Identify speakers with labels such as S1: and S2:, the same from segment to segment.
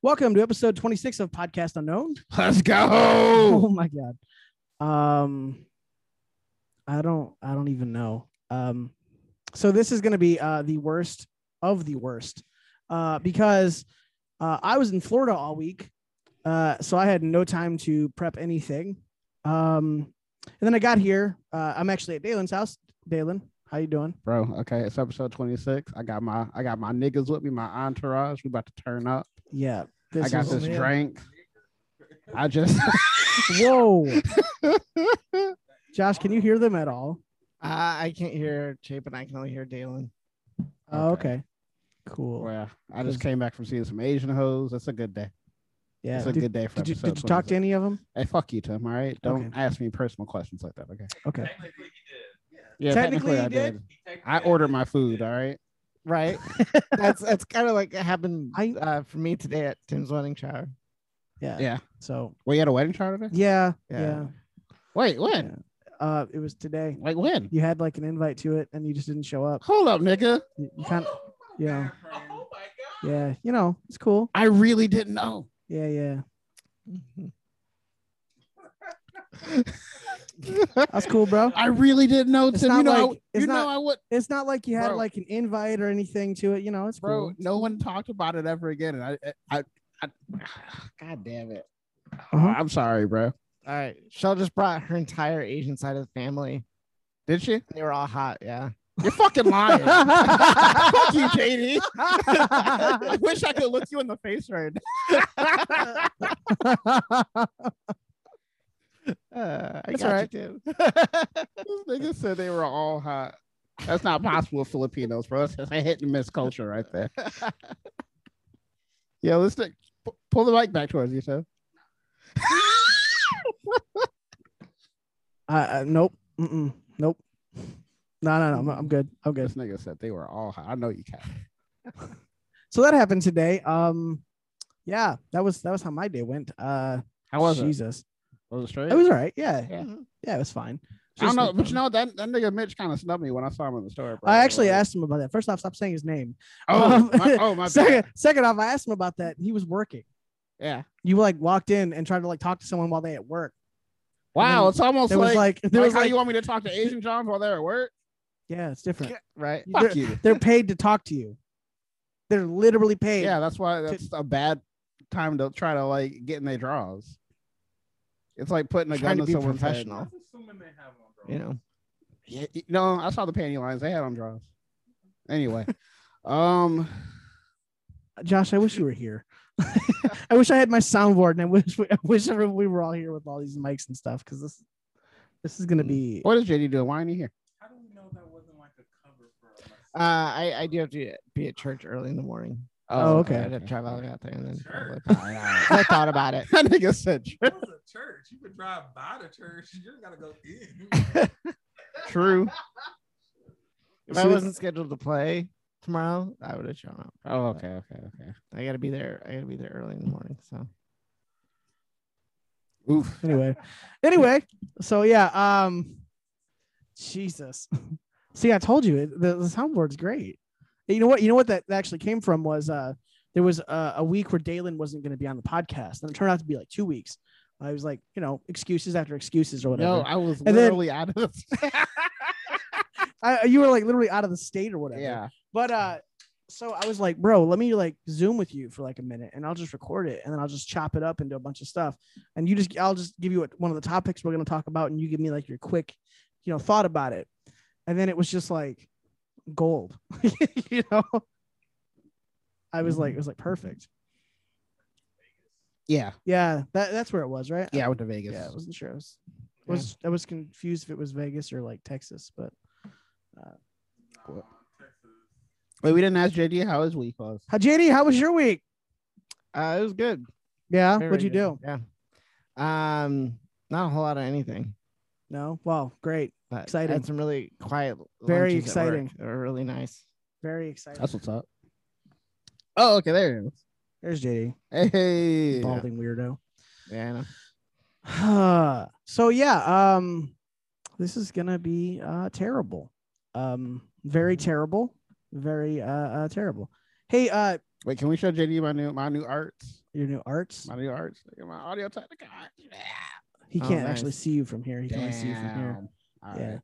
S1: Welcome to episode 26 of Podcast Unknown.
S2: Let's
S1: Oh,
S2: go.
S1: my god. Um I don't I don't even know. Um so this is going to be uh the worst of the worst. Uh because uh I was in Florida all week. Uh so I had no time to prep anything. Um and then I got here. Uh I'm actually at Dalen's house. Dalen, how you doing?
S2: Bro, okay, it's episode 26. I got my I got my niggas with me, my entourage. We about to turn up.
S1: Yeah. This
S2: I got
S1: is-
S2: this
S3: man.
S2: drink. I just
S1: Whoa. Josh, can you hear them at all?
S3: I, I can't hear Chap and I can only hear Dalen.
S1: Oh,
S2: Okay.
S1: okay. Cool.
S2: well, I just
S1: Cause-
S2: came back from seeing some Asian hoes. That's a good day.
S1: yeah.
S2: it's a
S1: Did,
S2: good day for
S1: did you,
S2: episode
S1: did you talk to
S2: 26.
S1: any of them?
S2: Hey, fuck you, Tim. All right. Don't
S1: Okay.
S2: ask me personal questions like that. Okay.
S1: Okay.
S2: Yeah,
S1: Technically, you
S2: I
S1: did.
S2: I ordered my food. All right.
S3: Right. that's that's kind of like it happened
S1: I-
S3: uh, for me today at Tim's wedding shower.
S1: Yeah.
S2: Yeah.
S1: So
S2: Well, you had a wedding shower today?
S1: yeah, yeah.
S3: Yeah.
S2: Wait, when?
S1: Yeah. Uh, it was today.
S2: Like when?
S1: You had like an invite to it, and you just didn't show up.
S2: Hold up, nigga.
S1: You, you kind of, you know,
S4: Oh my god.
S1: yeah, you know, it's cool.
S2: I really didn't know.
S1: Yeah, yeah. Mm-hmm. That's cool, bro.
S2: I really didn't know,
S1: It's
S2: Tim.
S1: not
S2: You know,
S1: like-
S2: I,
S1: it's
S2: you know,
S1: not-
S2: I would,
S1: It's not like you had
S2: Bro.
S1: like an invite or anything to it. You know, it's
S2: bro.
S1: cool.
S2: No one talked about it ever again, and I, I, I, God damn it.
S1: Uh-huh.
S2: I'm sorry, bro.
S3: All right. Shell just brought her entire Asian side of the family.
S2: Did she?
S3: They were all hot. Yeah.
S2: You're fucking lying. Fuck you, JD. I wish I could look you in the face right now.
S3: Uh, I
S2: That's
S3: got
S2: all
S3: you,
S2: right.
S3: Tim.
S2: this nigga said they were all hot. That's not possible with Filipinos, bro. That's just a hit and miss culture right there. yeah, let's take- pu- pull the mic back towards you, Tim.
S1: Uh, uh, nope. Mm-mm. Nope. No, no, no. I'm, I'm good. I'm good.
S2: This nigga said they were all hot. I know you can.
S1: So that happened today. Um, yeah, that was that was how my day went. Uh,
S2: How was it?
S1: Jesus.
S2: Was it straight?
S1: It was all right. Yeah.
S2: Yeah.
S3: Mm-hmm.
S1: Yeah, it was fine.
S2: I don't
S1: Just-
S2: know, but you know that, that nigga Mitch kind of snubbed me when I saw him in the store. Bro.
S1: I actually
S2: Like,
S1: asked him about that. First off, stop saying his name.
S2: Oh,
S1: um,
S2: my, oh my bad.
S1: Second, second off, I asked him about that. He was working.
S2: Yeah.
S1: You like walked in and tried to like talk to someone while they at work.
S2: Wow,
S1: then
S2: it's almost
S1: There was
S2: like, like,
S1: like there was
S2: how
S1: like
S2: you want me to talk to Asian Johns while they're at work?
S1: yeah, it's different.
S3: Right.
S2: Fuck
S1: They're,
S2: you.
S1: they're paid to talk to you. They're literally paid.
S2: Yeah, that's why that's a bad time to try to like get in their draws. It's like putting a gun
S3: Trying to
S2: to
S3: be
S2: someone's head.
S3: professional.
S4: That's assuming they have one, bro.
S3: You know.
S2: Yeah, y- no, I saw the panty lines. They had on draws. Anyway, um,
S1: Josh, I wish you were here. I wish I had my soundboard, and I wish we, I wish everyone- we were all here with all these mics and stuff because this this is gonna be
S2: what is JD doing? Why ain't he here?
S4: How do we know that wasn't like a cover for a message?
S3: Uh, I, I do have to be at church early in the morning.
S1: Oh,
S3: So
S1: okay.
S3: I'd have to drive all the way out there and then.
S4: Sure.
S3: probably- I thought about it.
S2: that nigga said
S4: It was a church. You could drive by the church. You just gotta go in.
S2: true.
S3: If
S1: See,
S3: I
S1: this-
S3: wasn't scheduled to play tomorrow, I would have shown up.
S2: Oh, okay, okay, okay.
S3: I gotta be there. I gotta be there early in the morning. So
S2: Oof.
S1: anyway. Anyway, so yeah, um, Jesus. See, I told you it- the, the soundboard's great. And You know what? You know what that actually came from was uh, there was a, a week where Dalen wasn't going to be on the podcast, and it turned out to be like two weeks. I was like, you know, excuses after excuses or whatever.
S2: No, I was
S1: then-
S2: literally out of the.
S1: I, you were like literally out of the state or whatever.
S2: yeah.
S1: But uh, so I was like, bro, let me like Zoom with you for like a minute, and I'll just record it, and then I'll just chop it up into a bunch of stuff, and you just, I'll just give you what, one of the topics we're gonna talk about, and you give me like your quick, you know, thought about it, and then it was just like gold, you know. I was
S3: Mm-hmm.
S1: like, it was like perfect.
S2: Yeah.
S1: Yeah, that, that's where it was, right?
S2: Yeah, I went to Vegas.
S1: yeah, I wasn't sure. I was,
S3: Yeah.
S1: was I was confused if it was Vegas or like Texas, but
S2: What? Wait, we didn't ask JD how his week was.
S1: how JD, how was your week?
S3: uh, it was good.
S1: Yeah,
S3: Very
S1: what'd you do?
S3: good. Yeah. Um, not a whole lot of anything.
S1: No, wow, great,
S3: But I
S1: Exciting.
S3: had some really quiet.
S1: Very
S3: lunches at work
S1: exciting.
S3: that were really nice.
S1: very exciting.
S2: That's what's up. Oh, okay, there it is.
S1: There's JD,
S2: Hey, Hey,
S1: balding
S3: Yeah. I know.
S1: weirdo. so yeah, um, this is gonna be uh
S2: Mm-hmm.
S1: terrible, um, very terrible, very uh, uh terrible. Hey, uh,
S2: Wait, can we show JD my new my new arts?
S1: Your new arts.
S2: My new arts. Look at my audio Ah, technica. arts.
S1: He
S3: Oh,
S1: can't
S3: nice.
S1: actually see you from here. He can only see you from here.
S2: Damn. All right.
S1: yeah.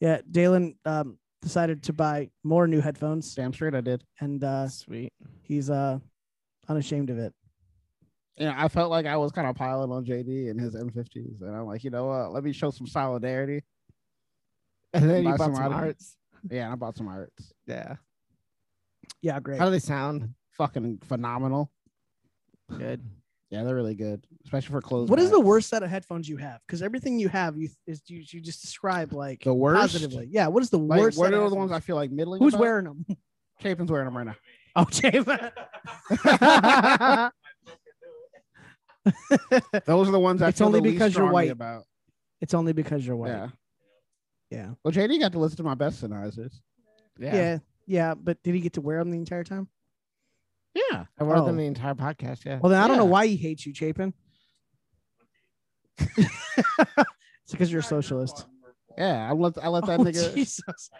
S1: Yeah. Dalen um, decided to buy more new headphones
S2: Damn straight I did.
S1: and uh,
S3: Sweet.
S1: he's uh, unashamed of it.
S2: You know, I felt like I was kind of piling on JD and his M50s, and I'm like, you know what? Let me show some solidarity.
S3: And then
S2: Buy
S3: you
S2: some
S3: bought some
S2: other-
S3: arts.
S2: Yeah, and I bought some arts.
S3: Yeah.
S1: Yeah, great.
S3: How do they sound?
S2: Fucking phenomenal.
S3: Good.
S2: Yeah, they're really good, especially for clothes.
S1: What is the worst set of headphones you have? Because everything you have, you is you, you just describe like
S2: The worst.
S1: positively. Yeah. What is the
S2: Like,
S1: worst?
S2: what
S1: set of
S2: are the ones I
S1: headphones?
S2: feel like middling?
S1: Who's
S2: about?
S1: wearing them?
S2: Chapin's wearing them right now.
S1: Oh, Javen.
S2: Those are the ones I
S1: It's
S2: feel
S1: only
S2: the least
S1: because you're
S2: strongly
S1: white.
S2: about.
S1: it's only because you're white. Yeah.
S2: Yeah.
S1: Yeah.
S2: Well, JD got to listen to my best Sennheisers.
S1: Yeah. yeah. But did he get to wear them the entire time?
S2: Yeah.
S3: I wore
S1: Oh.
S3: them the entire podcast. Yeah.
S1: Well, then I don't know
S2: Yeah.
S1: why he hates you, Chapin. it's because you're a socialist.
S2: Yeah. I let I let that
S1: Oh,
S2: nigga.
S1: Jesus.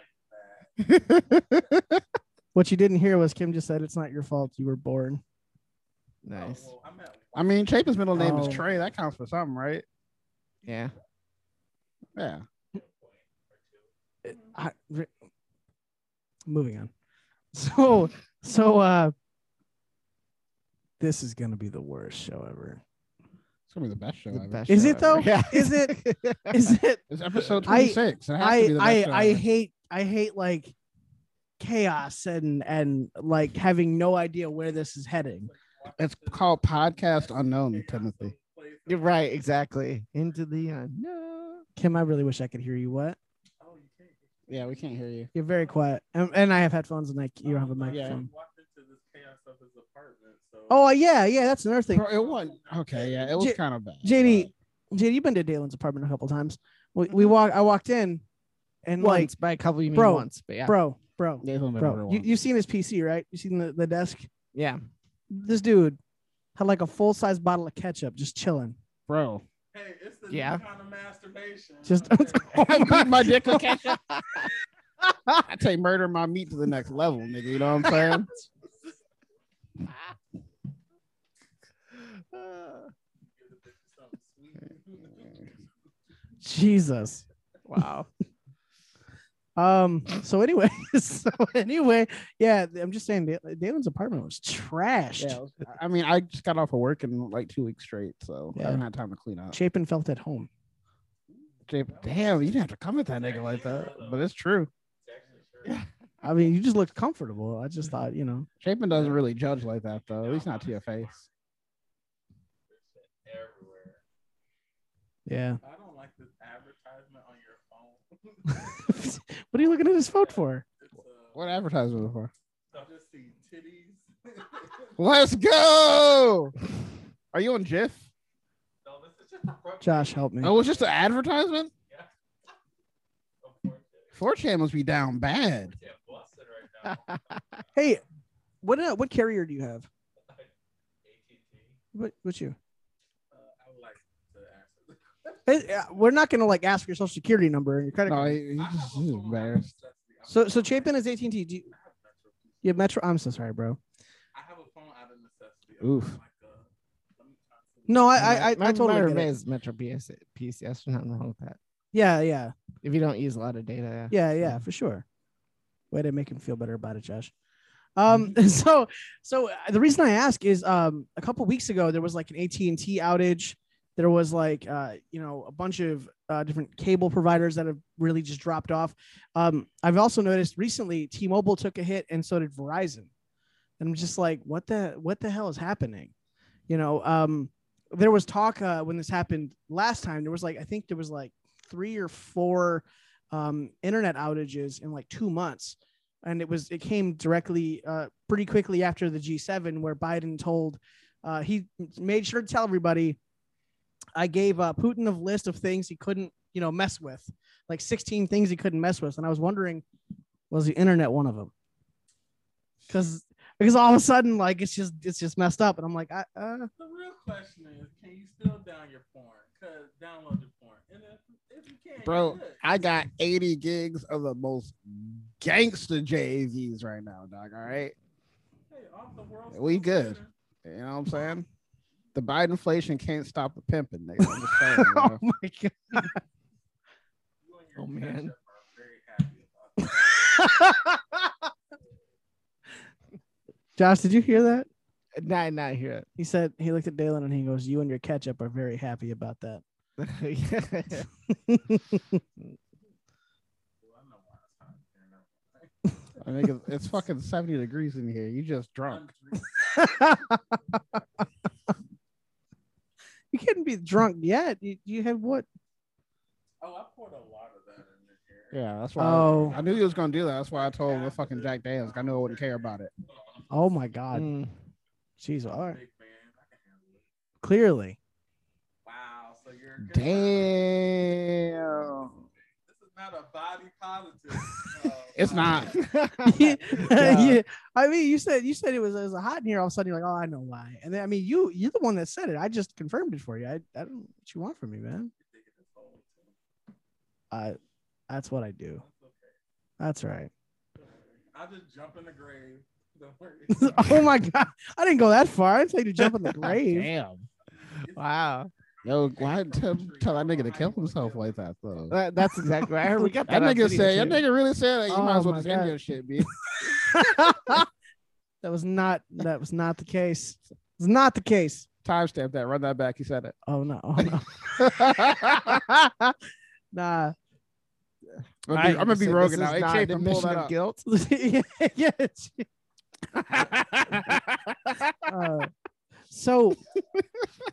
S1: What you didn't hear was Kim just said it's not your fault. You were born.
S4: Oh,
S3: Nice.
S2: I mean, Chapin's middle name
S1: Oh.
S2: is Trey. That counts for something, right?
S3: Yeah.
S2: Yeah.
S1: I, re- moving on. So, so, uh, this is going to be the worst show ever.
S2: It's gonna be the best show.
S3: The
S2: ever.
S3: best
S1: Is
S3: show
S1: it though?
S3: ever. Yeah.
S1: Is it, is it,
S2: It's episode
S1: I-
S2: twenty six. It has to be
S1: I
S2: the best
S1: I
S2: show
S1: I
S2: ever.
S1: hate I hate like chaos and and like having no idea where this is heading.
S2: It's called Podcast Unknown, Timothy.
S3: You're right. Exactly. Into the unknown.
S1: Kim, I really wish I could hear you. What?
S4: Oh,
S2: Yeah, we can't hear you.
S1: You're very quiet, and, and I have headphones, and I c- you don't have a
S2: Oh,
S4: Yeah.
S1: microphone.
S4: Walked into this chaos of his apartment, so-
S1: Oh yeah, yeah, that's another thing.
S2: Bro, it wasn't okay. Yeah, it was
S1: J-
S2: kind of bad.
S1: JD, JD, you've been to Dalen's apartment a couple times. We, we
S2: Mm-hmm.
S1: walk. I walked in, and like,
S3: Once by a couple, you mean
S1: Bro.
S3: once, but yeah.
S1: bro, bro,
S2: Yeah, it's only been over
S1: bro, you
S2: once.
S1: you seen his PC right? You seen the, the desk?
S3: Yeah.
S1: This dude had like a full size bottle of ketchup just chilling.
S2: bro.
S4: Hey, it's the
S3: Yeah.
S4: new kind of masturbation.
S1: Just- Oh
S2: I beat my dick with ketchup. I take murder my meat to the next level, nigga. You know what I'm saying?
S1: Jesus.
S3: Wow.
S1: Um. So anyway, so anyway, yeah. I'm just saying, Dal- Dalen's apartment was trashed.
S2: Yeah, it was- I mean, I just got off of work in like two weeks straight, so
S1: Yeah.
S2: I haven't had time to clean up.
S1: Chapin felt at home.
S2: Jay- Damn, you didn't have to come at that nigga like that, but it's true.
S1: I mean, you just looked comfortable. I just thought, you know,
S2: Chapin doesn't really judge like that though, at least not to your face.
S4: Everywhere.
S1: yeah.
S4: I don't like this advertisement on your phone.
S1: what are you looking at his phone for?
S4: It's, uh,
S2: What advertisement for?
S4: I just see titties.
S2: Let's go. Are you on GIF?
S4: no, this is just a front
S1: Josh, help me.
S2: Oh, it's just an advertisement.
S4: of porn pics.
S2: 4chan must be down bad.
S4: Yeah, busted right now.
S1: Hey, what uh, what carrier do you have?
S4: AT&T.
S1: What what's you?
S4: Uh, I would like to ask. this.
S1: Hey, uh, we're not gonna like ask for your social security number and your credit
S2: No,
S1: card.
S2: he,
S4: I
S2: he's
S4: have
S2: just
S4: a
S2: he's
S4: phone, I have
S2: embarrassed.
S4: necessity. I
S1: So
S4: have
S1: so
S4: a phone.
S1: Chapin is AT and T. Do you,
S4: I have Metro.
S1: you have Metro? I'm so sorry, bro.
S4: I have a phone out of necessity.
S2: Oof.
S4: I'm Like, uh, let me try to-
S1: No, I I I, I
S3: my,
S1: totally
S3: my
S1: get
S3: roommate
S1: it.
S3: is Metro PS, PCS. There's nothing wrong with that.
S1: Yeah, yeah,
S3: If you don't use a lot of data,
S1: yeah,
S3: yeah.
S1: yeah, for sure. Way to make him feel better about it, Josh. Um, so so uh, the reason I ask is um a couple weeks ago there was like an AT and T outage. There was like uh you know a bunch of uh, different cable providers that have really just dropped off. Um, I've also noticed recently T-Mobile took a hit and so did Verizon. And I'm just like, what the what the hell is happening? You know, um, there was talk uh, when this happened last time. There was like I think there was like three or four um, internet outages in like two months, and it was it came directly uh, pretty quickly after the G7 where Biden told uh, he made sure to tell everybody. I gave uh, Putin a list of things he couldn't, you know, mess with, like 16 things he couldn't mess with, and I was wondering, was the internet one of them? Because because all of a sudden, like it's just it's just messed up, and I'm like, I, uh,
S4: The real question is, can you still down your porn? Cause download your porn, and if, if you can't,
S2: Bro,
S4: good.
S2: I got 80 gigs of the most gangster JAVs right now, dog. All right.
S4: Hey, off the world.
S2: We good. You know what I'm saying? The Biden inflation can't stop the pimping. Nigga. I'm just saying,
S3: oh
S2: bro.
S3: my god.
S4: You and
S3: Oh,
S4: your
S3: man.
S4: ketchup are very happy about that.
S1: Josh, did you hear that?
S3: Nah, nah, I hear
S1: He said he looked at Dalen and he goes, "You and your ketchup are very happy about that."
S3: it.
S4: Ooh, I know why it's hot in here now.
S2: I think it's, it's fucking 70 degrees in here. You just drunk.
S1: You couldn't be drunk yet. You, you had what?
S4: Oh, I poured a lot of that in here.
S2: Yeah, that's why.
S1: Oh,
S2: I knew he was gonna do that. That's why I told him the fucking Jack Daniels. I knew I wouldn't care about it.
S1: oh my God.
S3: Mm.
S1: Jeez, all
S4: I'm a
S1: right.
S4: big fan. I can handle it.
S1: Clearly,
S4: Wow, so you're a good
S2: Damn.
S4: This is not a body positive. uh,
S2: It's not.
S4: podcast.
S1: yeah. I mean, you said you said it was, it was hot in here. All of a sudden, you're like, "Oh, I know why." And then, I mean, you you're the one that said it. I just confirmed it for you. I, I don't know what you want from me, man.
S4: You think it's old, too.
S1: I that's what I do.
S4: That's okay.
S1: That's right.
S4: I just jump in the grave. Don't worry.
S1: oh my god, I didn't go that far. I didn't tell you to jump in the
S2: God
S1: grave.
S2: Damn.
S3: Wow.
S2: Yo, why tell, tell that nigga to kill himself like that though?
S3: That- that's exactly right. I heard we got
S2: That
S3: that. on
S2: nigga
S3: video,
S2: said, that
S3: too.
S2: nigga really said that. You might
S1: Oh
S2: as well
S1: my
S2: just end
S1: God.
S2: your shit, B.
S1: That was not that was not the case. It's not the case.
S2: Timestamp that. Run that back. He said it.
S1: Oh no, oh, no. nah.
S2: I'm gonna
S3: I-
S2: be, I'm gonna be
S3: this
S2: Rogan
S3: is
S2: now. Hey,
S3: not
S2: Chase,
S3: an
S2: pull
S3: admission
S2: that
S3: of
S2: up.
S3: guilt.
S1: yeah, yeah, it's- uh, so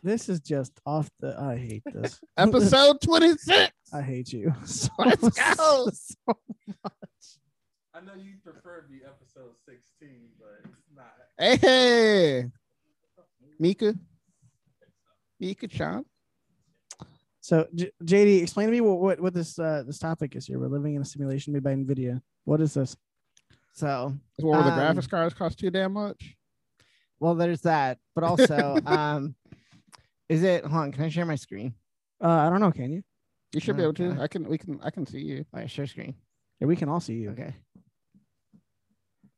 S1: this is just off the. I hate this.
S2: Episode 26.
S1: I hate you. So,
S2: Let's go.
S1: so-
S4: I know you prefer to be episode 16, but it's not.
S2: Hey, hey. Mika. Mika Chan.
S1: so J- JD, explain to me what what, what this uh, this topic is here. We're living in a simulation made by Nvidia. What is this?
S3: So,
S2: That's one where the
S3: Um,
S2: graphics cards cost too damn much.
S3: well, there's that. But also, um, is it? Hold on. Can I share my screen?
S1: Uh, I don't know. Can you?
S2: You should be able to.
S3: Okay.
S2: I can we can I can see you.
S3: All right, share screen.
S1: Yeah, we can all see you.
S3: Okay.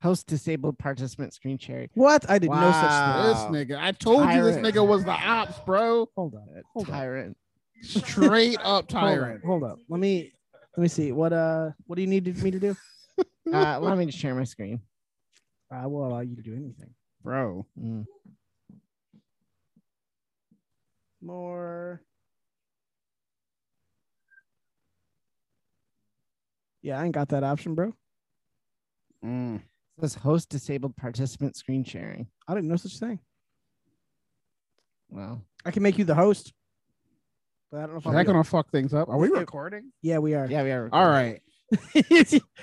S3: Host disabled participant screen share.
S1: What? I did no such thing.
S3: Wow.
S2: This nigga. I told you this
S3: Tyrant.
S2: nigga was the ops, bro.
S1: Hold on. Hold on.
S3: Tyrant.
S2: Straight up
S1: Hold
S2: tyrant.
S1: on. Hold up. Let me let me see. What uh what do you need me to do?
S3: Uh, allow me to share my screen.
S1: I will allow you to do anything.
S2: Bro.
S3: Mm.
S1: More. Yeah, I ain't got that option, bro.
S2: Mm.
S3: says host disabled participant screen sharing.
S1: I didn't know such thing.
S3: Wow.
S1: I can make you the host. But I don't know if
S2: Is
S1: I'm
S2: that gonna fuck things up? Are we recording?
S1: Yeah, we are.
S3: Yeah, we are.
S2: All right.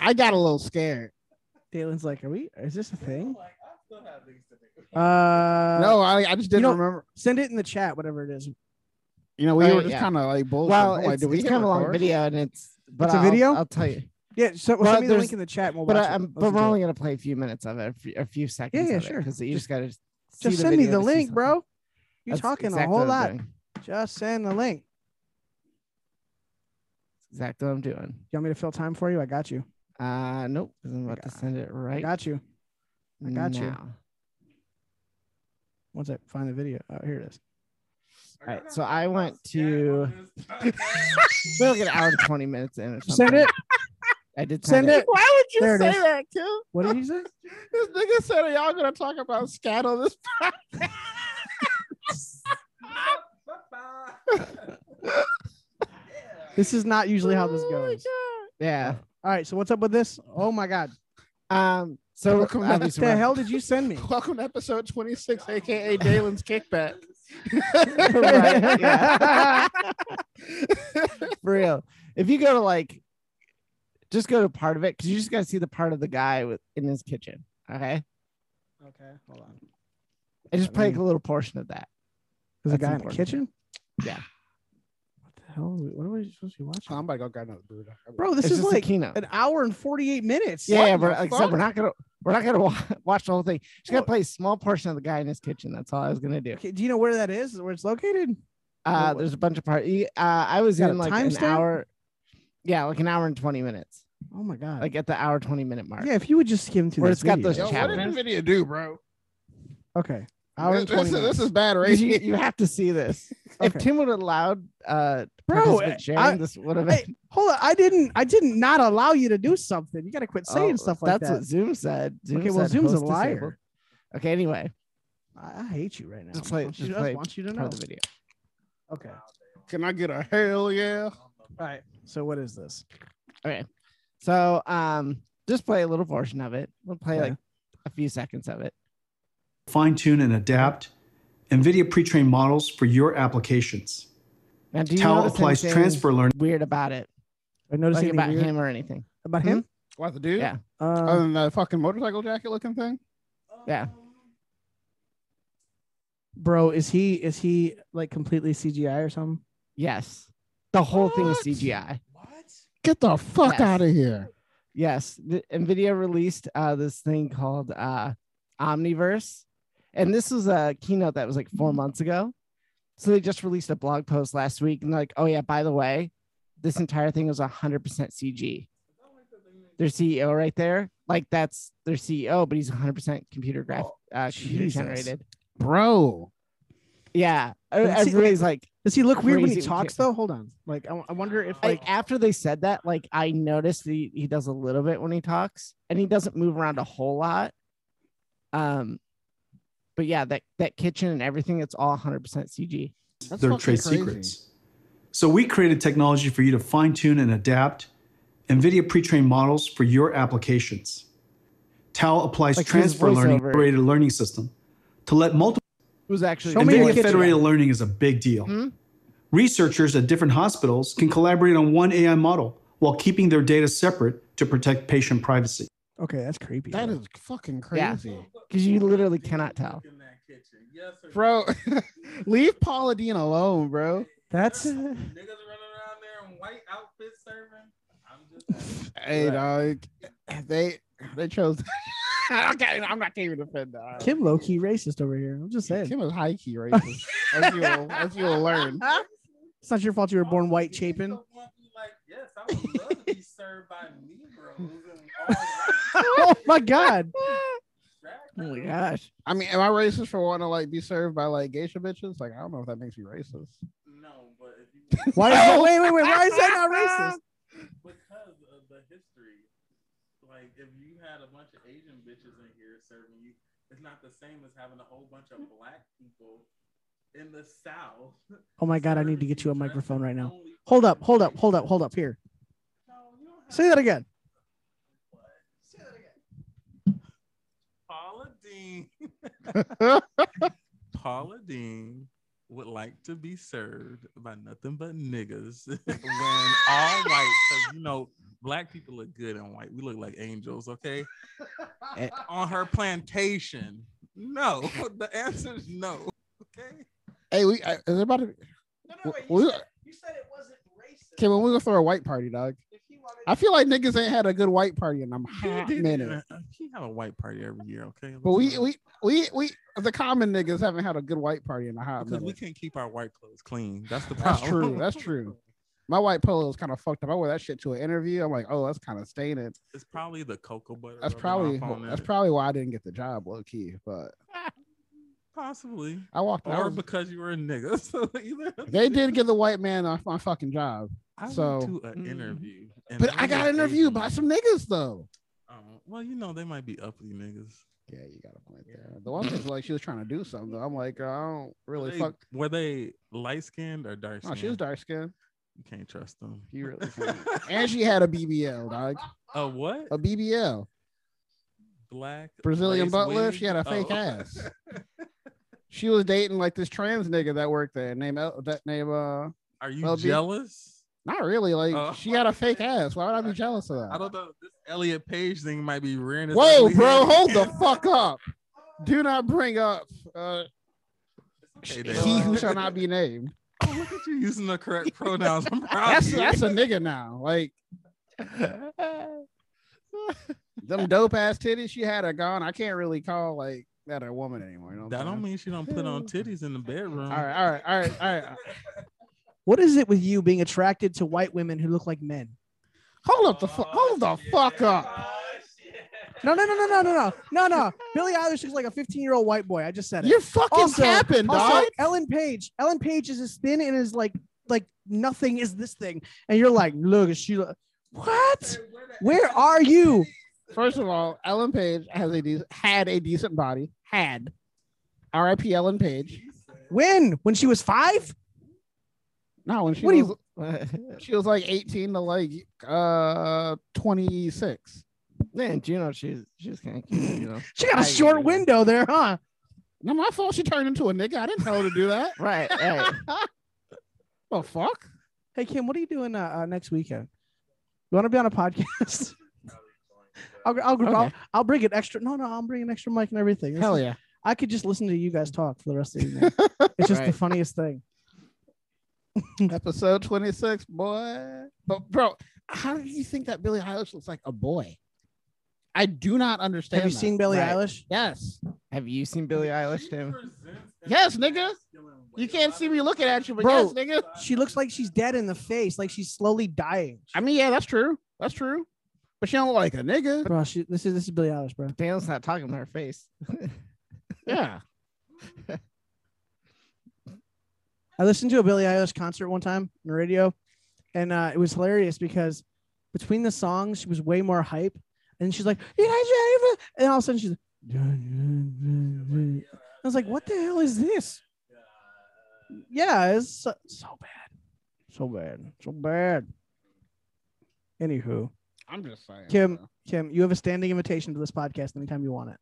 S2: I got a little scared.
S1: Dalen's like, are we is this a thing?
S4: Like, I still have things to do.
S1: Uh
S2: no, I, I just didn't
S1: know-
S2: remember.
S1: send it in the chat, whatever it is.
S2: You know, we
S3: Oh,
S2: were just
S3: yeah.
S2: kind of like bullshit.
S3: Well,
S2: I'm
S3: it's,
S2: like, do we
S3: it's
S2: hit
S3: kind of a long
S2: record?
S3: video, and it's but
S1: It's a
S3: I'll-
S1: video?
S3: I'll tell you.
S1: Yeah, so
S3: Well,
S1: send me the
S3: there's-
S1: link in the chat. and We'll
S3: but
S1: watch
S3: I,
S1: it.
S3: am
S1: Listen
S3: but
S1: to
S3: we're
S1: it.
S3: only gonna play a few minutes of it, a few, a few seconds.
S1: yeah,
S3: of
S1: sure.
S3: Because you
S1: Just-
S3: just gotta see
S1: Just
S3: the
S1: send me
S3: video
S1: the
S3: to see
S1: link,
S3: something.
S1: bro. You're
S3: That's
S1: talking
S3: exactly
S1: a whole
S3: what
S1: lot.
S3: I'm doing.
S1: Just send the link.
S3: That's Exactly what I'm doing.
S1: You want me to fill time for you? I got you.
S3: Uh, nope. 'cause I'm about
S1: got-
S3: to send it
S1: I
S3: right
S1: got you. I got you.
S3: now.
S1: Once I find the video. Oh, here it is.
S4: Are
S3: All right,
S4: y'all
S3: so
S4: not
S3: I
S4: talking
S3: went
S4: about scat on this podcast?
S3: We're like an hour and twenty minutes in. Or something.
S1: Send it.
S3: I did
S1: Send it.
S2: Why would you
S1: There it
S2: say
S1: is.
S2: that, too?
S1: What did he say?
S2: This nigga said, "Are y'all gonna talk about scat on this?"
S4: Bye-bye. Yeah.
S1: This is not usually how this
S2: Oh my
S1: goes.
S3: Yeah.
S1: All right. So what's up with this? Oh my God.
S3: Um. So
S2: Welcome back
S1: What
S3: obviously
S1: the
S3: we're-
S1: hell did you send me?
S2: Welcome to episode twenty six, aka Dalen's kickback.
S3: Right, yeah. for real. If you go to like, just go to part of it because you just gotta see the part of the guy with in his kitchen. Okay,
S1: Okay. Hold on.
S3: and just
S1: I
S3: play like
S1: mean-
S3: a little portion of that.
S1: There's a
S3: That's
S1: guy in the
S3: important.
S1: kitchen.
S3: Yeah.
S1: What the hell? are we- What are we supposed to be watching?
S2: Oh, I'm about to go grab another brew.
S1: Bro, this
S3: it's
S1: is
S3: just
S1: like
S3: a keynote.
S1: an hour and 48 minutes.
S3: yeah, yeah
S2: What
S3: but
S2: the
S3: like I
S2: fuck?
S3: said, we're not gonna we're not gonna wa- watch the whole thing. Just
S1: Well-
S3: gonna play a small portion of the guy in his kitchen. That's all I was gonna do.
S1: Okay. Do you know where that is? Where it's located?
S3: Uh,
S1: what-
S3: there's a bunch of part. you- Uh, I was
S1: You got
S3: in
S1: a
S3: like an
S1: timestamp?
S3: hour. Yeah, like an hour and twenty minutes.
S1: Oh my God.
S3: Like at the hour twenty minute mark.
S1: yeah. If you would just skim to
S3: Where
S1: this
S3: it's got those
S1: video.
S2: Yo, what
S3: Chapman.
S2: did Nvidia do, bro?
S1: Okay. Hour
S2: This,
S1: and
S2: this,
S1: 20
S2: is,
S1: minutes.
S2: this is bad
S3: 'Cause
S2: right
S3: You, you have to see this. If
S1: Okay.
S3: Tim would have allowed uh,
S1: Bro,
S3: participant
S1: I-
S3: sharing, this would have
S1: Hey,
S3: been
S1: Hold on. I didn't I didn't not allow you to do something. You gotta quit saying
S3: Oh,
S1: stuff like
S3: That's
S1: that.
S3: what Zoom said. Zoom
S1: Okay, well,
S3: said
S1: Zoom's a
S3: host
S1: liar.
S3: disabled. Okay, anyway,
S1: I, I hate you right now.
S3: Just play-
S1: I want you
S3: just
S1: to- I
S3: play
S1: want you to
S3: part
S1: know.
S3: of the video.
S1: Okay.
S2: now. Can I get a hell yeah?
S1: All right. So what is this?
S3: So um, just play a little portion of it. We'll play
S1: Okay.
S3: like a few seconds of it.
S5: fine tune and adapt NVIDIA pre trained models for your applications.
S3: Now, do you
S5: TAL
S3: notice
S5: applies
S3: anything
S5: transfer learning.
S3: weird about it?
S1: I noticed
S3: Like
S1: anything
S3: about
S1: weird
S3: him Hmm? or anything?
S1: about him?
S2: What the dude?
S3: Yeah.
S1: Uh,
S2: Other than that fucking motorcycle jacket looking thing.
S3: Yeah.
S1: bro, is he is he like completely CGI or something?
S3: Yes, the whole thing is
S2: What?
S3: CGI.
S6: What?
S2: Get the fuck
S3: Yes.
S2: out of here.
S3: Yes, the, Nvidia released uh, this thing called uh, Omniverse, and this was a keynote that was like four months ago. So they just released a blog post last week, and they're like, oh yeah, by the way, this entire thing was 100% CG. Their CEO right there, like that's their CEO, but he's 100% computer graph, uh, computer
S1: Jesus.
S3: generated.
S2: Bro.
S3: Yeah, e-
S1: Let's see,
S3: everybody's like,
S1: Does he look weird when he
S3: Crazy.
S1: talks though? Hold on. Like I, I wonder if
S3: like
S1: like
S3: after they said that, like I noticed he, he does a little bit when he talks, and he doesn't move around a whole lot. Um, but yeah, that that kitchen and everything, it's all 100% CG.
S2: That's
S5: their
S2: fucking
S5: trade
S2: crazy.
S5: secrets. So we created technology for you to fine tune and adapt NVIDIA pre trained models for your applications. TAL applies
S3: Like his
S5: transfer learning,
S3: voiceover.
S5: federated learning system to let multiple.
S3: It was actually
S1: Show me
S3: more
S1: the
S5: NVIDIA
S1: kitchen.
S5: federated learning is a big deal.
S3: Hmm?
S5: Researchers at different hospitals can collaborate on one AI model while keeping their data separate to protect patient privacy.
S1: okay, that's creepy.
S2: That
S1: bro.
S2: is fucking
S3: Yeah.
S2: crazy.
S3: Because you literally cannot tell.
S6: In that kitchen. Yes, sir.
S2: Bro, leave Paula Dean alone, bro.
S1: that's
S6: Niggas running around there in white outfits serving. I'm just.
S2: Hey, dog. They they chose. okay, I'm not gonna even defend that. Alright.
S1: Kim low key racist over here. I'm just saying.
S2: Kim is high key racist, as you will, as you will learn.
S1: It's not your fault you were
S2: Oh,
S1: born white,
S6: You
S1: Chapin.
S6: don't want me Like, yes, I would love to be served by Negroes and all that
S1: oh my god.
S6: trash.
S3: Oh my gosh.
S2: I mean, am I racist for wanting to like be served by like geisha bitches? Like, I don't know if that makes me racist.
S6: No, but if you
S1: Why is that, wait, wait, wait. Why is that not racist?
S6: because of the history, like if you had a bunch of Asian bitches in here serving you, it's not the same as having a whole bunch of black people in the South.
S1: Oh my god, I need to
S6: serving
S1: get you a
S6: dressed
S1: microphone
S6: in
S1: right now.
S6: only
S1: Hold up,
S6: fucking
S1: hold up,
S6: white.
S1: hold up, hold up. Here.
S6: No, you don't have
S1: Say that again.
S6: What? Say that again. Paula Dean. Paula Dean would like to be served by nothing but niggas when all white, because you know, black people look good and white. We look like angels, okay?
S3: Eh.
S6: On her plantation. No, the answer is no. Okay.
S2: Hey, we I, is it about to. Be,
S1: No,
S2: no, wait, you Well, said-
S1: it wasn't racist.
S2: okay, when we gonna throw a white party, dog? I feel like niggas ain't had a good white party in a hot minute.
S6: He have a white party every year, okay?
S2: But we
S6: Let's-
S2: we we we the common niggas haven't had a good white party in a hot
S6: because we
S2: minute.
S6: can't keep our white clothes clean. That's the problem.
S2: That's true. That's true. My white polo is kind of fucked up. I wore that shit to an interview. I'm like, oh, that's kind of stained.
S6: It's probably the cocoa butter.
S2: That's probably
S6: rubbing off on
S2: that's
S6: it.
S2: probably why I didn't get the job, low key. But
S6: possibly.
S2: I walked
S6: Or
S2: out.
S6: because you were a nigga. So either
S2: They did give the white man off my fucking job,
S6: I went
S2: so-
S6: to an
S3: Mm.
S6: interview. and
S2: but I
S6: they
S2: got
S6: were
S2: interviewed
S6: Asian.
S2: by some niggas though.
S6: Um, well, you know, they might be uppity niggas.
S2: Yeah, you got a point there. The one was like she was trying to do something. Though. I'm like, girl, I don't really
S6: They-
S2: fuck.
S6: Were they light skinned or dark
S2: No,
S6: skinned?
S2: she was dark skinned.
S6: You can't trust them.
S2: You really can't. and she had a BBL, dog.
S6: A what?
S2: A BBL,
S6: black
S2: Brazilian
S6: lace
S2: butt lift.
S6: wig?
S2: She had a fake
S6: Oh.
S2: ass. She was dating like this trans nigga that worked there. Name El- that name uh
S6: Are you
S2: LB?
S6: jealous?
S2: not really like
S6: Oh.
S2: she had a fake ass. Why would I be jealous of that?
S6: I don't know. This Elliot Page thing might be rearing. its
S2: Whoa,
S6: ugly
S2: bro,
S6: head.
S2: hold the fuck up. Do not bring up uh,
S6: It's okay,
S2: he who
S6: Dale.
S2: shall not be named.
S6: Oh, look at you using the correct pronouns. I'm proud
S2: That's
S6: of you.
S2: that's a nigga now. Like them dope ass titties she had are gone. I can't really call like that a woman anymore. You know what
S6: that
S2: I'm
S6: don't
S2: saying?
S6: mean she don't put on titties in the bedroom.
S2: all right, all right, all right, all right.
S1: What is it with you being attracted to white women who look like men?
S2: Hold up the fuck. Hold the fuck up.
S1: No, no, no, no, no, no, no, no, no. Billie Eilish looks like a 15 year old white boy. I just said it.
S2: You're Oh, fucking
S1: Also-
S2: capping,
S1: Also,
S2: dog.
S1: Ellen Page. Ellen Page is as thin and is like like nothing is this thing. And you're like, look, is she look- what? Where are you?
S2: First of all, Ellen Page has a de- had a decent body. Had. R.I.P. Ellen Page.
S1: When? When she was five?
S2: No, when she
S1: What do you-
S2: was she was like 18 to like uh 26.
S3: Man, Juno, she's she's kind of cute, you know.
S1: She got
S3: I
S1: a short
S3: agree.
S1: window there, huh?
S2: Not my fault. She turned into a nigga. I didn't tell her to do that.
S3: right, right.
S2: The fuck?
S1: Hey Kim, what are you doing uh, uh, next weekend? You want to be on a podcast? I'll, I'll, I'll,
S2: Okay.
S1: I'll bring an extra. No, no, I'll bring an extra mic and everything. This
S2: Hell
S1: is-
S2: yeah.
S1: I could just listen to you guys talk for the rest of the evening. it's just the
S3: Right.
S1: funniest thing.
S2: Episode 26, boy. But bro, how do you think that Billie Eilish looks like a boy? I do not understand.
S1: Have you
S2: that.
S1: seen Billie
S3: Right.
S1: Eilish?
S2: Yes.
S3: Have you seen Billie Eilish, Tim?
S2: Yes, nigga. You can't see me looking at you, but
S1: Bro.
S2: yes, nigga.
S1: She looks like she's dead in the face, like she's slowly dying.
S2: I mean, yeah, that's true. That's true. But she don't look like a nigga.
S1: Bro, she, this is this is Billie Eilish, bro.
S3: Daniel's not talking to her face.
S2: Yeah.
S1: I listened to a Billie Eilish concert one time on the radio, and uh, it was hilarious because between the songs, she was way more hype, and she's like, "You guys ready for-" and all of a sudden she's. Like, I was like, "What the hell is this?" Yeah, it's so, so bad, so bad, so bad. Anywho,
S2: I'm just saying.
S1: Kim.
S2: bro.
S1: Kim, you have a standing invitation to this podcast anytime you want it.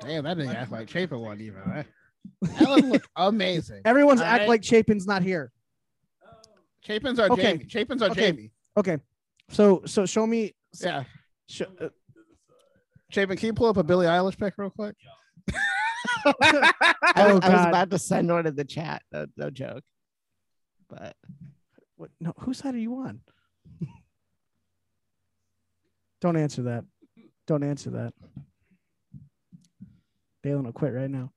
S2: Damn, that nigga act like Chapin wasn't even there. Ellen looked amazing.
S1: Everyone's
S2: All
S1: act
S2: right.
S1: like Chapin's not here.
S2: Chapin's are
S1: Okay.
S2: Jamie. Chapin's are
S1: Okay.
S2: Jamie.
S1: Okay, so so show me.
S2: Yeah.
S1: Sh- uh,
S2: Chapin, can you pull up a Billie Eilish pic real quick?
S3: I, was,
S1: Oh,
S3: I was
S1: God.
S3: about to send one in the chat. No, no joke. But
S1: what, no, whose side are you on? Don't answer that. Don't answer that. Dalen will quit right now.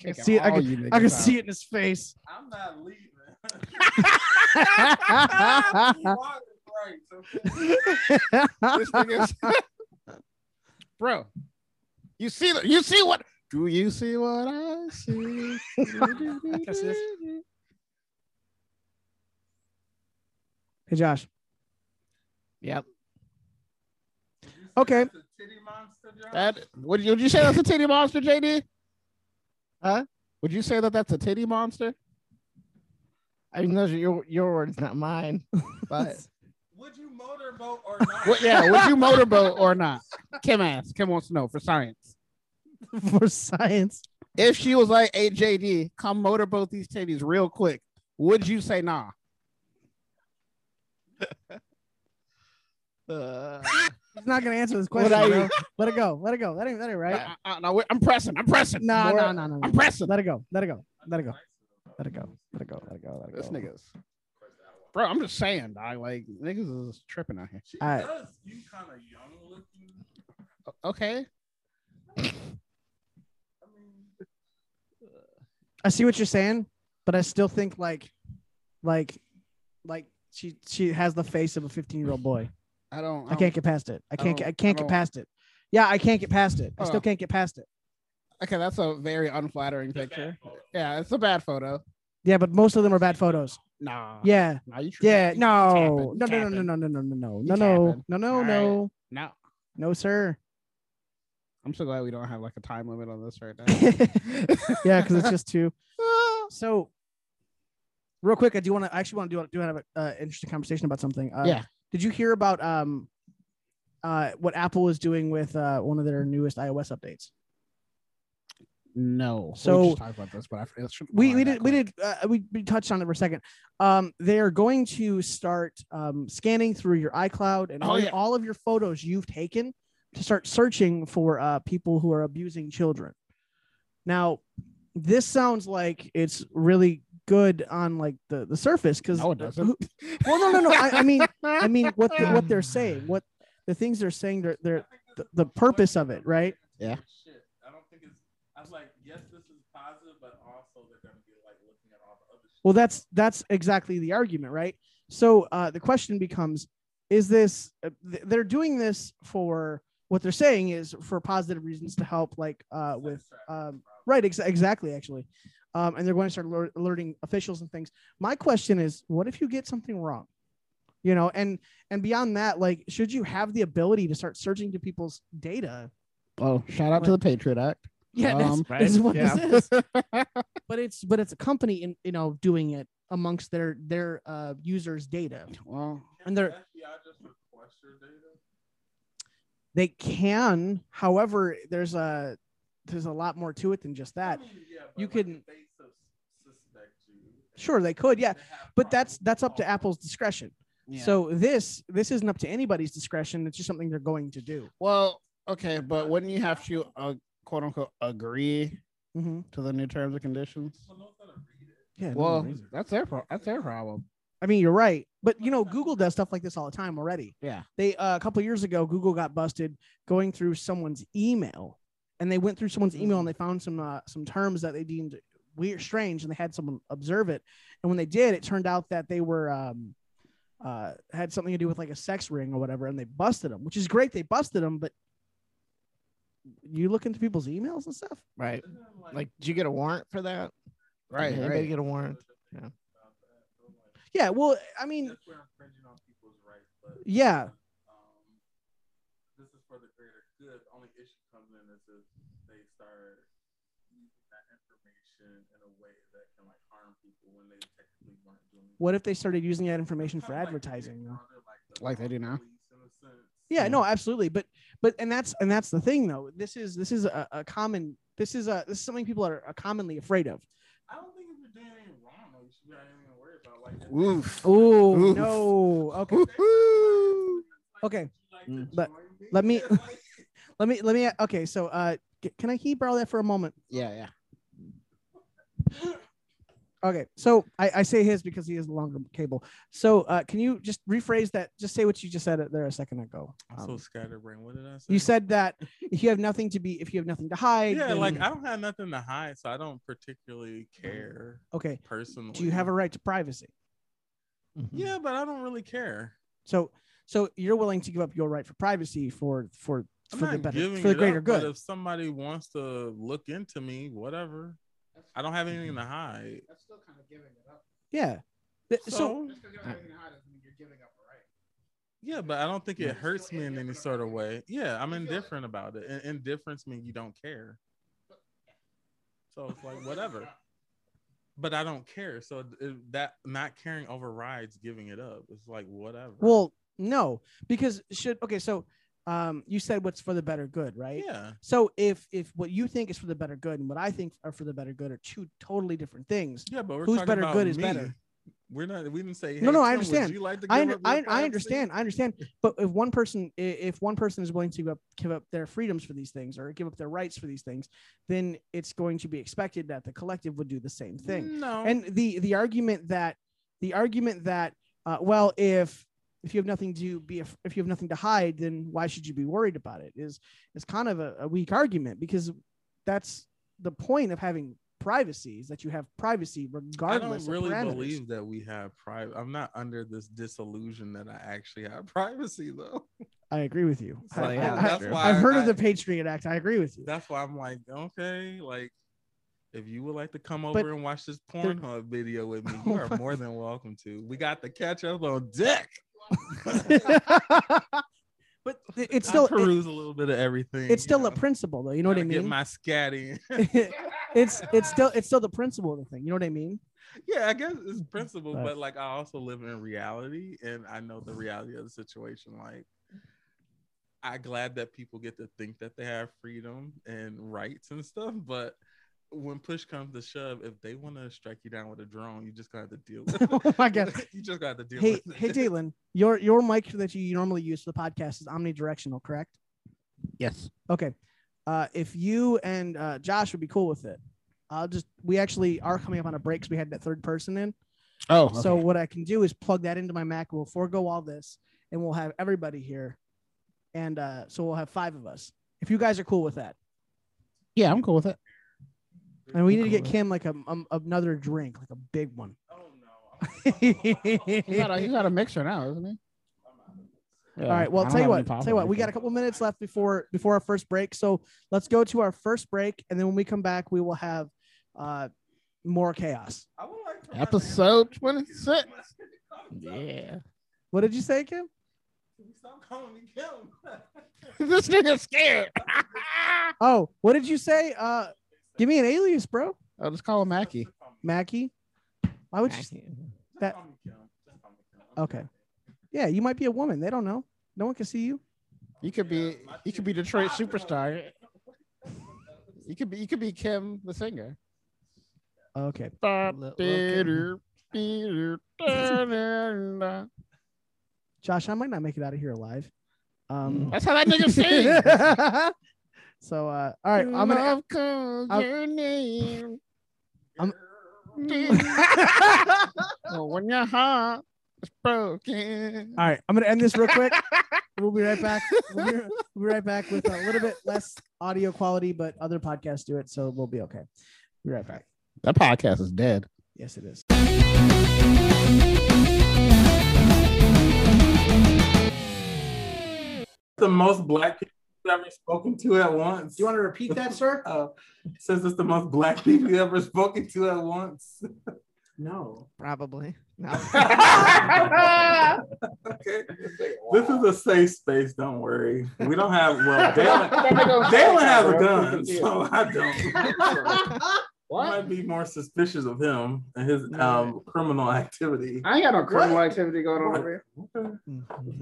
S2: Kicking
S1: see it. I
S2: all
S1: can-
S2: you
S1: I can
S2: niggas
S1: see it in his face.
S4: I'm not leaving. Water breaks, okay?
S2: out. This nigga's- Bro, you see the, you see what? Do you see what I see?
S1: Yes, yes. Hey Josh,
S4: Did you say
S1: Okay.
S4: that's a titty monster, Josh?
S2: That would you, would you say that's a titty monster, JD?
S3: Huh?
S2: Would you say that that's a titty monster?
S3: I mean, those are your your words, not mine. But
S4: Would you motorboat or not?
S2: What, yeah, would you motorboat or not? Kim asks. Kim wants to know for science.
S1: for science,
S2: If she was like, hey, JD, come motorboat these titties real quick, would you say nah?
S3: uh,
S1: he's not gonna answer this
S3: What
S1: question.
S3: I-
S1: bro. Let it go. Let it go. That ain't that ain't right.
S2: I, I, no, I'm pressing. I'm pressing.
S1: No,
S2: More-
S1: no, no, no, no.
S2: I'm pressing.
S1: Let it go. Let it go. Let it go. Let it go. Let it go. Let it go. Let it go.
S2: This niggas. Bro, I'm just saying, dog. Like, niggas is tripping out here.
S4: She
S1: All right.
S4: does. You kind of young looking.
S2: O- Okay.
S4: I mean,
S1: I see what you're saying, but I still think like, like, like she she has the face of a 15 year old boy.
S2: I don't.
S1: I can't get past it. I can't. get-
S2: don't-
S1: I can't
S2: I
S1: get
S2: don't-
S1: past it. Yeah, I can't get past it. I still
S2: Oh.
S1: can't get past it.
S2: Okay, that's a very unflattering
S4: it's a bad
S2: picture.
S4: photo.
S2: Yeah, it's a bad photo.
S1: Yeah, but most of them are bad photos.
S2: Nah.
S1: Yeah,
S2: Nah, you tripping.
S1: yeah.
S2: You
S1: No,
S2: capping.
S1: no, no, no,
S2: Capping.
S1: no, no, no, no, no, no,
S2: You
S1: no,
S2: capping.
S1: no, no,
S2: All right.
S1: no,
S2: No.
S1: no, sir.
S2: I'm so glad we don't have like a time limit on this right now.
S1: yeah, because it's just two. So, real quick, I do want to. I actually want to do do have an uh, interesting conversation about something. Uh,
S2: Yeah.
S1: Did you hear about um, uh, what Apple was doing with uh, one of their newest iOS updates?
S2: no.
S1: So-
S2: we just talked about this, but I, f- it shouldn't
S1: We
S2: go
S1: we
S2: on that
S1: did we
S2: quick.
S1: did uh, we, we touched on it for a second. Um, they are going to start um, scanning through your iCloud and
S2: Oh,
S1: all, your-
S2: yeah.
S1: all of your photos you've taken to start searching for uh, people who are abusing children. Now, this sounds like it's really good on like the the surface because
S2: No, it doesn't.
S1: well, no, no, no. I, I mean, I mean, what the, what they're saying, what the things they're saying, they're
S4: I
S1: they're
S4: think this is
S1: the
S4: more
S1: purpose
S4: like
S1: of it, right?
S2: Yeah.
S4: Shit. I don't think it's. I was like, yes, this is positive, but also they're gonna be like looking at all the other. shit.
S1: Well, that's that's exactly the argument, right? So uh, the question becomes, is this uh, th- they're doing this for what they're saying is for positive reasons to help like uh with um right ex- exactly actually um and they're going to start alert- alerting officials and things my question is what if you get something wrong you know and and beyond that like should you have the ability to start searching to people's data
S2: Oh, shout out to the Patriot Act.
S1: yeah that's,
S2: Um,
S1: this is
S3: right,
S1: what
S3: yeah.
S1: this is but it's but it's a company in you know doing it amongst their their uh users data
S2: Well,
S1: And they're-
S6: Can't the FBI just request your data?
S1: they can however there's a there's a lot more to it than just that
S6: I mean, yeah, but
S1: you
S6: like,
S1: can-
S6: if they sus- suspect you.
S1: sure they could yeah
S6: they have
S1: but that's
S6: probable
S1: that's up to
S6: cause.
S1: apple's discretion
S2: yeah.
S1: so this this isn't up to anybody's discretion it's just something they're going to do
S2: well, okay, but wouldn't you have to uh, quote unquote agree
S1: Mhm.
S2: to the new terms and conditions?
S6: Well, no one's gonna read it.
S1: yeah no
S2: Well,
S1: reason.
S2: that's their pro- that's their problem.
S1: i mean you're right but you know google does stuff like this all the time already
S2: Yeah.
S1: they uh, a couple years ago google got busted going through someone's email and they went through someone's email and they found some uh, some terms that they deemed weird strange and they had someone observe it and when they did it turned out that they were um, uh, had something to do with like a sex ring or whatever and they busted them which is great they busted them but you look into people's emails and stuff
S3: Right.
S6: And then,
S3: Like, did you get a warrant for that?
S2: Right,
S3: Did anybody
S2: right.
S3: get a warrant? Yeah.
S1: yeah well i mean
S6: That's where infringing on people's rights, but
S1: Yeah.
S6: um, this is for the greater good. Only issue comes in is if they start using that information in a way that can like harm people when they technically weren't doing.
S1: what if they started using that information for
S6: Kinda like the
S1: advertising though?
S6: Big Brother, the
S2: Like they do now?
S6: police in a sense.
S1: yeah no absolutely but but and that's and that's the thing though this is this is a, a common this is a this is something people are, are commonly afraid of
S6: I don't think if you're doing anything wrong, though, you should be anything to worry about. Like, if they-
S2: Oof.
S1: oh
S2: Oof.
S1: no okay
S6: if they-
S2: Woohoo.
S6: like,
S1: Okay.
S6: would you like to
S2: Mm.
S1: Let-
S6: join
S1: let me-
S6: Yeah, like-
S1: let me let me okay so uh c- can i keep borrow that for a moment
S2: Yeah, yeah.
S1: okay so i i say his because he is a longer cable so uh can you just rephrase that just say what you just said there a second ago
S6: I'm so
S1: Um,
S6: scatterbrained. What did I say?
S1: you said that if you have nothing to be if you have nothing to hide
S6: yeah,
S1: then-
S6: like I don't have nothing to hide, so I don't particularly care
S1: okay
S6: personally. Mm-hmm.
S1: do you have a right to privacy
S6: Yeah, but I don't really care.
S1: so so you're willing to give up your right for privacy for for
S6: I'm
S1: for
S6: not
S1: the better
S6: giving
S1: for the
S6: it
S1: greater
S6: up,
S1: good
S6: But if somebody wants to look into me, whatever. I don't have anything to hide.
S7: That's still kind of giving it up.
S1: Yeah. Th- So,
S6: So
S7: Just because you don't have anything to hide doesn't mean you're giving up a right.
S6: yeah, but I don't think it
S7: It's
S6: hurts
S7: still
S6: me in any
S7: indifferent
S6: sort of
S7: about
S6: way. Yeah,
S7: I
S6: I'm
S7: feel like-
S6: indifferent about it. And indifference means you don't care. So it's like whatever. But I don't care. So it- that not caring overrides giving it up. It's like whatever.
S1: well, no, because should okay. So, um, you said what's for the better good, right?
S6: yeah.
S1: So if if what you think is for the better good and what I think are for the better good are two totally different things.
S6: Yeah, but we're
S1: Who's
S6: talking
S1: better
S6: about
S1: good is
S6: me.
S1: better.
S6: We're not. We didn't
S1: No,
S6: say. "Hey,
S1: no, I
S6: Tim, would
S1: understand.
S6: you like to
S1: I,
S6: give
S1: under,
S6: up your
S1: I, I
S6: privacy?"
S1: understand. I understand. But if one person, i- if one person is willing to give up, give up their freedoms for these things or give up their rights for these things, then it's going to be expected that the collective would do the same thing.
S6: No.
S1: and the the argument that the argument that uh, well if if you have nothing to be af- if you have nothing to hide then why should you be worried about it is is kind of a, a weak argument because that's the point of having privacy is that you have privacy
S6: I
S1: regardless
S6: don't really
S1: of parameters.
S6: believe that we have private. I'm not under this disillusion that I actually have privacy, though.
S1: i agree with you
S6: So,
S1: I,
S3: yeah,
S1: I,
S3: that's
S1: I,
S3: true.
S1: have heard of
S6: I-
S1: the patriot act i agree with you
S6: That's why I'm like, okay, like if you would like to come over
S1: But
S6: and watch this
S1: they're-
S6: Pornhub video with me,
S1: Oh
S6: you are
S1: my-
S6: more than welcome to. We got the catch up on deck.
S1: but it- it's
S6: Still
S1: still
S6: I
S1: it,
S6: peruse a little bit of everything.
S1: it's
S6: you
S1: still
S6: know.
S1: a principle though you know what i
S6: Gotta Get
S1: mean
S6: my scat in.
S1: it's it's still it's still the principle of the thing you know what i mean
S6: yeah, I guess it's principle,
S1: Mm, But-
S6: but, like I also live in reality and I know the reality of the situation. Like I glad that people get to think that they have freedom and rights and stuff, but when push comes to shove, if they want to strike you down with a drone, you just gotta have to deal with it.
S1: oh my god
S6: you just gotta have to deal
S1: hey,
S6: with it.
S1: hey, Dalen, your your mic that you normally use for the podcast is omnidirectional, correct?
S2: Yes.
S1: Okay. Uh, if you and uh, Josh would be cool with it, I'll just we actually are coming up on a break because we had that third person in.
S2: Oh,
S1: So what I can do is plug that into my Mac. We'll forego all this, and we'll have everybody here, and uh, so we'll have five of us. If you guys are cool with that,
S2: yeah, I'm cool with it.
S1: and we need to
S2: cool
S1: get
S2: with
S1: Kim like a, um another drink, like a big one.
S6: Oh no. I'm-
S2: He's got a, he's got a mixer now, isn't he?
S6: I'm out of
S1: All
S6: it.
S1: right. Well, tell you what. Tell you what. We got a couple minutes left before before our first break. So let's go to our first break, and then when we come back, we will have uh, more chaos.
S6: I would like to
S2: Episode 26.
S3: Yeah.
S1: What did you say, Kim?
S6: Stop calling me Kim.
S2: this nigga's scared.
S1: Oh, what did you say? Uh, give me an alias, bro.
S2: I'll just Oh, call him Mackie.
S6: Just call me-
S1: Mackie. Why would you?
S6: just
S1: that-
S6: call me Kim. Just call me Kim.
S1: Okay. Yeah, you might be a woman. They don't know. No one can see you.
S2: You could be you could be Detroit superstar. You could be you could be Kim the singer.
S1: Okay.
S3: Lil- Lil'
S2: Peter, Peter, da, da, da.
S1: Josh, I might not make it out of here alive. Um.
S2: That's how that nigga sings.
S1: so, uh, all right. I'm gonna.
S2: Love calls
S1: I'm-
S2: your name.
S1: I'm-
S2: well, when your heart is broken.
S1: All right, I'm gonna end this real quick. We'll be right back. We'll be, we'll be right back with a little bit less audio quality, but other podcasts do it, so we'll be okay. Be right back.
S2: That podcast is dead.
S1: Yes, it is.
S6: the most black people you've ever spoken to at once.
S1: Do you want to repeat that, sir?
S6: Uh, it says it's the most black people you ever spoken to at once. no.
S3: Probably. No.
S6: okay. This is a safe space. Don't worry. We don't have well. Dalen, Dalen has a gun, so I don't. I
S2: What?
S6: might be more suspicious of him and his um, criminal activity.
S8: I ain't got no criminal activity going on over here.
S6: Okay.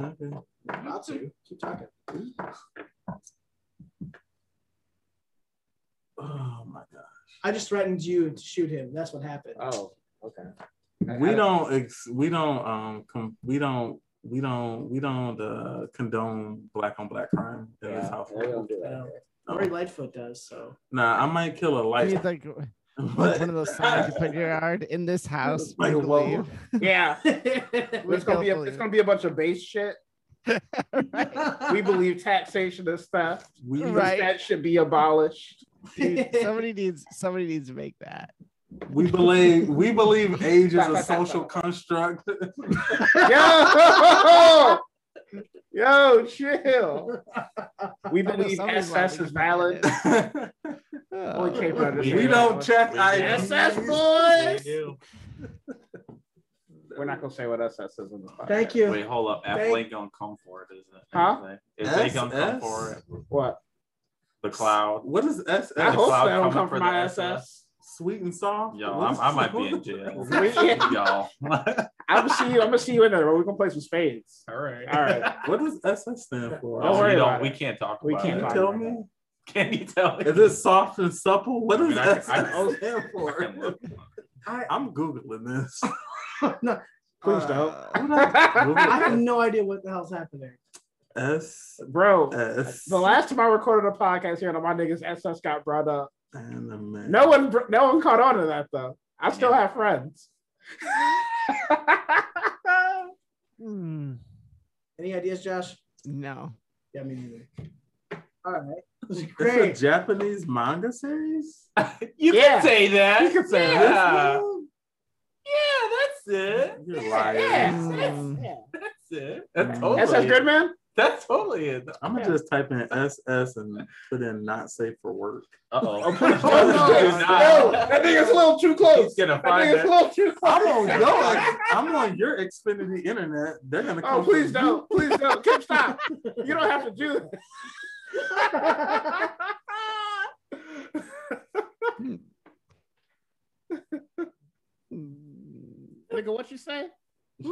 S6: Okay.
S8: About to. Keep talking.
S6: Oh my god.
S1: I just threatened you to shoot him. That's what happened.
S8: Oh, okay.
S6: We don't ex- we don't um com- we don't we don't we don't uh, condone black on black crime in this house.
S8: do
S1: that.
S6: Lori
S1: Lightfoot does so.
S6: Nah, I might kill a
S3: I
S6: light.
S3: need like
S6: but-
S3: one of those signs you put in your yard in this house.
S6: Like
S3: we
S6: a
S3: believe.
S6: wall.
S8: Yeah.
S3: We
S8: It's gonna be a,
S3: believe.
S8: it's gonna be a bunch of base shit. We believe taxation is theft.
S6: we,
S3: Right.
S8: That should be abolished.
S3: Dude, somebody needs somebody needs to make that.
S6: we believe we believe age is
S8: Stop,
S6: a
S8: stop, stop,
S6: social
S8: stop.
S6: construct.
S8: Yo, yo, chill. We
S3: I know
S8: believe
S3: somebody's
S8: SS
S3: lying.
S8: is valid. Only
S3: Oh.
S8: came from
S6: we don't check
S9: We do.
S8: SS
S6: IDs.
S8: boys.
S9: do.
S8: We're not gonna say what SS is in the podcast.
S1: Thank you.
S9: Wait, hold up. If
S1: Thank-
S9: they gonna come for it, isn't it?
S8: Huh?
S9: If they
S6: S-
S9: gonna come
S6: S?
S9: for it,
S8: What?
S9: the cloud.
S6: What is SS?
S8: I hope
S9: cloud
S8: they don't
S9: coming
S8: come
S9: for
S8: from
S9: the
S8: my
S9: SS.
S8: SS.
S6: Sweet and soft.
S9: Yo,
S6: What
S9: I'm,
S6: is-
S9: I might be in jail.
S8: Yeah.
S9: Y'all.
S8: I'm gonna see you. I'm gonna see you in there. We're gonna play some spades.
S9: All right.
S8: All right.
S6: What does SS stand for?
S8: Don't worry
S9: we,
S8: about
S9: we
S8: it.
S9: can't talk
S8: We
S9: about
S8: can't
S6: Can
S9: it.
S6: you
S8: talk
S6: tell
S8: about
S6: me?
S9: Can you tell me?
S6: Is it soft and supple? What
S9: I
S6: does
S9: mean, I can-
S6: SS
S9: I can-
S6: stand
S9: I
S6: for?
S9: can look.
S6: I'm googling this.
S8: Please
S1: I have
S6: Google
S1: no idea what the hell's happening.
S6: S
S8: don't, bro.
S6: S
S8: The last time I recorded a podcast here, my niggas SS got brought up.
S6: anime.
S8: No one, no one caught on to that though. I still
S9: Yeah.
S8: have friends.
S3: Hmm.
S1: Any ideas, Josh?
S3: No.
S1: Yeah, me neither. All right. This is
S6: It's a Japanese manga series.
S9: You
S8: Yeah.
S9: can say that.
S8: You can say
S9: yeah.
S6: This one?
S9: Yeah, that's it.
S6: You're
S9: Yeah,
S6: lying.
S9: yeah,
S3: Hmm.
S8: Mm.
S9: That's it. That's
S6: Mm.
S9: totally
S8: SS
S9: it.
S8: Goodman.
S9: That's totally it.
S6: I'm gonna just type in SS and put in not safe for work.
S9: Uh oh.
S8: No, no, no, that nigga's a little too
S9: He's
S8: close.
S9: gonna
S8: That
S9: find
S8: nigga's a
S9: it.
S8: little too close.
S6: I'm on your I'm on your Xfinity internet. They're gonna come.
S8: Oh, please
S6: for
S8: don't. Please don't. Kim, stop. You don't have to do this. Hmm. Nigga, what you say?
S1: okay.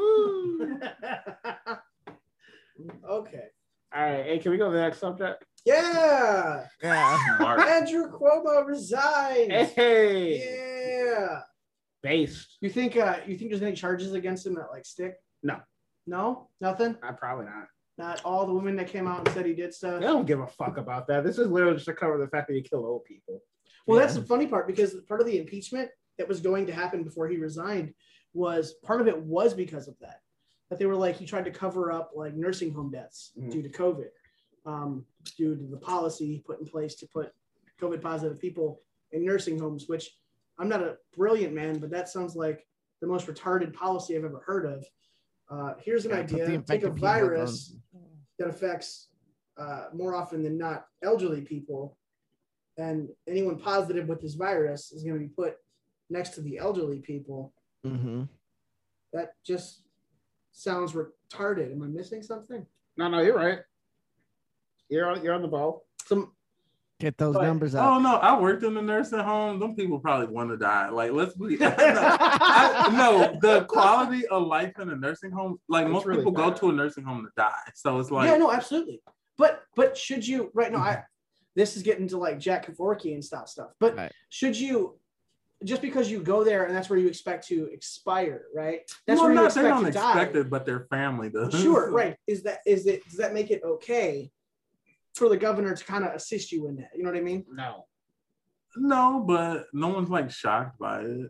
S8: All right. Hey, can we go to the next subject?
S1: Yeah.
S3: Yeah.
S9: Mark.
S1: Andrew Cuomo resigns.
S8: Hey.
S1: Yeah.
S8: Based.
S1: You think uh you think there's any charges against him that like stick?
S8: No.
S1: No? Nothing?
S8: I probably not.
S1: Not all the women that came out and said he did stuff.
S8: They don't give a fuck about that. This is literally just to cover the fact that you kill old people.
S1: Well, that's the funny part because part of the impeachment that was going to happen before he resigned was part of it was because of that. That they were like he tried to cover up like nursing home deaths
S8: Mm.
S1: due to COVID, um, due to the policy he put in place to put COVID positive people in nursing homes. Which I'm not a brilliant man, but that sounds like the most retarded policy I've ever heard of. Uh, here's an
S3: Gotta put the
S1: idea: take a
S3: infected people on-
S1: virus, that affects uh, more often than not elderly people. And anyone positive with this virus is going to be put next to the elderly people.
S3: Mm-hmm.
S1: That just sounds retarded. Am I missing something?
S8: No, no, you're right. You're on, you're on the ball.
S1: Some
S3: Get those
S6: Like,
S3: numbers
S6: Oh
S3: up.
S6: no, I worked in the nursing home. Them people probably want to die. Like, let's be. I, no, the quality of life in a nursing home, like
S8: It's
S6: most
S8: really
S6: people go
S8: bad.
S6: to a nursing home to die. So it's like,
S1: yeah, no, absolutely. But but should you right now? I this is getting to like Jack Kevorkian and stuff stuff. But
S3: Right.
S1: should you just because you go there and that's where you expect to expire, right? That's
S6: that's well,
S1: where you
S6: not they don't
S1: to die.
S6: expect it, but their family does.
S1: Sure, right. Is that is it does that make it okay for the governor to kind of assist you in that? You know what I mean?
S8: No,
S6: No, but no one's like shocked by it.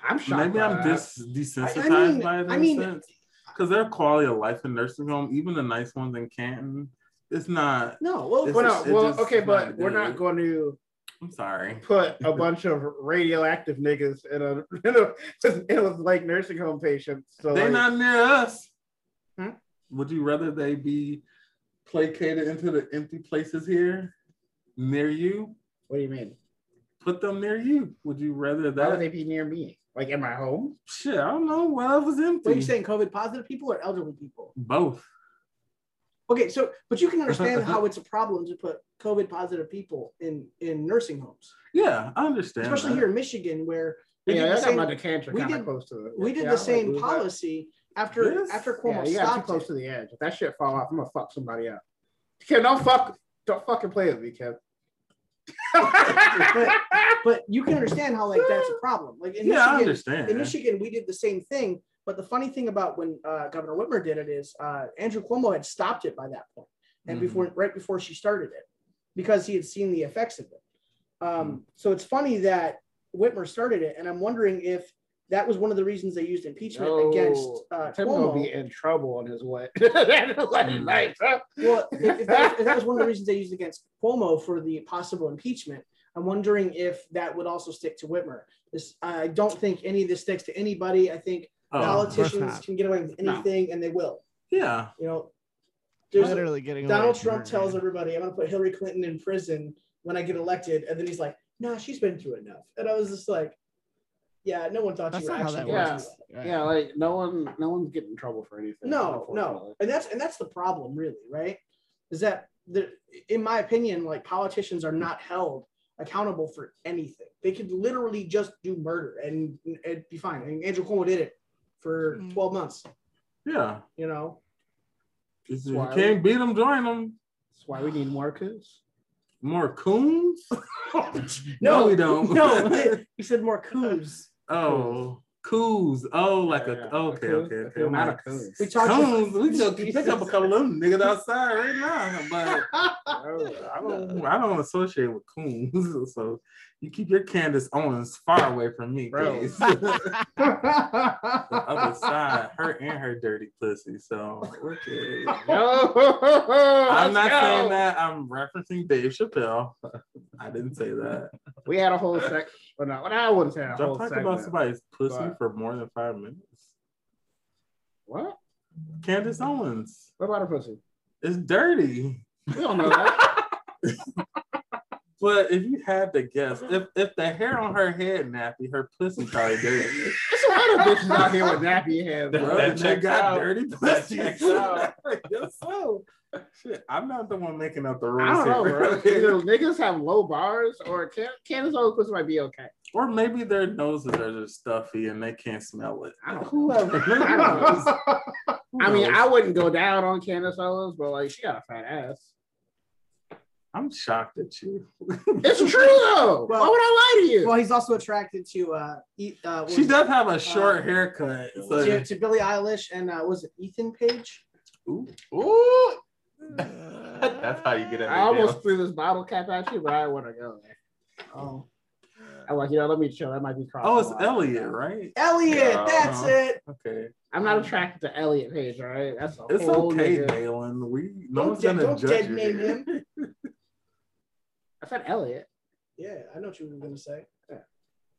S8: I'm shocked.
S6: Maybe I'm
S8: just.
S6: dis- desensitized
S1: mean-
S6: by it. In
S1: I mean-
S6: because their quality of life in nursing home, even the nice ones in Canton, it's not.
S1: No, well,
S6: It's
S8: Well,
S6: just-
S8: no,
S6: it
S8: well,
S6: just
S8: okay,
S6: not
S8: but we're
S6: good.
S8: not going to
S6: I'm sorry.
S8: put a bunch of radioactive niggas in a in a, in a like nursing home patient. So
S6: They're
S8: like,
S6: not near us.
S8: Hmm?
S6: Would you rather they be placated into the empty places here near you?
S8: What do you mean?
S6: Put them near you. Would you rather
S8: Why would
S6: that?
S8: they be near me? Like in my home?
S6: Shit, I don't know. Whatever's empty.
S1: what are you saying? COVID positive people or elderly people?
S6: Both.
S1: Okay, so but you can understand how it's a problem to put COVID positive people in in nursing homes,
S6: Yeah, I understand.
S1: especially
S6: that.
S1: here in Michigan where they
S8: Yeah,
S1: did the
S8: that's
S1: same-
S8: not the cancer.
S1: we
S8: kinda
S1: did-
S8: close to the,
S1: we did
S8: yeah,
S1: the
S8: I'm like,
S1: same
S8: ooh, that-
S1: policy after
S6: This?
S1: after
S8: Yeah,
S1: Cuomo
S8: you got too
S1: stopped.
S8: close to
S1: It.
S8: the edge. If that shit fall off, I'm gonna fuck somebody up. Ken, don't fuck, don't fucking play with me, Ken.
S1: But you can understand how like that's a problem. Like in
S6: yeah, I
S1: Michigan,
S6: understand.
S1: in Michigan, we did the same thing. But the funny thing about when uh, Governor Whitmer did it is uh, Andrew Cuomo had stopped it by that point, and
S6: Mhm.
S1: before right before she started it, because he had seen the effects of it.
S6: Mm-hmm.
S1: Um, So it's funny that Whitmer started it, and I'm wondering if that was one of the reasons they used impeachment
S8: No,
S1: against uh,
S8: Tim will
S1: Cuomo.
S8: be in trouble on his way. Like, huh?
S1: Well, if, if that, if that was one of the reasons they used against Cuomo for the possible impeachment, I'm wondering if that would also stick to Whitmer. This, I don't think any of this sticks to anybody. I think
S6: Oh,
S1: politicians
S3: not.
S1: can get away with
S8: No.
S1: anything, and they will.
S6: yeah.
S1: You know, there's
S3: Literally getting away
S1: Donald
S3: from
S1: Trump
S3: it,
S1: tells
S3: man.
S1: everybody, "I'm gonna put Hillary Clinton in prison when I get elected," and then he's like, "Nah, she's been through enough." And I was just like, "Yeah, no one thought
S3: That's
S1: you were
S3: not how
S1: actually."
S3: that
S1: gonna do
S8: works.
S1: that.
S3: Right.
S8: Yeah, like no one, no one's getting in trouble for anything.
S1: no
S8: unfortunately.
S1: no and that's and that's the problem really right is that the in my opinion like politicians are not held accountable for anything they could literally just do murder and it'd be fine and andrew cuomo did it for 12 months
S6: Yeah.
S1: you know
S6: If you
S8: Why-
S6: can't beat them, join them.
S8: That's why we need more coons.
S6: More coons?
S1: No,
S6: we don't.
S1: no you said more coups
S6: Oh, coos. Oh, like
S8: Yeah,
S6: a
S8: yeah.
S6: okay,
S8: A coon-
S6: okay,
S8: a
S6: okay.
S8: coon,
S6: I'm
S8: not
S6: like,
S8: a coon.
S1: we talked
S6: coons. We just can pick up a couple of them niggas outside right now, but
S8: I don't- I
S6: I
S8: don't-
S6: don't, I don't associate with coons. So you keep your Candace Owens far away from me,
S8: Bro.
S6: please. the other side, her and her dirty pussy. So we're good.
S8: No.
S6: I'm
S8: I'm
S6: not saying that. I'm referencing Dave Chappelle. I didn't say that.
S8: We had a whole section. Well, no, well, I wouldn't say a
S6: Don't
S8: whole
S6: talk about
S8: segment.
S6: somebody's pussy
S8: but-
S6: for more than five minutes.
S8: What?
S6: Candace Owens.
S8: What about a pussy?
S6: It's dirty.
S8: We don't know that.
S6: But if you had to guess, if if the hair on her head nappy, her pussy probably dirty.
S8: There's a lot of bitches out here with nappy heads.
S6: Bro,
S8: bro.
S6: that
S8: That
S6: they checks got out. dirty That pussy.
S8: checks out.
S6: Yes, so. Shit, I'm not the one making up the rules
S8: I don't know,
S6: here.
S8: bro. Either niggas have low bars or Can- Candace Owens pussy might be okay.
S6: Or maybe their noses are just stuffy and they can't smell it.
S8: I don't know.
S6: Whoever.
S8: I don't know.
S6: Who
S8: I mean,
S6: knows?
S8: I wouldn't go down on Candace Owens, but like she got a fat ass.
S6: I'm shocked at you.
S8: It's true though. Why
S1: Well-
S8: would I lie to you?
S1: well he's also attracted to uh, e- uh what
S6: She
S1: was it?
S6: does have a
S8: Uh,
S6: short haircut. So.
S1: to, to billie eilish and uh was it ethan page
S6: Ooh. Ooh. That's how you get it.
S8: I almost threw this bottle cap at you, but I want to go there.
S1: oh
S8: I'm like, you know, let me chill. That might be crossing.
S6: Oh,
S8: the
S6: it's
S8: line.
S6: Elliot, right?
S1: elliot
S8: uh-huh.
S6: Yeah.
S1: that's it
S6: Okay.
S8: I'm not attracted to Elliot Page, all right? That's a
S6: It's
S8: whole
S6: okay,
S8: nigga.
S6: Dalen. We no
S1: don't,
S6: one's
S1: dead,
S6: gonna
S1: don't
S6: judge
S1: dead
S6: you.
S1: name him
S8: I said Elliot.
S1: Yeah, I know what you were gonna say.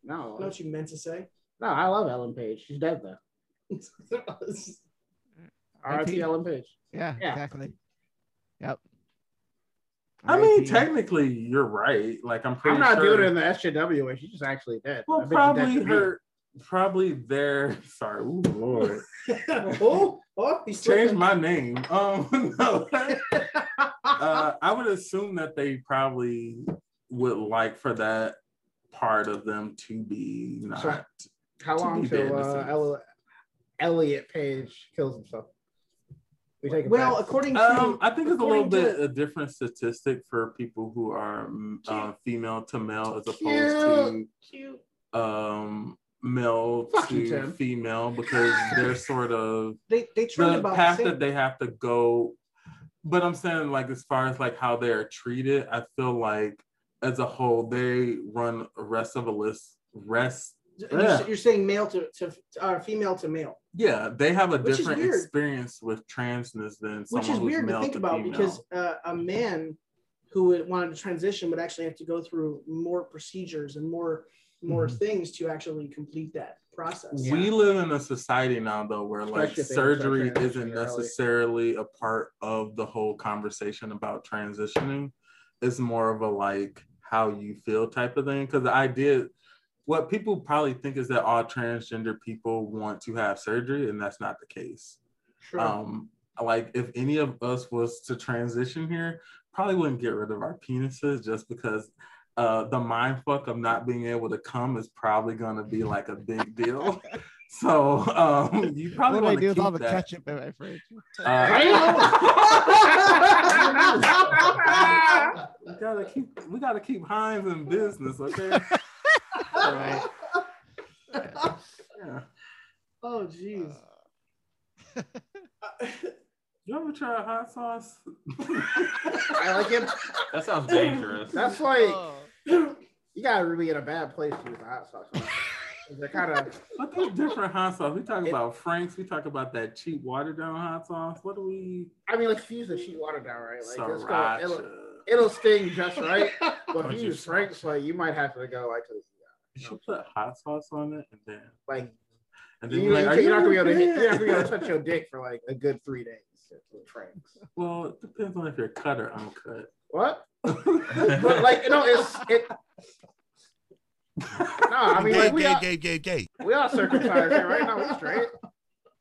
S8: No,
S1: I know what you meant to say.
S8: no, I love Ellen Page. She's dead though.
S1: That's
S3: R.I.P..
S8: R.I.P. Ellen Page.
S3: Yeah,
S8: Yeah.
S3: exactly.
S6: I mean,
S3: RIP.
S6: technically, you're right. Like, I'm pretty
S8: I'm not
S6: sure.
S8: doing it in the SJW way. She's just actually dead. I
S6: Well,
S8: bet you
S6: probably
S8: that's me.
S6: her, probably their. Sorry, ooh, Lord,
S8: oh, oh, he's
S6: change
S8: slipping.
S6: my name. Um, no. uh, I would assume that they probably would like for that part of them to be not.
S8: Sure. How
S6: to
S8: long
S6: be
S8: till
S6: dead,
S8: uh,
S6: this
S8: El- Elliot Page kills himself? We take it
S3: Well,
S8: back.
S3: according to
S6: Um, I think it's a little
S3: According
S6: bit
S3: to-
S6: a different statistic for people who are mm, uh, female to male as opposed
S8: Cute.
S6: to um, male
S8: Fuck you,
S6: to
S8: Tim.
S6: female because they're sort of
S3: they they
S6: the
S3: treat about the
S6: path
S3: same.
S6: that they have to go. But I'm saying, like, as far as like how they are treated, I feel like as a whole they run a rest of a list. Rest,
S3: You're, s- you're saying male to to uh, female to male,
S6: yeah, they have a
S3: Which is
S6: different
S3: weird.
S6: experience with transness than someone
S3: which is
S6: who's
S3: weird to
S6: male
S3: think about
S6: female.
S3: because uh, a man who would- wanted to transition would actually have to go through more procedures and more more things to actually complete that process.
S6: We live in a society now though where like
S8: Especially if they
S6: surgery
S8: start transitioning
S6: isn't
S8: early.
S6: necessarily a part of the whole conversation about transitioning. It's more of a like how you feel type of thing. Cause the idea what people probably think is that all transgender people want to have surgery, and that's not the case.
S3: Sure.
S6: Um, like if any of us was to transition here, probably wouldn't get rid of our penises just because uh, the mind fuck of not being able to come is probably gonna be like a big deal. so um, you
S3: What
S6: probably
S3: do I
S6: want
S3: do
S6: to
S3: with all the
S6: keep that.
S3: ketchup in my fridge?
S6: Uh,
S8: Right?
S6: we gotta keep we gotta keep Heinz in business, okay? So, yeah.
S3: Oh, jeez.
S6: You ever try hot sauce?
S8: I like it.
S4: That sounds dangerous.
S8: That's like
S1: Oh.
S8: you gotta really get a bad place to use the hot sauce. man. 'Cause They're kind of
S6: What the different hot sauce? We talk about Frank's. We talk about that cheap watered down hot sauce. What do we?
S8: I mean, like if you use the sheet water down right, like it's gonna,
S6: Sriracha.
S8: it'll, it'll sting just right. But
S6: Oh,
S4: Don't
S8: if you
S4: you
S8: use Frank's, like you might have to go like to
S6: You should put hot sauce on it and then
S8: like
S6: and then
S8: you,
S6: be like, are
S8: are not gonna be able to
S6: really
S8: hit, you're not gonna be able to
S6: dead?
S8: touch your dick for like a good three days. with Frank's.
S6: Well, it depends on if you're cut or uncut.
S8: What? but like no, it's it. No, I mean like we
S10: gay,
S8: are
S10: gay, gay, gay.
S8: we are circumcised here right now. We straight.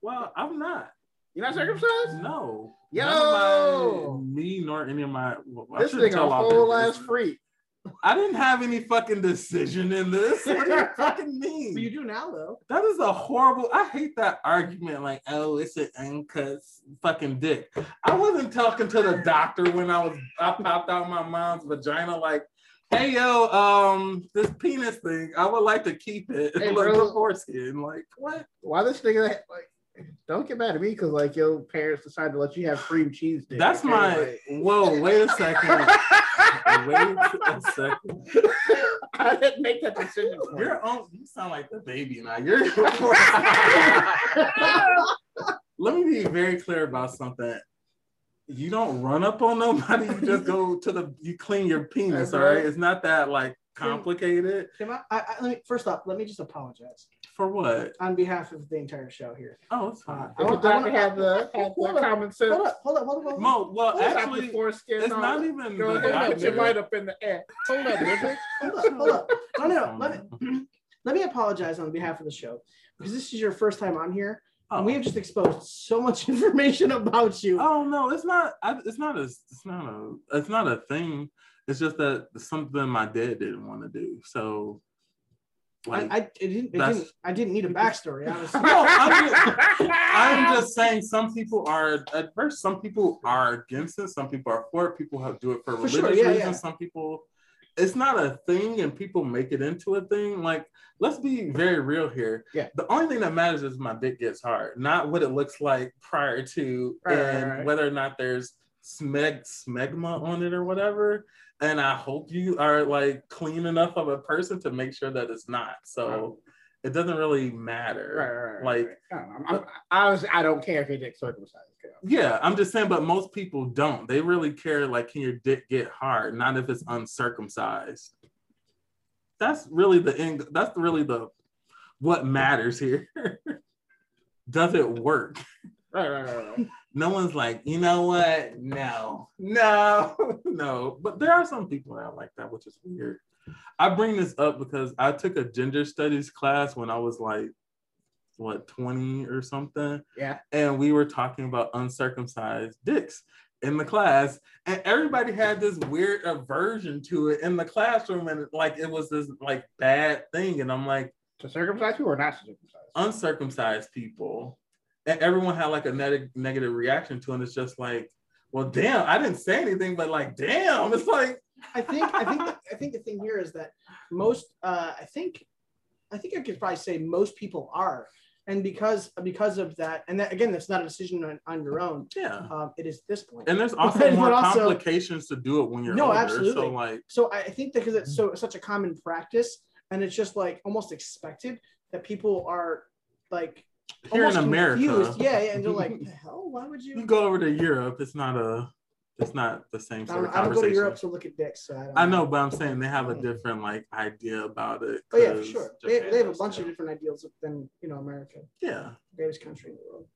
S6: well, I'm not.
S8: You're not circumcised?
S6: No. None
S8: Yo,
S6: of my- me nor any of my. Well, I
S8: this
S6: shouldn't
S8: nigga
S6: tell
S8: a
S6: all
S8: whole
S6: their
S8: ass
S6: business.
S8: freak.
S6: I didn't have any fucking decision in this. What do you fucking mean?
S3: But you do now though.
S6: That is a horrible. I hate that argument. Like, oh, it's an uncut fucking dick. I wasn't talking to the doctor when I was I popped out my mom's vagina. Like, hey yo, um, this penis thing. I would like to keep it.
S8: Hey,
S6: like
S8: bro.
S6: the foreskin. Like what?
S8: Why this nigga that like? Don't get mad at me because like your parents decided to let you have cream cheese. Dick,
S6: That's
S8: okay?
S6: my.
S8: Like,
S6: Whoa, wait a second. wait a second.
S8: I didn't make that decision. for you.
S6: You're on. You sound like the baby now. You're. Let me be very clear about something. You don't run up on nobody. You just go to the. You clean your penis.
S8: That's
S6: All right.
S3: Uh-huh.
S8: right.
S6: It's not that like
S3: Hmm.
S6: complicated.
S3: Can I, I, I, let me, first off, let me just apologize
S6: For what?
S3: on behalf of the entire show here.
S6: Oh, it's fine.
S8: If the doctor had the, had the common sense.
S3: Hold up, hold up, hold up. Hold up.
S6: Mo, well,
S8: stop the
S6: actually,
S8: foreskin
S6: it's
S8: on.
S6: not even
S8: Go
S6: the
S8: ahead, put your
S6: doctor.
S8: light up in the air. Hold up, nigga.
S3: Hold up, hold up. No, no, no,
S6: Um,
S3: let me, let me apologize on behalf of the show because this is your first time on here.
S6: Oh.
S3: And we have just exposed so much information about you.
S6: Oh no, it's not. I, it's not a. It's not a. It's not a thing. It's just that something my dad didn't want to do. So,
S3: I,
S6: like,
S3: I, it didn't, it
S6: That's-
S3: didn't, I didn't need a backstory. I was,
S6: No, I'm just, I'm just saying some people are adverse, some people are against it, some people are for it, people have, do it for
S3: For
S6: religious
S3: sure, yeah,
S6: reasons,
S3: yeah.
S6: some people it's not a thing and people make it into a thing. Like, let's be very real here.
S8: Yeah.
S6: The only thing that matters is my dick gets hard, not what it looks like prior to
S8: Right, right,
S6: and
S8: right.
S6: whether or not there's smeg smegma on it or whatever. And I hope you are like clean enough of a person to make sure that it's not. So it doesn't really matter.
S8: Right,
S6: Like-
S8: right, right, right. I don't know. I'm, I'm, I was, I don't care if your dick's circumcised. girl.
S6: Yeah, I'm just saying, but most people don't. They really care, like, can your dick get hard? Not if it's uncircumcised. That's really the end. That's really the what matters here. Does it work?
S8: Right, right, right, right.
S6: no one's like, you know what? No, no, no. But there are some people out like that, which is weird. I bring this up because I took a gender studies class when I was like, what, 20 or something?
S8: Yeah.
S6: And we were talking about uncircumcised dicks in the class. And everybody had this weird aversion to it in the classroom. And like, it was this like bad thing. And I'm like,
S8: To circumcise people or not to circumcise?
S6: uncircumcised people and everyone had like a neg- negative reaction to it and it's just like well damn i didn't say anything but like damn it's like
S10: I think I think I think the thing here is that most uh, I think I think I could probably say most people are, and because because of that, and that, again, that's not a decision on, on your own.
S6: yeah
S10: Um, it is this point.
S6: and there's also
S10: But-
S6: more
S10: but also-
S6: complications to do it when you're
S10: No,
S6: older
S10: absolutely.
S6: so like
S10: so I I think because it's
S6: Mm-hmm.
S10: so such a common practice, and it's just like almost expected that people are like
S6: here in
S10: almost
S6: america
S10: confused. Yeah, yeah, and they're like, the hell, why would
S6: you
S10: you?
S6: go over to europe it's not a it's not the same
S10: I
S6: sort
S10: don't,
S6: of
S10: I don't go to
S6: conversation
S10: Europe to look at dicks. So I, don't
S6: i know but i'm saying they have a different like idea about it
S10: Oh yeah, for
S6: 'cause
S10: sure. They,
S6: Japan
S10: they have a
S6: does
S10: bunch
S6: too.
S10: of different ideals than you know America,
S6: yeah
S10: greatest country in the world.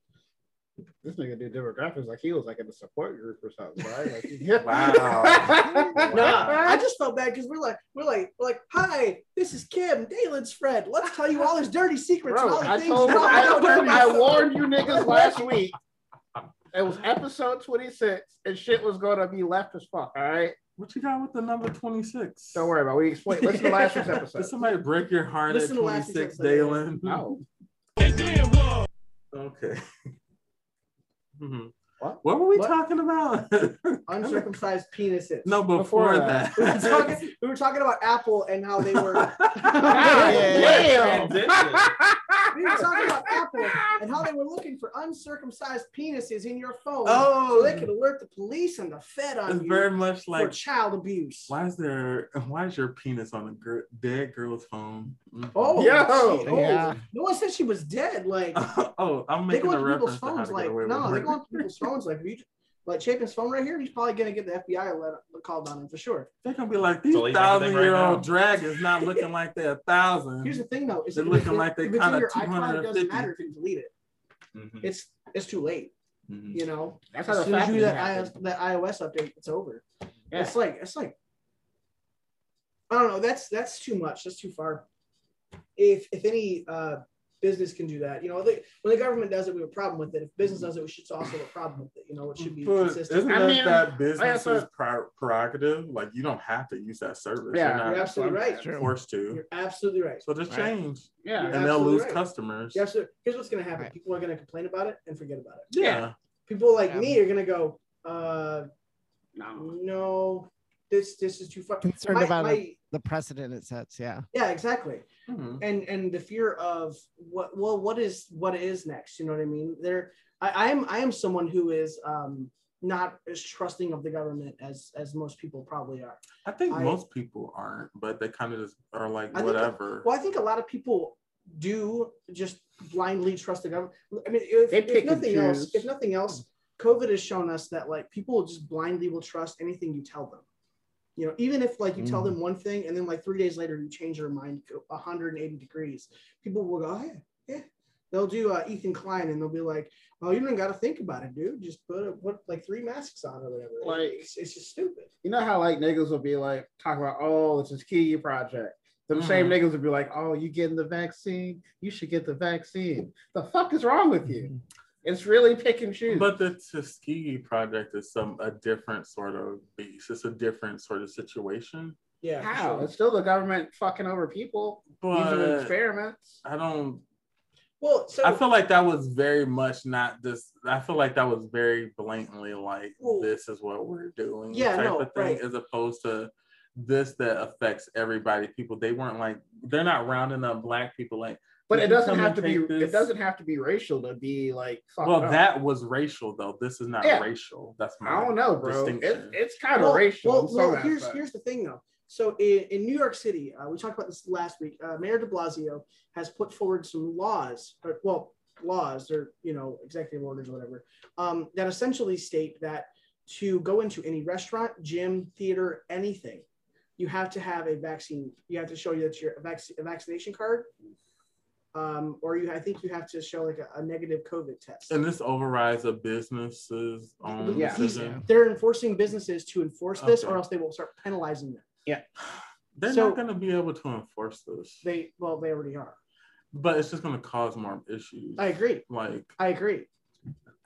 S8: This nigga did demographics like he was like in a support group or something, right? Like, yeah.
S6: Wow.
S10: No, I just felt bad because we're like, we're like, we're like, hi, this is Kim, Dalen's Fred. Let's tell you all his dirty secrets and
S8: Bro,
S10: all the
S8: I
S10: things.
S8: told
S10: you
S8: him,
S10: don't know
S8: I,
S10: about
S8: told him, I
S10: yourself."
S8: warned you niggas last week. It was episode 26 and shit was gonna be left as fuck. All right.
S6: what you got with the number 26
S8: Don't worry about it. We explained. Listen to last week's episode.
S6: Did somebody break your heart
S10: Listen
S6: at
S10: to last
S6: 26,
S10: week's episode.
S6: Dalen?
S8: No.
S6: Okay. Mhm.
S8: What?
S6: What were we
S10: What?
S6: talking about?
S10: uncircumcised penises.
S6: no, before,
S8: Before
S6: that.
S8: that.
S10: we were, talking, we were talking about Apple and how they were.
S8: Damn.
S10: We were talking about Apple and how they were looking for uncircumcised penises in your phone, so they
S6: oh,
S10: could alert the police and the Fed on
S6: it's
S10: you
S6: very much
S10: for
S6: like,
S10: child abuse.
S6: why is there, why is your penis on a gir- dead girl's phone? Mhm.
S10: Oh,
S8: Yo.
S10: shit. Oh,
S3: Yeah.
S10: no one said she was dead. Like.
S6: oh, I'm
S10: they go
S6: making a
S10: into people's
S6: reference to how
S10: phones
S6: to
S10: like
S6: get away
S10: no, they
S6: with
S10: go
S6: murder.
S10: into people's phones like we like Chapin's phone right here. He's probably gonna get the FBI let, called on him for sure.
S6: They're gonna be like, these
S2: Delete everything right
S6: thousand year
S2: now.
S6: old dragons not looking like they're a thousand.
S10: Here's the thing though, is
S6: They're
S10: if
S6: looking
S10: it's-
S6: like they
S10: if it's in
S6: kinda
S10: your iCloud, it doesn't
S6: 250.
S10: matter if you delete it.
S6: Mhm,
S10: It's it's too late.
S9: Mm-hmm.
S6: mhm.
S10: You know,
S8: That's how
S10: as
S8: the
S10: soon as
S8: fact
S10: you do that
S8: that
S10: iOS, that iOS update, it's over.
S8: Yeah.
S10: It's like it's like I don't know. That's that's too much. That's too far. If if any uh, business can do that, you know, they, when the government does it, we have a problem with it. If business does it, we should also have a problem with it. You know, it should be
S6: But
S10: consistent.
S6: Isn't
S8: I
S6: that,
S8: mean,
S6: that business
S8: said-
S6: prerogative? Like you don't have to use that service. You're
S8: Yeah,
S10: You're
S6: not
S10: absolutely right.
S6: forced to.
S10: You're absolutely right.
S6: So just
S8: Right.
S6: change,
S8: Yeah.
S10: You're
S6: and they'll lose
S10: absolutely right.
S6: customers.
S10: Yes, sir. Here's what's gonna happen.
S3: Right.
S10: People are gonna complain about it and forget about it.
S6: Yeah.
S10: People like
S3: Yeah.
S10: me are gonna go, uh,
S8: No.
S10: no, this this is too far.
S3: Concerned
S10: My-
S3: about
S10: my-
S3: it. the precedent it sets. Yeah.
S10: Yeah, exactly.
S6: Mhm.
S10: And and the fear of what well what is what is next? You know what I mean? There, I I'm I am someone who is um not as trusting of the government as as most people probably are.
S6: I think
S10: I-
S6: most people aren't, but they kind of just are like
S10: I think-
S6: whatever.
S10: Well, I think a lot of people do just blindly trust the government. I mean, if,
S8: They
S10: if
S8: pick and
S10: nothing else,
S8: choose.
S10: if nothing else, COVID has shown us that like people just blindly will trust anything you tell them. You know, even if like you tell
S8: Mm.
S10: them one thing and then like three days later you change your mind go 180 degrees, people will go, oh, yeah, yeah. They'll do uh, Ethan Klein and they'll be like, oh, you don't got to think about it, dude. Just put a, put like three masks on or whatever.
S8: Like-
S10: it's, it's just stupid.
S8: You know how like niggas will be like talk about, oh, it's this key project. Them
S6: Mm-hmm.
S8: same niggas would be like, oh, you getting the vaccine? You should get the vaccine. The fuck is wrong with you? It's really pick and choose.
S6: Mm-hmm. But the Tuskegee Project is some a different sort of beast. It's a different sort of situation.
S10: Yeah. for
S8: how?
S10: sure.
S8: It's still the government fucking over people. These are
S6: But uh,
S8: experiments.
S6: I don't
S10: Well, so
S6: I feel like that was very much not this. I feel like that was very blatantly like
S10: Well-
S6: this is what we're doing
S10: Yeah,
S6: type
S10: no,
S6: of thing,
S10: right.
S6: as opposed to this that affects everybody. People they weren't like they're not rounding up black people like.
S8: But it
S6: "Would you
S8: doesn't
S6: come
S8: have to
S6: and
S8: be.
S6: take
S8: It
S6: this?"
S8: doesn't have to be racial to be like.
S10: Oh,
S8: fucked
S6: Well,
S8: up.
S6: that was racial though. This is not
S8: Yeah.
S6: racial. That's my.
S8: I don't know, bro. It,
S6: distinction.
S8: it's kind of racial. in some
S10: here's
S8: aspects.
S10: here's the thing though. So in, in New York City, uh, we talked about this last week. Uh, Mayor De Blasio has put forward some laws, or, well, laws or you know executive orders or whatever, um, that essentially state that to go into any restaurant, gym, theater, anything, you have to have a vaccine. You have to show you that you're a, vac- a vaccination card um, or you I think you have to show like a, a negative COVID test.
S6: And this overrides a business's own
S8: Yeah.
S6: decision.
S10: They're enforcing businesses to enforce this, or
S6: Okay.
S10: else they will start penalizing them.
S6: They're
S10: So-
S6: not going to be able to enforce this,
S10: They well, they already are.
S6: but it's just going to cause more issues.
S10: I agree.
S6: like
S10: I agree.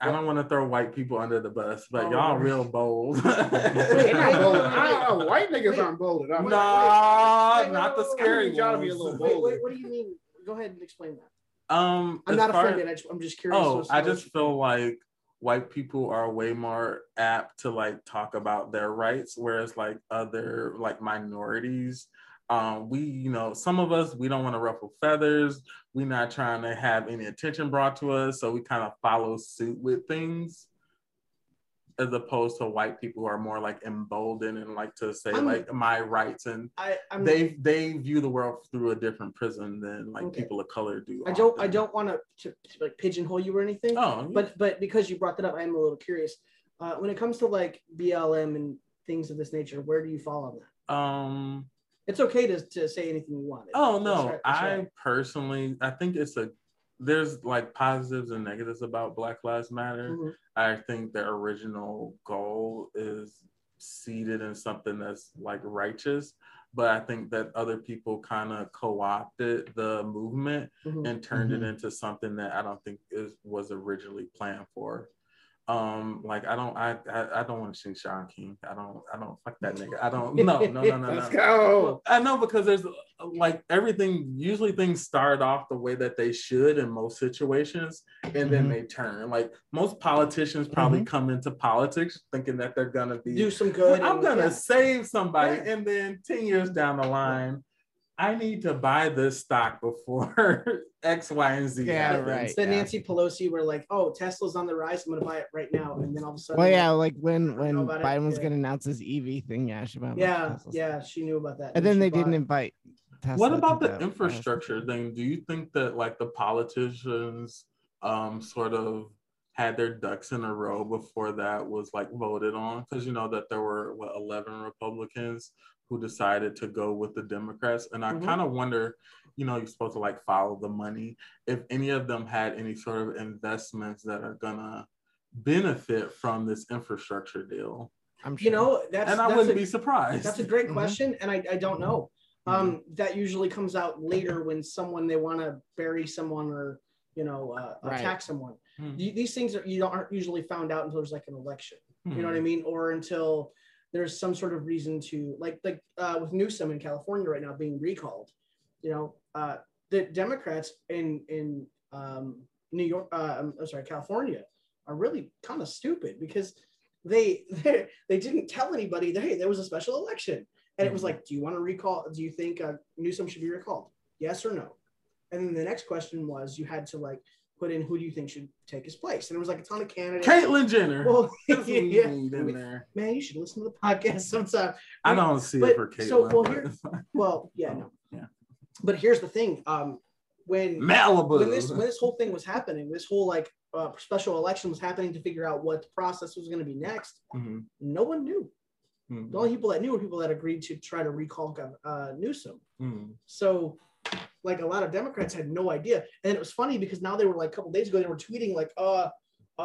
S6: I don't want to throw white people under the bus, but
S10: Oh,
S6: y'all
S10: Lord.
S6: real bold.
S8: They're not bold.
S6: no,
S8: I don't know. White niggas aren't bold. I'm like,
S6: not the
S8: I
S6: scary
S8: need y'all to be a little
S6: ones.
S8: bold.
S10: Wait, wait, what do you mean? Go ahead and explain that.
S6: Um,
S10: I'm
S6: as
S10: not
S6: far-
S10: offended. I just, I'm just curious.
S6: Oh,
S10: as to
S6: I
S10: what
S6: just
S10: you-
S6: feel like white people are way more apt to like talk about their rights, whereas like other like minorities, um, we you know some of us we don't want to ruffle feathers. We're not trying to have any attention brought to us, so we kind of follow suit with things. As opposed to white people who are more like emboldened and like to say
S10: I'm-
S6: like my rights, and
S10: I, I'm
S6: they they view the world through a different prism than like
S10: Okay.
S6: people of color do.
S10: I don't I
S6: often.
S10: don't want to like pigeonhole you or anything.
S6: Oh, but
S10: but but because you brought that up, I am a little curious. Uh, when it comes to like BLM and things of this nature, where do you fall on that?
S6: um,
S10: It's okay to, to say anything you want.
S6: Oh
S10: That's
S6: no,
S10: right, that's
S6: I
S10: right.
S6: personally, I think it's a there's like positives and negatives about Black Lives Matter.
S10: Mhm.
S6: I think the original goal is seated in something that's like righteous, but I think that other people kind of co-opted the movement
S8: Mm-hmm.
S10: Mhm.
S6: and turned it
S5: Mhm.
S6: into something that I don't think is was originally planned for. Um, like I don't, I, I, I don't want to see Sean King. I don't, I don't fuck that nigga. I don't. No, no, no, no,
S8: Let's
S6: no.
S8: go.
S6: I know because there's like everything. Usually, things start off the way that they should in most situations, and then
S5: Mhm.
S8: Mm-hmm.
S6: they turn. Like most politicians probably come into politics thinking that they're gonna be,
S10: do some good.
S6: I'm
S10: and-
S6: gonna
S10: yeah.
S6: save somebody,
S10: Yeah.
S6: and then ten years down the line, I need to buy this stock before X, Y, and Z.
S3: Yeah,
S6: happens.
S3: right.
S10: It's the
S3: yeah.
S10: Nancy Pelosi where like, oh, Tesla's on the rise. I'm gonna buy it right now, and then all of a sudden,
S3: Well, yeah, like when when
S10: know about it,
S3: Biden was
S10: yeah.
S3: gonna announce his EV thing, yeah, she bought a bunch of
S10: yeah,
S3: Teslas.
S10: yeah, she knew about that.
S3: And then
S10: she
S3: they
S10: bought
S3: didn't
S10: it.
S3: invite. Tesla
S6: what
S3: to uh,
S6: about the
S3: that-
S6: infrastructure thing? Do you think that like the politicians um sort of had their ducks in a row before that was like voted on? Because you know that there were what eleven Republicans who decided to go with the Democrats, and I
S3: Mm-hmm.
S10: Mhm.
S6: kind of wonder, you know, you're supposed to like follow the money. If any of them had any sort of investments that are gonna benefit from this infrastructure deal,
S3: I'm sure.
S10: You know, that's
S6: and I
S10: that's
S6: wouldn't
S10: a-
S6: be surprised.
S10: That's a great
S3: Mhm.
S10: question, and I, I don't know. Um, that usually comes out later when someone they want to bury someone or you know uh,
S3: Right.
S10: attack someone.
S6: Mhm.
S10: You- these things are you don't- aren't usually found out until there's like an election. You
S6: Hmm.
S10: know what I mean, or until there's some sort of reason to like like uh, with Newsom in California right now being recalled. You know, uh, the Democrats in in um, New York, uh, I'm I'm sorry, California, are really kind of stupid because they they they didn't tell anybody that hey there was a special election and it was like do you want to recall do you think uh, Newsom should be recalled yes or no and then the next question was you had to like put in who do you think should take his place and it was like a ton of candidates
S6: Caitlyn Jenner.
S10: well
S6: That's what we
S10: yeah.
S6: need in there.
S10: man you should listen to the podcast sometime
S6: I don't see
S10: But-
S6: it for Caitlyn.
S10: so, well,
S6: but-
S10: here- well yeah no
S6: Yeah.
S10: but here's the thing um when
S6: Malibu.
S10: when this when this whole thing was happening this whole like uh, special election was happening to figure out what the process was going to be next
S6: Mhm,
S10: no one knew
S6: mhm,
S10: The only people that knew were people that agreed to try to recall Gov- uh, Newsom.
S6: mhm.
S10: So, like a lot of Democrats had no idea. And it was funny because now they were like a couple days ago they were tweeting like, "Uh,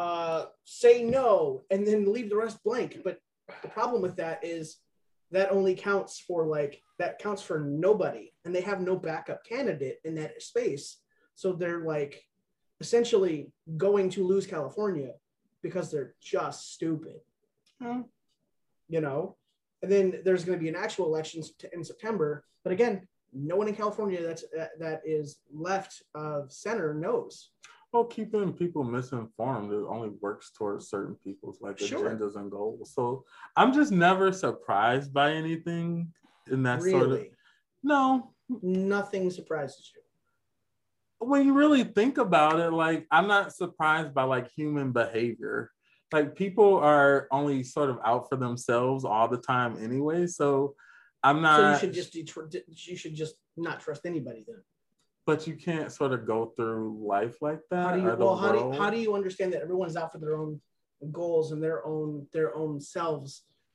S10: uh, say no," and then leave the rest blank. But the problem with that is that only counts for like that counts for nobody, and they have no backup candidate in that space. So they're like essentially going to lose California because they're just stupid you know and then there's going to be an actual election sept- in september but again no one in california that's that, that is left of center knows
S6: Well, keeping people misinformed it only works towards certain people's like
S10: Sure.
S6: agendas and goals. So I'm just never surprised by anything in that
S10: really
S6: sort of no.
S10: nothing surprises you
S6: When you really think about it, like I'm not surprised by like human behavior. Like people are only sort of out for themselves all the time anyway. So I'm not
S10: so you should just detr- d- you should just not trust anybody then
S6: but you can't sort of go through life like that.
S10: how do you
S6: or the
S10: well how do,
S6: world.
S10: how do you understand that everyone's out for their own goals and their own their own selves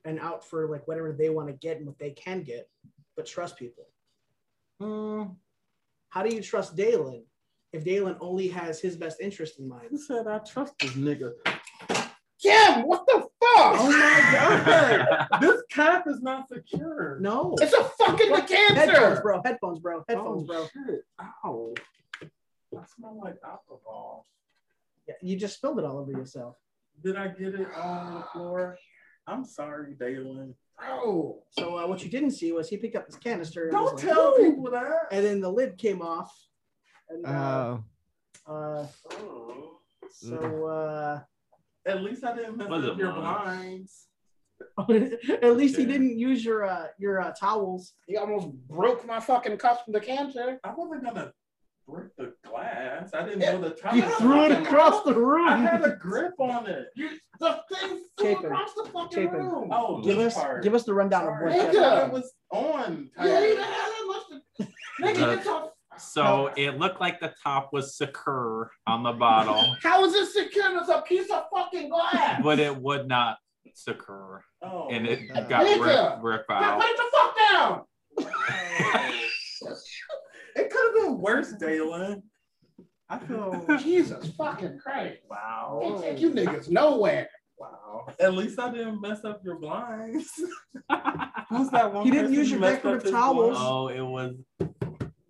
S10: and out for like whatever they want to get and what they can get but trust people
S6: Mm,
S10: how do you trust Dalen if Dalen only has his best interest in mind.
S6: He said, I trust this nigga.
S8: Kim, what the fuck?
S6: Oh my God. this cap is not secure.
S10: No.
S8: It's a fucking
S10: Headphones,
S8: decanter.
S10: bro. Headphones, bro. Headphones,
S6: oh,
S10: bro.
S6: Shit. Ow. I smell like alcohol.
S10: Yeah, you just spilled it all over yourself.
S6: Did I get it all on the floor? I'm sorry, Dalen.
S8: Bro,
S10: So uh, what you didn't see was he picked up this canister. and
S6: Don't
S10: was like,
S6: tell
S10: "Ooh,"
S6: people that.
S10: And then the lid came off. And, uh,
S3: Oh,
S10: uh,
S6: Oh.
S10: so uh,
S6: At least I didn't mess
S9: What's
S6: up
S9: up,
S6: your
S9: Mom?
S6: blinds.
S10: at least he
S9: Okay.
S10: didn't use your uh, your uh, towels.
S8: he almost broke my fucking custom decanter.
S6: I wasn't gonna break the glass. I didn't
S8: Yeah,
S6: know the top.
S8: You threw it across the room.
S6: I had a grip on it.
S8: You, the thing flew
S10: Chapin.
S8: across the fucking
S10: Chapin.
S8: room.
S6: Oh,
S10: Give
S6: this
S10: us
S6: part.
S10: give us the rundown
S6: Sorry.
S10: of what.
S8: Nigga!
S10: happened.
S6: It was on.
S8: You ain't even had that much. to- Nigga, it's a-
S9: So it looked like the top was secure on the bottle,
S8: How is this secure? It's a piece of fucking glass.
S9: but it would not secure,
S6: Oh.
S9: and it
S3: Uh,
S9: got
S8: Nigga!
S9: ripped, ripped
S8: Now
S9: out.
S8: put it the fuck down.
S6: It could have been worse, Dalen. I feel
S8: Jesus fucking Christ. Can't
S6: wow.
S8: take you niggas nowhere.
S6: Wow. At least I didn't mess up your blinds. Who's that one?
S10: He didn't
S6: person
S10: use
S6: who
S10: your
S6: messed up
S10: decorative
S6: his
S10: towels.
S6: blind?
S9: Oh, it was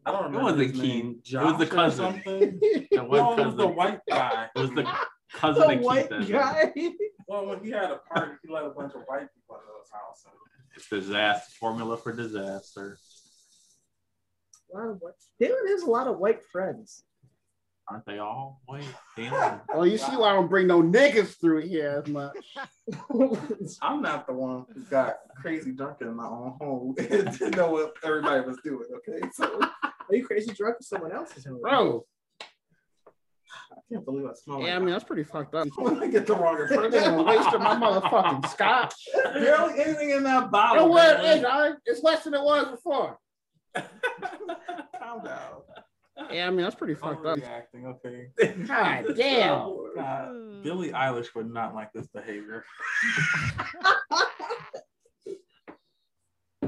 S6: I don't
S9: It
S6: remember.
S9: wasn't
S6: his
S9: Keen.
S6: name.
S9: It was the
S6: Josh or
S9: cousin.
S6: something?
S9: it
S6: no,
S9: was
S6: it was the
S9: cousin.
S6: white guy.
S9: It was the cousin
S10: The
S9: that
S10: white
S9: Keith is.
S10: guy.
S6: Well, when he had a party, he let a bunch of white people out of his house. So.
S9: It's disaster formula for disaster.
S10: A lot of white- Dalen has a lot of white friends.
S9: Aren't they all white? Damn.
S8: Well, you see why I don't bring no niggas through here as much.
S6: I'm not the one who got crazy drunk in my own home and didn't know what everybody was doing. Okay, so I
S10: Are you crazy drunk in someone else's home?
S8: Bro.
S6: can't believe I smell.
S2: Yeah, I
S6: like
S2: mean that's pretty fucked up.
S6: when I get the wrong
S8: I'm gonna
S6: impression.
S8: waste of my motherfucking scotch.
S6: Barely anything in that bottle.
S8: No word,
S6: man.
S8: it, I- it's less than it was before.
S6: Calm down.
S2: Yeah, I mean that's pretty fucked up.
S6: Overreacting. Okay.
S8: God damn.
S6: Uh, Billie Eilish would not like this behavior.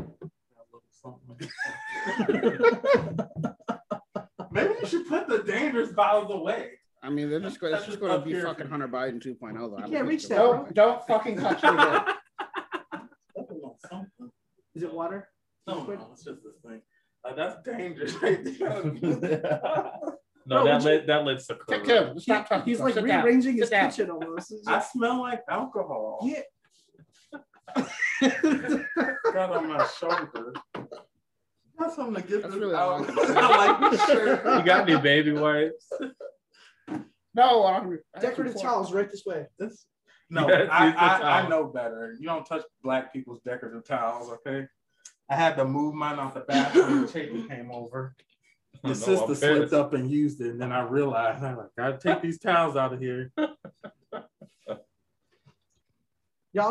S6: Maybe you should put the dangerous bottles away.
S2: I mean, they're just it's just going to be fucking Hunter Biden 2.0. Though. I
S10: You
S2: don't
S10: can't
S2: think
S10: reach
S2: so.
S10: that, bro.
S8: oh, Don't, don't fucking touch me. bro.
S10: Is it water?
S6: No, no, it's just this thing. Uh, that's dangerous right there.
S9: No, that lit that lit
S8: Take
S9: secure.
S8: care. Stop talking.
S10: He's
S8: bro.
S10: like
S8: Sit down.
S10: rearranging his
S8: Sit down.
S10: kitchen almost. It's
S6: I
S10: just-
S6: smell like alcohol.
S10: Yeah.
S6: Got on my shoulder. That's something to give
S2: That's
S6: this
S2: really
S6: out.
S2: awesome.
S6: I like this shirt.
S9: You got any baby wipes?
S8: No, I'm
S10: Decorative towels right this way.
S6: This- No,
S9: Yeah, it's
S6: I,
S9: just a
S6: I, I
S9: towel.
S6: know better. You don't touch black people's decorative towels, okay? I had to move mine off the bathroom. Chapin came over.
S9: No, I'm
S6: His sister
S9: pissed.
S6: slipped up and used it, and then I realized I like, gotta take these towels out of here.
S10: Y'all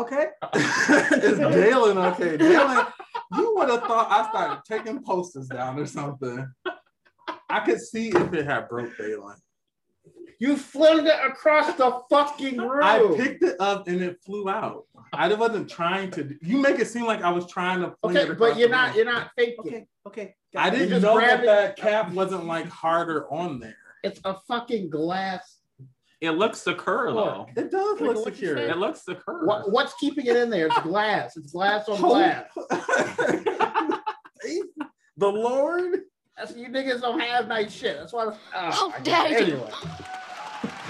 S10: okay?
S6: it's Dalen, okay? Dalen, you would have thought I started taking posters down or something. I could see if it had broke Dalen.
S8: You flung it across the fucking room.
S6: I picked it up and it flew out. I wasn't trying to. You make it seem like I was trying to. fling it
S8: Okay,
S6: across
S8: but you're
S6: the room.
S8: not you're not faking.
S10: Okay. Okay.
S6: I
S8: You
S6: didn't
S8: just
S6: know
S8: grab
S6: that
S8: it.
S6: that cap wasn't like harder on there.
S8: It's a fucking glass.
S9: It looks secure though.
S6: It does
S8: Look
S6: look
S8: what you
S6: secure.
S9: It looks secure.
S8: What, what's keeping it in there? It's glass. It's glass on
S6: Holy-
S8: glass.
S6: the Lord.
S8: That's you niggas don't have nice shit. That's why.
S11: Oh, daddy.
S8: Anyway,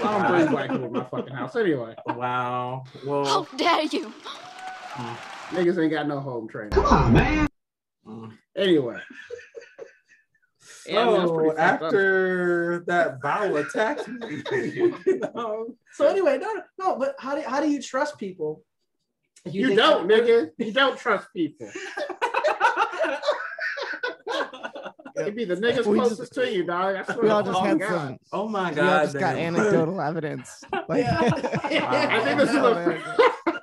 S6: Oh,
S8: I don't bring black people in my fucking house. Anyway,
S6: Wow.
S11: How
S6: Well,
S11: dare you?
S8: niggas ain't got no home training. Mm. Anyway,
S2: Oh, Yeah, I mean, that's pretty
S6: so
S2: fucked up.
S6: after that bowel attacked me, you know,
S10: So anyway, no, no, no. But how do how do you trust people? if
S8: you,
S10: think-
S8: don't, nigga. You don't trust people. It'd be the niggas
S3: We just-
S8: closest to you, dog. I swear
S3: we
S8: to
S3: all just had
S8: fucking God.
S3: some.
S6: oh my
S3: We all
S6: God,
S3: just got
S6: Daniel.
S3: anecdotal evidence. Like,
S8: I think this is a.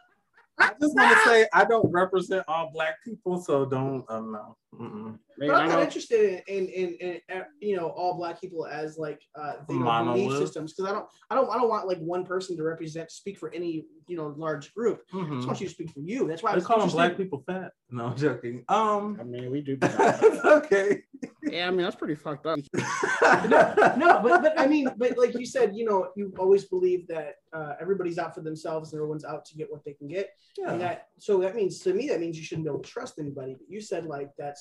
S6: I just want to say I don't represent all black people, so don't. Um, uh, no. Mm-mm.
S8: Man,
S10: But I'm
S8: I
S10: not
S8: don't,
S10: interested in, in, in, in uh, you know all black people as like uh, you know, belief
S6: Monolith.
S10: systems because I don't I don't I don't want like one person to represent speak for any you know large group. I just
S6: Mhm.
S10: want you to speak for you. That's why I
S6: They
S10: was
S6: call them
S10: interested.
S6: black people fat. No, I'm joking. Um,
S8: I mean, we do. be like-
S6: okay.
S8: yeah, I mean, that's pretty fucked up.
S10: no, but but I mean, but like you said, you know, you always believe that uh, everybody's out for themselves and everyone's out to get what they can get. And
S6: Yeah.
S10: that so that means to me that means you shouldn't be able to trust anybody. But you said like that's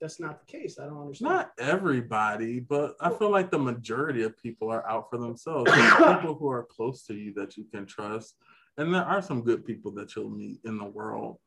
S10: that's not the case. I don't understand.
S6: Not everybody, but I feel like the majority of people are out for themselves. There's people who are close to you that you can trust. And there are some good people that you'll meet in the world.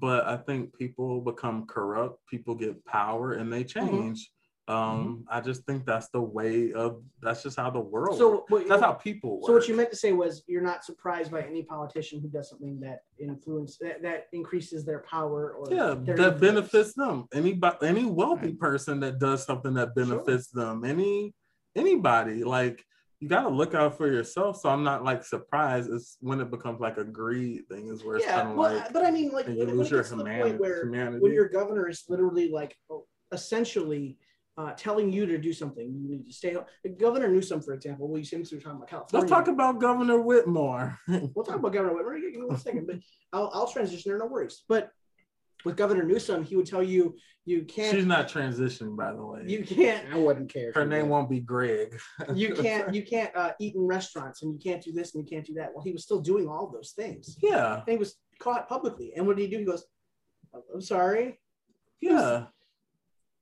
S6: But I think people become corrupt, people get power and they
S10: Mm-hmm.
S6: change. Um, I just think that's the way of that's just how the world
S10: so
S6: works.
S10: what,
S6: that's how people work.
S10: so what you meant to say was you're not surprised by any politician who does something that influence that, that increases their power or
S6: yeah
S10: their
S6: that
S10: influence.
S6: benefits them anybody any wealthy person that does something that benefits them any anybody like you got to look out for yourself so i'm not like surprised it's when it becomes like a greed thing is where it's
S10: Yeah,
S6: kind of
S10: well,
S6: like
S10: but I mean, like
S6: and
S10: when,
S6: you
S10: when
S6: lose
S10: it
S6: your
S10: gets to the
S6: humanity,
S10: point where
S6: humanity.
S10: when your governor is literally like essentially uh, telling you to do something, you need to stay home. Like, governor Newsom, for example, we seem to be talking about California.
S6: let's talk about governor whitmore
S10: we'll talk about Governor Whitmer in one second, but I'll, I'll transition there, no worries. But with Governor Newsom, he would tell you you
S6: she's
S10: can't,
S6: not transitioning by the way
S10: you can't,
S8: I wouldn't care. if
S6: her
S8: you
S6: name
S8: did.
S6: won't be greg
S10: you can't, you can't uh, eat in restaurants, and you can't do this, and you can't do that. Well, he was still doing all those things.
S6: yeah
S10: And he was caught publicly, and what did he do? He goes, "Oh, "I'm sorry."
S6: yeah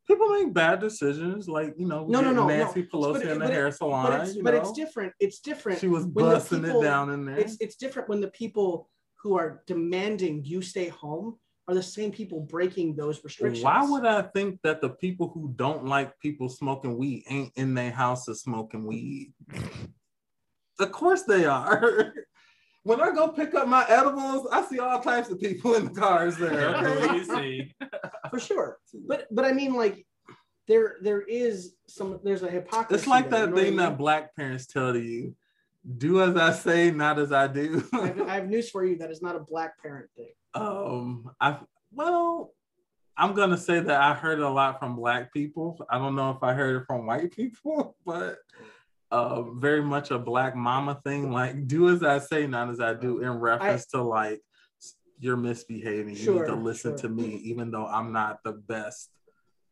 S6: People make bad decisions, like you know, we
S10: No, no,
S6: get
S10: no, no.
S6: Nancy Pelosi
S10: But it-
S6: in the
S10: but it-
S6: hair salon.
S10: but it's
S6: you
S10: but
S6: know?
S10: it's different. It's different.
S6: She was
S10: When the
S6: busting
S10: people-
S6: it down in there.
S10: It's it's different when the people who are demanding you stay home are the same people breaking those restrictions.
S6: Why would I think that the people who don't like people smoking weed ain't in their houses smoking weed? of course they are. when I go pick up my edibles, I see all types of people in the cars there. Okay?
S9: Easy.
S10: for sure? But but I mean like there there is some there's a hypocrisy.
S6: it's like
S10: there, you
S6: that
S10: know what I
S6: thing that
S10: mean?
S6: black parents tell you do as I say, not as I do.
S10: I have, I have news for you that is not a black parent thing.
S6: Um, I well, I'm gonna say that I heard a lot from black people. I don't know if I heard it from white people, but uh, very much a black mama thing. Like, do as I say, not as I do, in reference to like s- you're misbehaving. you
S10: Sure,
S6: need to listen to
S10: sure.
S6: me, even though I'm not the best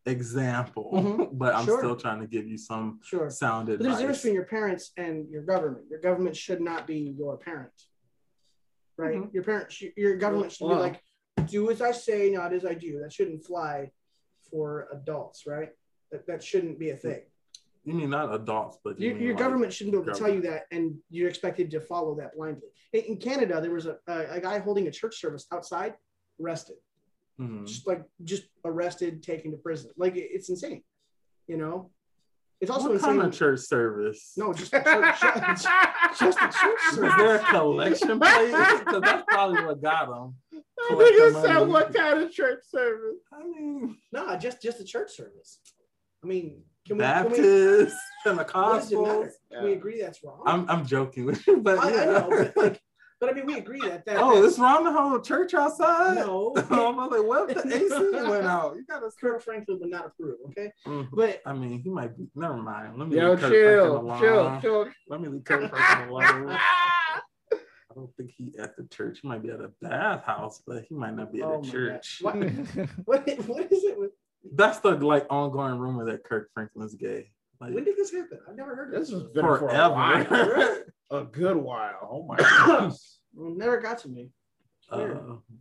S6: example,
S10: Mhm,
S6: but I'm
S10: sure.
S6: still trying to give you some
S10: Sure.
S6: sound
S10: But there's a difference
S6: advice.
S10: between your parents and your government. Your government should not be your parent, right? Your parents, your government should
S8: Well-
S10: be like, do as I say, not as I do. That shouldn't fly for adults, right? That, that shouldn't be a thing.
S6: You mean not adults, but you
S10: Your,
S6: mean,
S10: your
S6: like,
S10: government shouldn't be able to tell you that, and you're expected to follow that blindly. In, in Canada, there was a, a, a guy holding a church service outside, arrested,
S6: mhm.
S10: just like just arrested, taken to prison. Like it- it's insane, you know. It's also
S6: what
S10: insane.
S6: kind of church service?
S10: no, just, just, just a church
S6: Is
S10: service.
S6: there a collection plate? 'Cause that's probably what got them.
S8: I
S6: collect the
S8: think it said
S6: money.
S8: what kind of church service?
S6: I mean,
S10: No, just just the church service. I mean, can we, can we,
S6: Baptists,
S10: what does it
S6: Pentecostals.
S10: matter? Can we agree that's wrong.
S6: I'm, I'm joking with you, but
S10: I, I
S6: yeah.
S10: know, but like, but I mean, we agree that that.
S6: oh,
S10: that's-
S6: it's wrong to hold a church outside.
S10: no.
S6: I'm like, what if the AC went out? You gotta.
S10: Kirk Franklin would not approve. Okay,
S6: Mm,
S10: but
S6: I mean, he might be. Never mind. Let me
S8: Yo,
S6: leave Kirk Franklin
S8: chill,
S6: alone.
S8: chill, chill.
S6: Let me leave Kirk Franklin alone. I don't think he at the church. He might be at a bathhouse, but he might not be at
S10: Oh
S6: a
S10: my
S6: church.
S10: gosh. What, what, what is it with?
S6: That's the like ongoing rumor that Kirk Franklin's gay. Like
S10: When did this happen? I've never heard of
S8: This
S10: this.
S8: has been for a, while.
S6: forever.
S8: a good while. Oh my god.
S10: It never got to me.
S6: uh,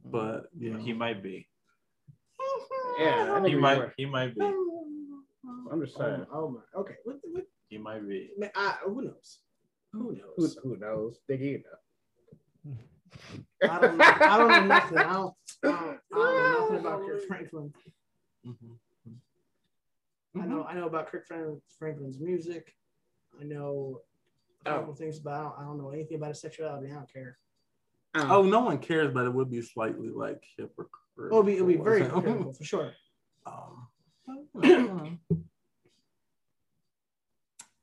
S6: but yeah,
S9: He might be.
S8: Yeah,
S9: He might. He might be.
S8: I'm just saying.
S10: Oh, oh my. Okay. What, what,
S9: He might be.
S10: man, I, who knows? Who
S8: Who,
S10: knows?
S8: who knows? Dig you
S10: I don't know. I don't know nothing. I don't, I don't, I don't know nothing about Kirk Franklin.
S6: Mhm.
S10: I know I know about Kirk Franklin, Franklin's music. I know a couple things about. I don't know anything about his sexuality. I don't care.
S6: Oh, no one cares, but it would be slightly like hypocritical.
S10: It'll Oh, be it'll be very
S6: isn't it?
S10: critical for sure.
S6: Um, but, you know,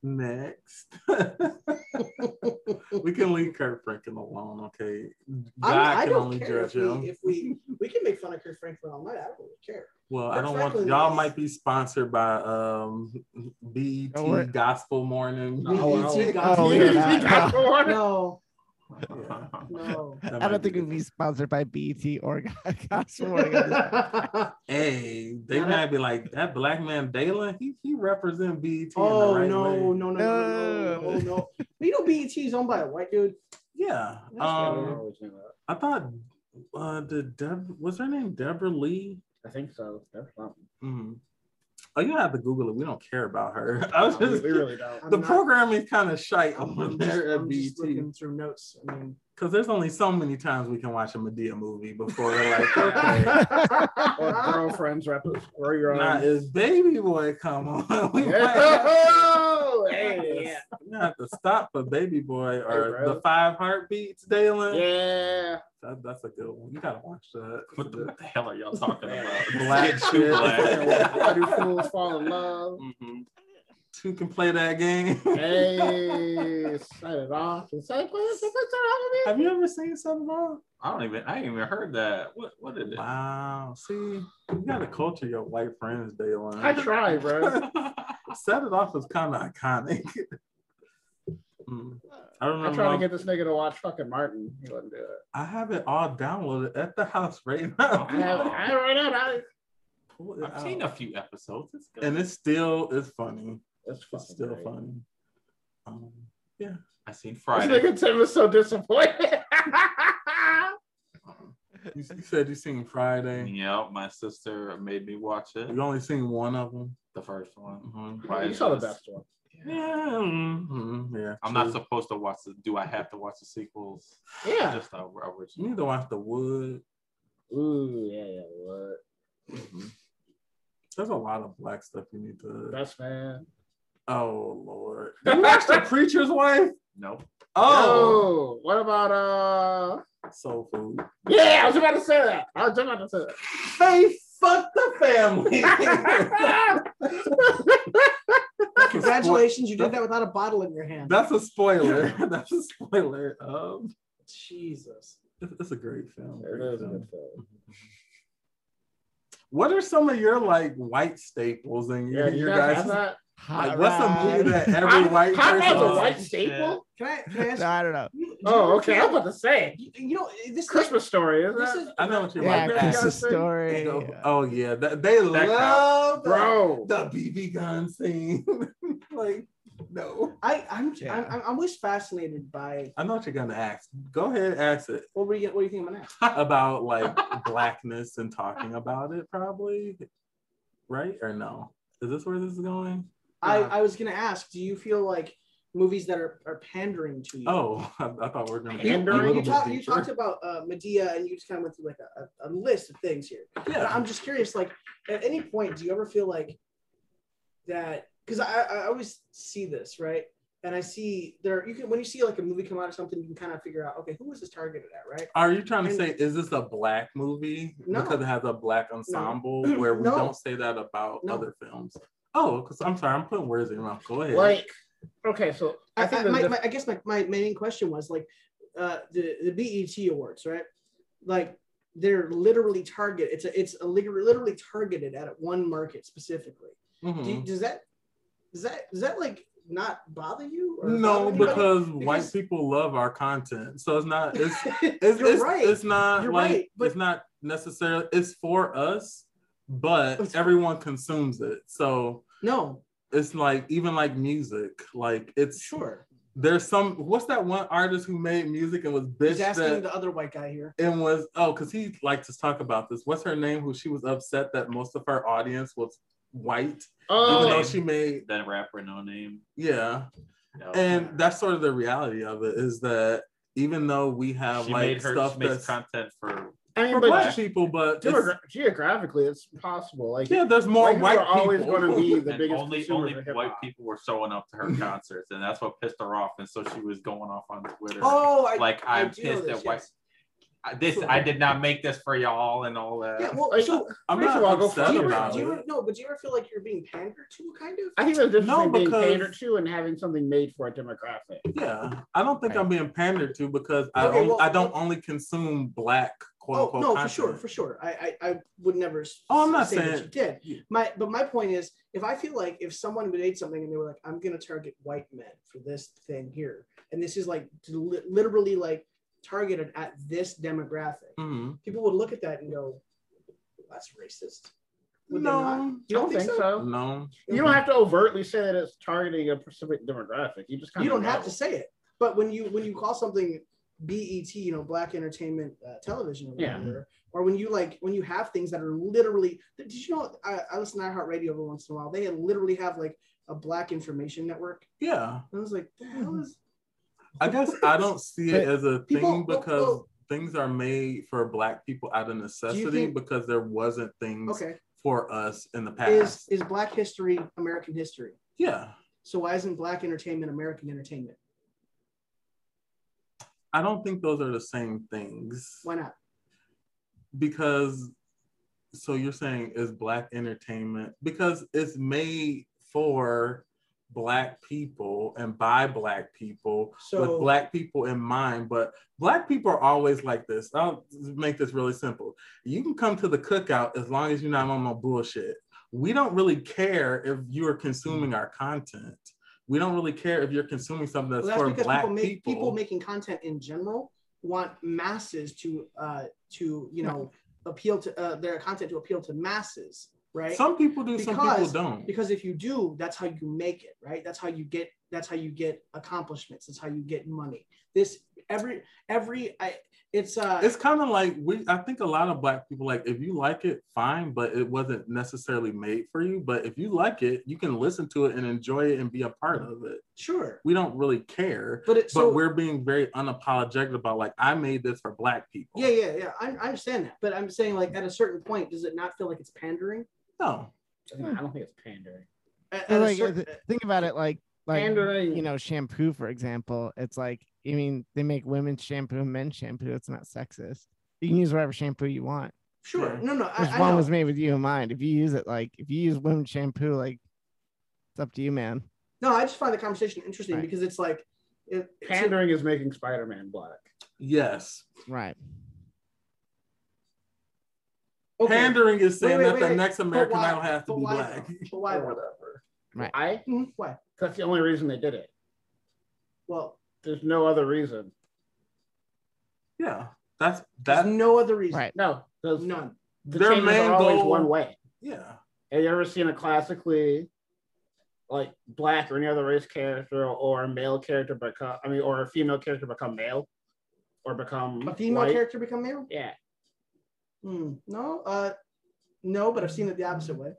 S6: Next. we can leave Kurt Franklin alone, okay?
S10: I, mean,
S6: God
S10: I
S6: can
S10: don't
S6: only
S10: care
S6: judge
S10: if we,
S6: him.
S10: if we we can make fun of Chris Franklin all night. I don't really care.
S6: Well, I
S10: Kurt
S6: don't
S10: Franklin
S6: want y'all
S10: is-
S6: might be sponsored by um BET
S3: Don't worry.
S6: Gospel Morning.
S10: Oh,
S6: BET
S10: oh,
S6: Gospel
S3: oh, yeah,
S6: Morning.
S3: that-
S8: got one.
S10: No,
S6: Yeah,
S10: no.
S6: that
S3: I
S6: might
S3: don't think
S6: be
S3: it'd be sponsored by BT or Gospel.
S6: Hey, they
S10: Not
S6: might be like that black man Dalen. He he represent BET. in
S10: Oh
S6: the right
S10: no, no,
S6: way.
S10: no, no, no, no, no, no. You know, BET is owned by a white dude.
S6: Yeah.
S10: That's
S6: Um, I thought uh did Deb was her name Deborah Lee?
S8: I think so. That's something.
S6: Mm. Oh, you have to Google it. We don't care about her. I was
S8: We-
S6: just,
S8: we really don't.
S10: I'm
S6: the
S10: not-
S6: programming kind of shite over
S10: I'm just,
S6: there at
S10: I'm just
S8: E
S6: BET.
S10: looking through notes. I mean,
S6: Because there's only so many times we can watch a Medea movie before we're like, okay,
S8: Or girlfriends rep grow your own.
S6: now is Baby Boy come on? We might have to-
S8: Oh, hey.
S10: yeah.
S6: we might have to stop for Baby Boy or
S8: Hey, bro.
S6: The Five Heartbeats, Dalen.
S8: Yeah.
S6: That, that's a good one. You gotta watch that.
S9: What the, what the hell are y'all talking about?
S6: Black
S9: Get too
S6: shit.
S9: black.
S8: Why do fools fall in love?
S9: Mm-hmm.
S6: Mhm. Two can play that game.
S8: Hey, set it off. Is that what is that
S6: Have you ever seen something wrong?
S9: I don't even. I ain't even heard that. What? What is it?
S6: Wow. See, you gotta culture your white friends, Dalen.
S8: I try, bro.
S6: Set it off is kind of iconic. Mm. I remember
S8: I'm trying
S6: my-
S8: to get this nigga to watch fucking Martin. He wouldn't do it.
S6: I have it all downloaded at the house right now.
S8: I have I have it right now. I-
S6: Pull it
S9: I've seen a
S6: out.
S9: few episodes. It's good.
S6: um, and it's still it's funny.
S8: That's
S6: It's
S8: fucking
S6: still
S8: great.
S6: funny. Um,
S9: I seen
S8: This
S9: Friday.
S8: nigga Tim is so disappointed.
S6: you, you said you seen Friday.
S9: Yeah, my sister made me watch it.
S6: You only seen one of them.
S9: The first one.
S6: Mhm.
S8: you saw the best one.
S6: Yeah,
S9: Yeah.
S8: Mm-hmm.
S6: mhm, yeah.
S9: I'm not
S6: true.
S9: supposed to watch the. Do I have to watch the sequels?
S8: Yeah.
S9: Just the
S6: You
S9: original.
S6: need to watch The Wood.
S8: Ooh, yeah, yeah. What?
S9: Mm-hmm.
S6: There's a lot of black stuff you need to.
S8: Best man.
S6: Oh Lord, you watched The Preacher's Wife?
S9: Nope.
S6: Oh,
S8: Oh, what about uh?
S6: soul food.
S8: Yeah, I was about to say that. I was about to say
S6: They fucked the family.
S8: that.
S10: Congratulations, you did that without a bottle in your hand.
S6: That's a spoiler. That's a spoiler. Um,
S10: Jesus.
S6: it's it's a great film.
S8: There
S6: great
S8: it is,
S6: film.
S8: good film.
S6: What are some of your like white staples in
S8: Yeah,
S6: your,
S8: you
S6: your
S8: guys
S6: guys?
S8: have that?
S6: Like, what's a movie that every
S8: Hot-
S6: white
S8: Hot
S6: person?
S8: Rod's a
S9: Oh,
S8: white
S9: shit.
S8: staple?
S10: Can I, can I ask?
S3: No, I don't know.
S10: you- do you
S8: Oh,
S10: ever
S8: okay.
S10: feel-
S8: I'm about to say
S10: You, you know this.
S8: Christmas story. Isn't
S10: This
S8: it?
S10: is
S6: I know what you're
S3: Yeah,
S6: like.
S8: Christmas
S6: gun
S3: Chris's
S6: scene. They
S3: story.
S6: go, Oh yeah, that, they love the-
S8: bro.
S6: the BB gun scene. like, no.
S10: I, I'm,
S3: Yeah.
S10: I'm, I'm always fascinated by
S6: I know what you're gonna ask. Go ahead, ask it
S10: what were you, what do you think about that?
S6: about like blackness and talking about it, probably, right or no? Is this where this is going?
S10: I, I was gonna ask, do you feel like movies that are, are pandering to you?
S6: Oh, I, I thought we were gonna
S10: You,
S6: get a
S8: Pandering?
S6: little
S10: you, you,
S6: bit
S10: talk, you
S6: deeper.
S10: talked about uh, Medea and you just kind of went through like a, a, a list of things here. But
S6: Yeah.
S10: I'm just curious, like, at any point, do you ever feel like that? Because I, I always see this, right? And I see there, you can, when you see like a movie come out or something, you can kind of figure out, okay, who was this targeted at, right?
S6: Are you trying to say is this a black movie
S10: No.
S6: because it has a black ensemble where we
S10: No.
S6: don't say that about
S10: No.
S6: other films? Oh, because I'm sorry, I'm putting words in your mouth. Go ahead.
S8: Like, okay, so
S10: I,
S8: I
S10: I,
S8: think
S10: my,
S8: the,
S10: my, I guess my, my main question was like uh, the, the BET awards, right? Like they're literally target. It's a, it's a lit- literally targeted at one market specifically.
S6: Mhm.
S10: Do, does that, does that, does that like not bother you? or
S6: no,
S10: bother anybody?
S6: because white
S10: Because-
S6: people love our content, so it's not. It's it's
S10: You're
S6: it's,
S10: right.
S6: it's not
S10: You're
S6: like
S10: right, but-
S6: it's not necessarily. It's for us, but
S10: It's-
S6: everyone consumes it, so
S10: no,
S6: it's like even like music. Like it's
S10: sure.
S6: there's some. What's that one artist who made music and was bitch
S10: He's asking
S6: that
S10: the other white guy here.
S6: and was oh because he liked to talk about this what's her name who she was upset that most of her audience was white even
S8: oh,
S6: though she made
S9: That rapper, no name.
S6: yeah
S9: No.
S6: and that's sort of the reality of it is that even though we have
S9: she
S6: uh, like
S9: made her.
S6: stuff
S9: she makes
S6: that's
S9: content for.
S8: I mean,
S6: for
S8: but
S6: black people but it's-
S8: geogra- geographically, it's possible. Like,
S6: yeah there's more
S8: white people
S6: white
S8: are always
S6: people
S8: going to be the
S9: and
S8: biggest
S9: only
S8: consumers
S9: only
S8: of hip-hop.
S9: white people were showing up to her concerts, and that's what pissed her off. And so she was going off on Twitter.
S10: Oh, I,
S9: like
S10: I
S9: I'm
S10: do know
S9: pissed
S10: this,
S9: at white.
S10: yes.
S9: I- This I did not make this for y'all and all that.
S10: Yeah, well,
S8: Like,
S10: so
S6: I'm
S8: First
S6: not
S8: of all, go
S6: upset
S10: do you, ever,
S6: about
S10: do you ever,
S6: it.
S10: no, but do you ever feel like you're being pandered to, kind of?
S8: I think there's a difference
S6: No,
S8: between being
S6: because-
S8: catered to and having something made for a demographic.
S6: Yeah, I don't think I'm being pandered to because I
S10: Okay,
S6: don't.
S10: well-
S6: I don't only consume black quote
S10: Oh
S6: unquote
S10: no, for
S6: content.
S10: sure, for sure. I I, I would never. s-
S6: Oh, I'm not
S10: say that
S6: saying-
S10: you did.
S6: Yeah.
S10: My but my point is, if I feel like if someone made something and they were like, I'm gonna target white men for this thing here, and this is like li- literally like targeted at this demographic,
S6: Mhm.
S10: people would look at that and go, that's racist. Would they not?
S6: No,
S10: You don't think so? Mm-hmm.
S6: no.
S8: You don't have to overtly say that it's targeting a specific demographic. You just kind
S10: you
S8: of
S10: don't have to say it but when you when you call something bet you know black entertainment uh, television or
S8: Yeah.
S10: whatever or when you like when you have things that are literally did you know i, I listen to iheartradio every once in a while they literally have like a black information network
S6: Yeah,
S10: and i was like the
S6: Mm-hmm.
S10: hell is
S6: I guess I don't see it as a
S10: People-
S6: thing
S10: well,
S6: because
S10: well-
S6: things are made for black people out of necessity
S10: think-
S6: because there wasn't things
S10: okay
S6: for us in the past.
S10: is is black history american history
S6: yeah,
S10: so why isn't black entertainment american entertainment
S6: I don't think those are the same things
S10: why not
S6: because. So you're saying is black entertainment because it's made for black people and by black people
S10: so
S6: with black people in mind, but black people are always like this. I'll make this really simple. You can come to the cookout as long as you're not on my bullshit. We don't really care if you are consuming our content. We don't really care if you're consuming something that's,
S10: Well, that's
S6: for
S10: because
S6: black
S10: people make people.
S6: people.
S10: making content in general want masses to uh to you know appeal to uh, their content to appeal to masses, right?
S6: Some people do, some people
S10: Because-
S6: don't.
S10: because if you do, that's how you make it, right? That's how you get that's how you get accomplishments. That's how you get money. This every every I it's uh
S6: it's kind of like we i think a lot of black people like if you like it fine but it wasn't necessarily made for you but if you like it you can listen to it and enjoy it and be a part of it
S10: sure,
S6: we don't really care
S10: but it's
S6: but
S10: so
S6: we're being very unapologetic about like I made this for black people.
S10: yeah yeah yeah. I, I understand that, but I'm saying like at a certain point, does it not feel like it's pandering?
S6: No.
S8: I don't think it's pandering.
S10: At,
S3: But
S10: at a
S3: like,
S10: certain-
S3: th- think about it like like
S8: pandering.
S3: you know shampoo for example. It's like I mean they make women's shampoo and men's shampoo. It's not sexist. You can use whatever shampoo you want.
S10: sure,
S6: Yeah.
S10: no no, I,
S3: Which
S10: I
S3: one
S10: know.
S3: was made with you in mind? If you use it like if you use women's shampoo, like it's up to you, man.
S10: No, I just find the conversation interesting
S3: Right.
S10: because it's like it, it's-
S8: pandering is making Spider-Man black.
S6: Yes.
S3: Right.
S10: okay,
S6: Pandering is saying
S10: Wait, wait,
S6: that
S10: wait,
S6: the next
S10: but
S6: American
S10: why-
S6: Idol has to
S10: but
S6: be
S10: why
S6: black.
S10: though? But why? though?
S8: whatever.
S3: Right.
S8: I.
S10: Mhm, Why?
S8: That's the only reason they did it.
S10: Well,
S8: There's no other reason.
S6: Yeah. That's
S10: there's
S6: that
S10: no other reason.
S3: Right.
S8: No, there's,
S10: None.
S8: the
S6: Their
S8: Their changes
S6: main
S8: are always
S6: goal-
S8: one way.
S6: yeah.
S8: Have you ever seen a classically like black or any other race character or a male character become? I mean, or a female character become male or become
S10: A female
S8: white?
S10: character become male?
S8: Yeah,
S10: Hmm, no. Uh, no. But I've seen it the opposite way.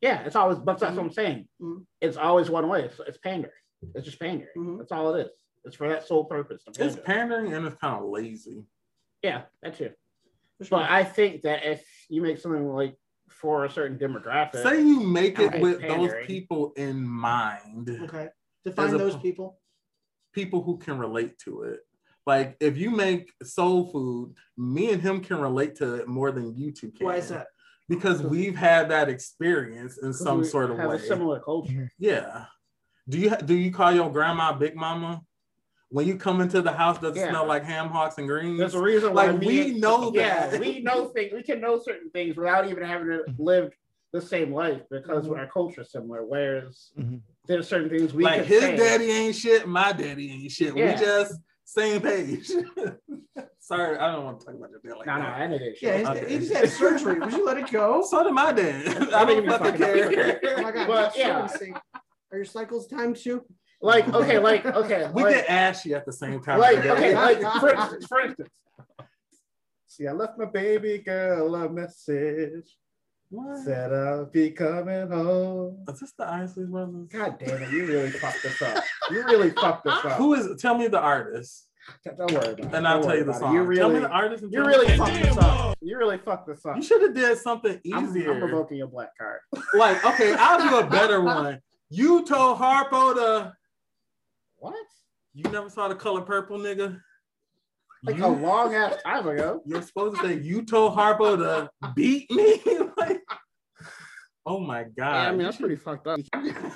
S8: yeah. It's always, but that's what I'm saying.
S10: Mhm.
S8: It's always one way. It's, it's pandering. It's just pandering.
S10: Mhm.
S8: That's all it is. It's for that sole purpose. to
S6: It's
S8: pander.
S6: pandering and it's kind of lazy.
S8: yeah, that's it.
S10: For sure.
S8: But I think that if you make something like for a certain demographic,
S6: Say you make it
S8: Alright,
S6: with
S8: pandering.
S6: those people in mind,
S10: okay. Define
S6: a
S10: those
S6: po-
S10: people.
S6: people who can relate to it. Like if you make soul food, me and him can relate to it more than you two can.
S10: Why is that?
S6: Because we've had that experience in some
S8: we
S6: sort of
S8: have
S6: way.
S8: a similar
S10: Mm-hmm.
S8: culture.
S6: Yeah. Do you do you call your grandma Big Mama? When you come into the house, does it
S8: Yeah.
S6: smell like ham hocks and greens?
S8: There's a reason why
S6: Like,
S8: me
S6: we
S8: and-
S6: know
S8: Yeah,
S6: that.
S8: we know things. We can know certain things without even having to
S10: Mm-hmm.
S8: live the same life because our culture is similar. Whereas
S10: Mm-hmm.
S3: Mhm.
S8: there's certain things we
S6: Like
S8: can
S6: his
S8: say.
S6: daddy ain't shit, my daddy ain't shit.
S8: Yeah.
S6: We just same page. Sorry, I don't want to talk about your dad like
S8: No, no,
S6: that.
S8: I did it.
S10: Yeah, he's,
S6: Okay.
S10: he just had surgery. Would you let it go?
S6: So did my dad. I
S8: I think
S6: don't
S8: you're
S6: fucking
S8: fucking
S6: care.
S10: Oh my god.
S8: But,
S10: that's
S8: yeah.
S10: so insane. Are your cycles timed too?
S8: Like okay, like okay,
S6: We
S8: like,
S6: get ashy at the same time.
S8: like
S6: today.
S8: okay, like for instance, for instance. See, I left my baby girl a message.
S6: What?
S8: Said I'll be coming home.
S6: Is this the Isley brothers?
S8: God damn it, you really fucked this up. You really fucked this up.
S6: Who is? Tell me the artist,
S8: Don't worry about it.
S6: and I'll
S8: Don't
S6: tell
S8: worry
S6: you the
S8: about it.
S6: song.
S8: You really,
S6: tell me the artist. and
S8: you
S6: tell me-
S8: really fucked this up. You really fucked this up.
S6: You should have did something
S8: I'm,
S6: easier.
S8: I'm provoking your black card.
S6: like, okay, I'll do a better one. You told Harpo to.
S8: What?
S6: You never saw the color purple, nigga.
S8: like
S6: You-
S8: a long ass time ago.
S6: You're supposed to say you told Harpo to beat me. like, oh my
S8: Yeah, I
S6: god!
S8: mean that's pretty fucked up.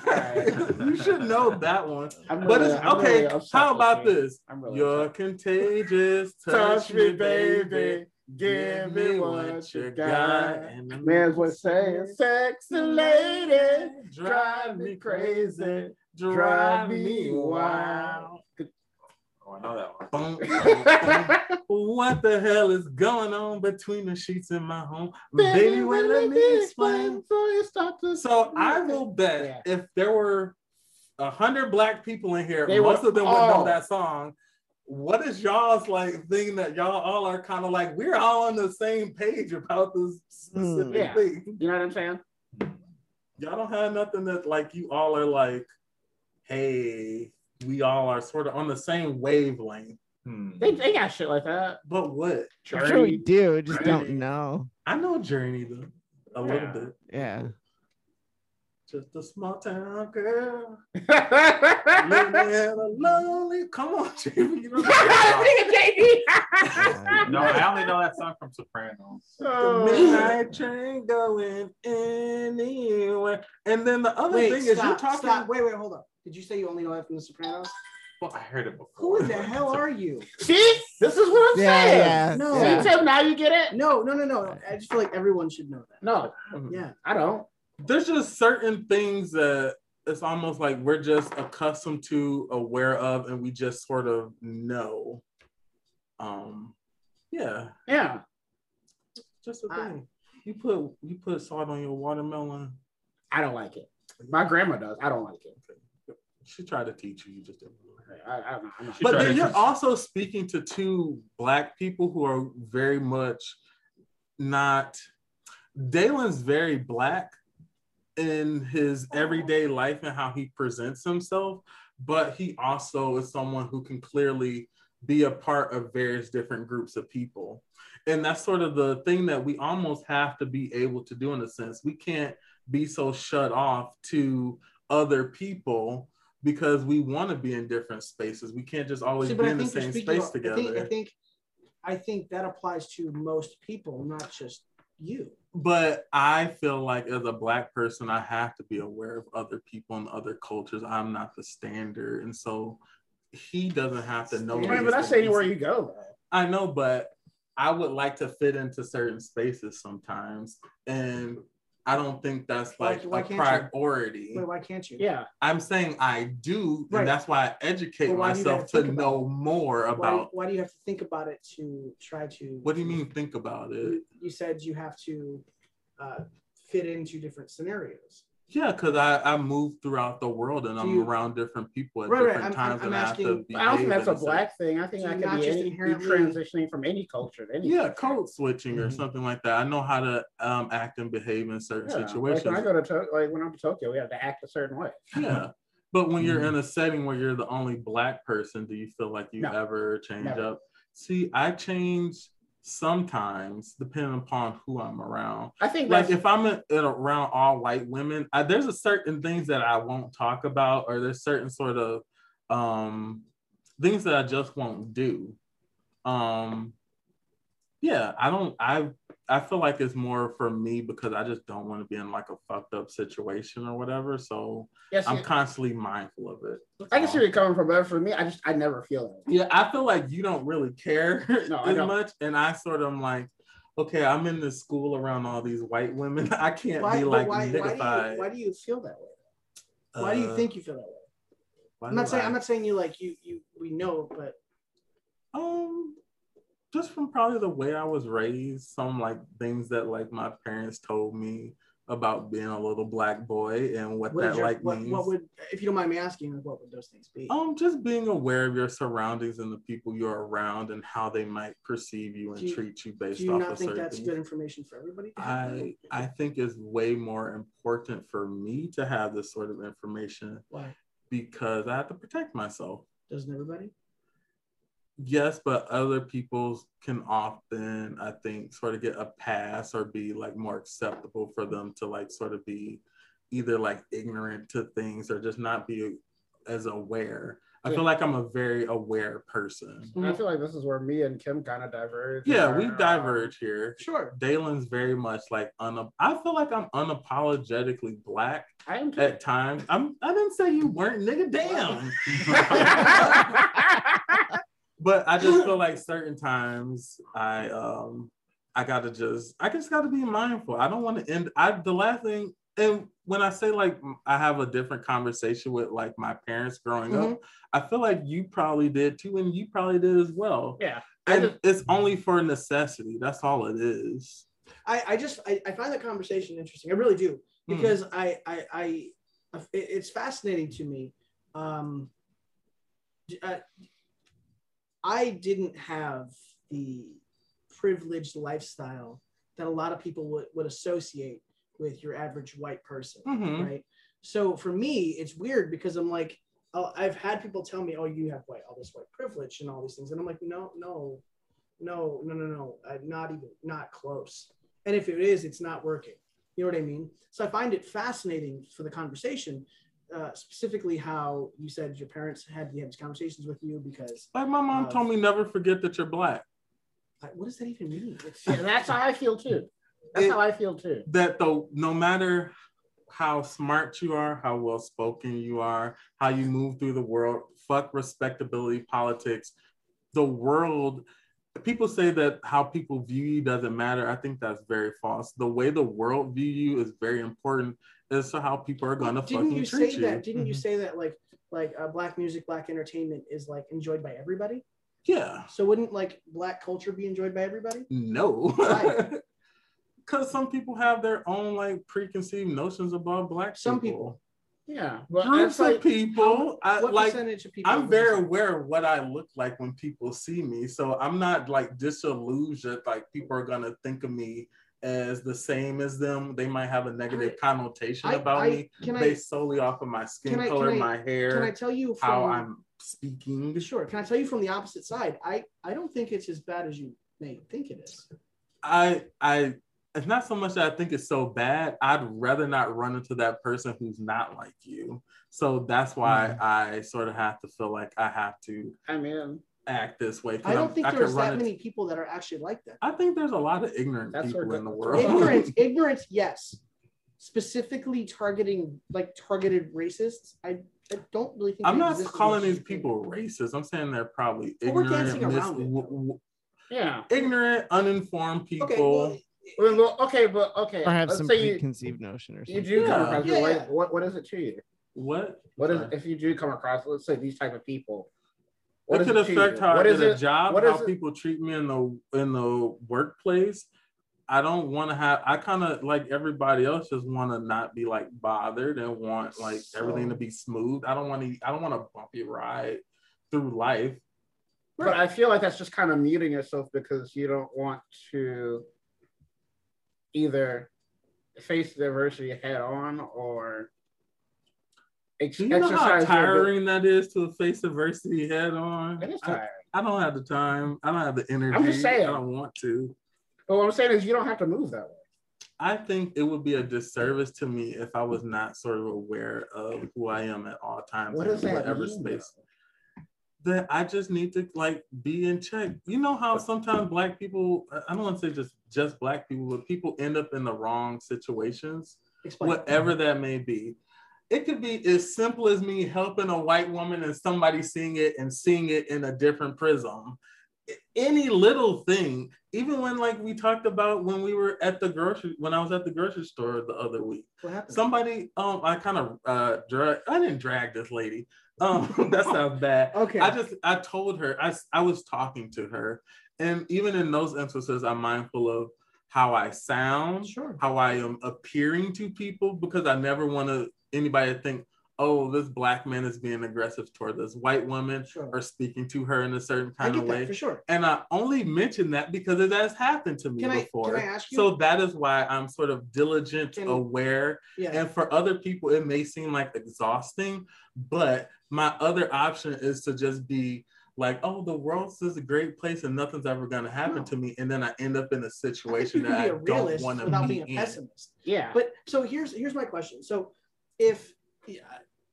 S6: you should know that one.
S8: I'm
S6: But
S8: really-
S6: it's
S8: I'm really
S6: okay.
S8: upset
S6: How about
S8: you.
S6: this?
S8: I'm really
S6: You're
S8: upset.
S6: contagious.
S8: touch me, baby. Give me what you got.
S6: And I'm-
S8: Man's was saying, sexy lady, drive me crazy, drive me wild.
S6: Oh, I know that one. Boom, boom, boom. what the hell is going on between the sheets in my home? Baby, wait, let me explain.
S8: before you start to.
S6: So I will bet if there were a hundred black people in here,
S8: They
S6: most
S8: would
S6: of them would know
S8: all-
S6: that song. What is y'all's like thing that y'all all are kind of like? We're all on the same page about this specific
S8: Yeah.
S6: thing.
S8: You know what I'm saying?
S6: Y'all don't have nothing that like you all are like, hey, we all are sort of on the same wavelength.
S5: Hmm.
S8: They, they got shit like that.
S6: But what?
S3: I'm sure we do, just
S6: Journey.
S3: don't know.
S6: I know Journey though, a little
S8: Yeah.
S6: bit.
S3: Yeah.
S6: Just a small town girl. Living
S8: Nigga,
S6: in a lonely. Come on, Jamie. You know
S8: JP.
S9: No, I only know that song from Sopranos.
S6: The
S8: Oh.
S6: midnight train going anywhere. And then the other
S10: Wait,
S6: thing is
S10: stop,
S6: you're talking.
S10: stop. Wait, wait, hold up. Did you say you only know that from The Sopranos?
S9: Well, I heard it before.
S10: Who in the hell are you?
S8: See, this is what I'm
S3: Yeah,
S8: saying.
S3: yeah.
S10: No.
S3: yeah.
S8: See, Tim, now you get it?
S10: No, no, no, no. I just feel like everyone should know that.
S8: No, mm,
S10: Yeah.
S8: I don't.
S6: There's just certain things that it's almost like we're just accustomed to, aware of, and we just sort of know. Um, yeah,
S8: Yeah.
S6: just a
S10: I-
S6: thing. you put you put salt on your watermelon.
S8: I don't like it. My grandma does. I don't like it.
S6: She tried to teach you. You just didn't.
S8: I, I don't, I'm not.
S6: but
S9: tried
S6: then
S9: to
S6: you're
S9: teach-
S6: also speaking to two black people who are very much not Dalen's very black in his everyday life and how he presents himself, but he also is someone who can clearly be a part of various different groups of people. And that's sort of the thing that we almost have to be able to do in a sense. We can't be so shut off to other people because we want to be in different spaces. We can't just always
S10: See,
S6: be
S10: but I
S6: in the
S10: think you're
S6: same
S10: speaking.
S6: space
S10: About, I
S6: together.
S10: think, I think, I think that applies to most people, not just you.
S6: but I feel like as a black person, I have to be aware of other people and other cultures. I'm not the standard, and so he doesn't have to know.
S10: Standard.
S6: me
S8: Right,
S6: as
S8: but
S6: the
S8: that's anywhere
S6: least-
S8: you go.
S6: I know, but I would like to fit into certain spaces sometimes, and I don't think that's
S10: Why-
S6: like
S10: why
S6: a
S10: can't you?
S6: priority.
S10: Wait, why can't you?
S8: Yeah.
S6: I'm saying I do,
S10: Right.
S6: and that's why I educate
S10: But why do you
S6: myself
S10: gotta
S6: to
S10: think about
S6: know more
S10: Why,
S6: about.
S10: why do you have to think about it to try to?
S6: What do you mean? Think about it.
S10: You, you said you have to uh, fit into different scenarios.
S6: Yeah, because I, I move throughout the world and
S10: Do
S6: I'm
S10: you-
S6: around different people at
S10: Right, right,
S6: different
S10: I'm-
S6: times
S10: I'm
S6: and I have to
S10: asking-
S6: be.
S8: I don't think that's a black thing. I think
S10: So
S8: I
S10: you're
S8: could
S10: not
S8: be,
S10: just
S8: any, be
S10: inherently-
S8: transitioning from any culture. to Any
S6: Yeah,
S8: culture.
S6: code switching or
S10: Mm-hmm.
S5: Mhm.
S6: something like that. I know how to um, act and behave in certain
S8: Yeah. Like
S6: situations.
S8: when I go to to- like when I'm to Tokyo, we have to act a certain way.
S6: yeah. But when you're in a setting where you're the only black person, do you feel like you
S8: Mm-hmm. No.
S6: ever change
S8: Never.
S6: up? See, I change sometimes depending upon who I'm around.
S8: I think
S6: like
S8: that's
S6: if I'm in, in around all white women, I, there's a certain things that I won't talk about, or there's certain sort of um, things that I just won't do. Um, yeah, I don't. I I feel like it's more for me because I just don't want to be in like a fucked up situation or whatever. So
S8: yes.
S6: I'm
S8: yeah.
S6: constantly mindful of it. That's
S8: I can
S6: all.
S8: see where you're coming from, but for me, I just I never feel that.
S6: Yeah, I feel like you don't really care
S8: No, I
S6: as
S8: don't.
S6: much, and I sort of am like, okay, I'm in this school around all these white women. I can't
S10: Why,
S6: be
S10: but
S6: like
S10: why, why, do
S6: niggified.
S10: you, why do you feel that way? Why do you
S6: Uh,
S10: think you feel that way?
S6: why
S10: I'm not
S6: do
S10: saying
S6: I-
S10: I'm not saying you like you you we know, but
S6: Um, just from probably the way I was raised, some like things that like my parents told me about being a little black boy and what,
S10: what,
S6: that
S10: is your,
S6: like
S10: what,
S6: means.
S10: what would if you don't mind me asking, what would those things be?
S6: um, just being aware of your surroundings and the people you're around and how they might perceive you and
S10: Do you-
S6: treat you based
S10: do you
S6: off
S10: not
S6: of
S10: think
S6: certain
S10: that's
S6: things.
S10: good information for everybody? to have?
S6: I I think it's way more important for me to have this sort of information
S10: Why
S6: because I have to protect myself.
S10: doesn't everybody?
S6: Yes, but other people can often, I think, sort of get a pass or be like more acceptable for them to like sort of be either like ignorant to things or just not be as aware. I feel like I'm a very aware person.
S8: I feel like this is where me and Kim kind of diverge.
S6: Mm-hmm. Yeah, we
S8: Our, um,
S6: diverge here.
S10: Sure.
S6: Dalen's very much like un. I feel like I'm unapologetically black
S8: I am
S6: at times. I'm. I didn't say you weren't, nigga. Damn. but I just feel like certain times I um I gotta just I just gotta be mindful. I don't want to end. I the last thing and when I say like I have a different conversation with like my parents growing
S8: Mm-hmm.
S6: up, I feel like you probably did too, and you probably did as well.
S8: Yeah, I
S6: And it's only for necessity. That's all it is.
S10: I, I just I, I find that conversation interesting. I really do
S6: Hmm.
S10: because I, I I it- it's fascinating to me. Um, d- uh, I didn't have the privileged lifestyle that a lot of people would, would associate with your average white person,
S6: Mhm.
S10: right? So for me, it's weird because I'm like, oh, I've had people tell me, "Oh, you have white, all this white privilege and all these things," and I'm like, no, no, no, no, no, no, i not even, not close. And if it is, it's not working. You know what I mean? So I find it fascinating for the conversation, uh, specifically how you said your parents had you had these conversations with you because
S6: Like my mom
S10: Uh,
S6: told me, never forget that you're black.
S10: I- uh, what does that even mean?
S8: yeah, that's how I feel too. That's
S6: It-
S8: how I feel too.
S6: that though no matter how smart you are, how well spoken you are, how you move through the world, fuck respectability politics. The world, people say that how people view you doesn't matter. I think that's very false. The way the world view you is very important. As to how people are gonna
S10: Didn't
S6: fucking
S10: you
S6: treat
S10: say
S6: you. Mm-hmm.
S10: that? Didn't you say that like like uh, black music, black entertainment is like enjoyed by everybody?
S6: Yeah.
S10: So wouldn't like black culture be enjoyed by everybody?
S6: No.
S10: Why?
S6: Because some people have their own like preconceived notions about black
S10: Some
S6: people.
S8: Yeah, but
S6: Groups
S8: that's like
S6: of people. I,
S10: what
S6: like
S10: percentage of people?
S6: I'm very aware of what I look like when people see me. So I'm not like disillusioned, like people are gonna think of me as the same as them. They might have a negative
S10: I-
S6: connotation
S10: I,
S6: about
S10: I-
S6: me
S10: can I
S6: based solely off of my skin
S10: can I-
S6: color,
S10: can I-
S6: my
S10: can I
S6: hair,
S10: tell you from,
S6: how I'm speaking.
S10: Sure. Can I tell you from the opposite side? I I don't think it's as bad as you may think it is.
S6: I I it's not so much that I think it's so bad. I'd rather not run into that person who's not like you. So that's why
S10: Mm-hmm.
S6: I sort of have to feel like I have to
S8: I mean,
S6: act this way. 'cause
S10: I don't
S6: I'm-
S10: think
S6: could
S10: there's
S6: run
S10: that
S6: into-
S10: many people that are actually like that.
S6: I think there's a lot of ignorant
S8: That's
S6: people
S8: where
S6: in the
S8: the-
S6: world.
S10: ignorance, ignorance, yes. Specifically targeting like targeted racists. I, I don't really think
S6: I'm
S10: they
S6: not
S10: exist as
S6: calling
S10: much as
S6: these
S10: you think.
S6: people racist. I'm saying they're probably
S10: But we're
S6: ignorant,
S10: dancing around
S6: mis-
S10: it, though.
S6: w- w-
S8: yeah.
S6: ignorant, uninformed people.
S10: Okay, well,
S8: Well, well, okay, but okay.
S3: or have
S8: let's
S3: some
S8: say you,
S3: preconceived notion or
S8: you
S3: something.
S8: do come
S6: Yeah.
S8: across.
S10: Yeah,
S8: what-
S10: yeah.
S8: What, what is it to you?
S6: what?
S8: What is
S6: Sorry.
S8: if you do come across, let's say these type of people?
S6: It
S8: What is
S6: could
S8: to
S6: affect
S8: you?
S6: how I
S8: What
S6: get
S8: is
S6: a
S8: it?
S6: job,
S8: what
S6: how
S8: is it-
S6: people treat me in the in the workplace. I don't want to have. I kind of like everybody else. Just want to not be like bothered and want like everything to be smooth. I don't want to. I don't want a bumpy ride through life.
S8: But I feel like that's just kind of muting yourself because you don't want to either face diversity head on or ex-
S6: Do you know how
S8: exercise your.
S6: tiring that is to face adversity head on?
S8: It is
S6: I-
S8: tiring.
S6: I don't have the time. I don't have the energy.
S8: saying.
S6: I don't want to.
S8: But what I'm saying is, you don't have to move that way.
S6: I think it would be a disservice to me if I was not sort of aware of who I am at all times
S8: What
S6: in
S8: does that
S6: whatever
S8: mean,
S6: space. That I just need to like be in check. You know how sometimes black people, I- I don't want to say just just black people, but people end up in the wrong situations,
S10: explain.
S6: whatever that may be. It could be as simple as me helping a white woman and somebody seeing it and seeing it in a different prism any little thing, even when like we talked about when we were at the grocery when I was at the grocery store the other week.
S10: What happened?
S6: Somebody um I kind of uh drag I didn't drag this lady. Um that sounds bad.
S10: okay.
S6: I just I told her I s- I was talking to her and even in those instances I'm mindful of how I sound,
S10: sure.
S6: how I am appearing to people because I never want to anybody to think oh this black man is being aggressive toward this white woman
S10: Sure.
S6: or speaking to her in a certain
S10: I
S6: kind
S10: get
S6: of way.
S10: that for sure.
S6: And I only mention that because it has happened to me
S10: Can I-
S6: before.
S10: can I ask you-
S6: So that is why I'm sort of diligent,
S10: Can-
S6: aware.
S10: Yeah.
S6: And for other people, it may seem like exhausting, but my other option is to just be like, oh, the world's is a great place and nothing's ever going to happen
S10: No.
S6: to me. And then I end up in a
S10: I think
S6: situation
S10: you
S6: that
S10: can
S6: I
S10: be a
S6: don't
S10: realist
S6: want to
S10: without
S6: be
S10: being a
S6: in.
S10: pessimist.
S8: Yeah.
S10: But so here's here's my question. So if yeah,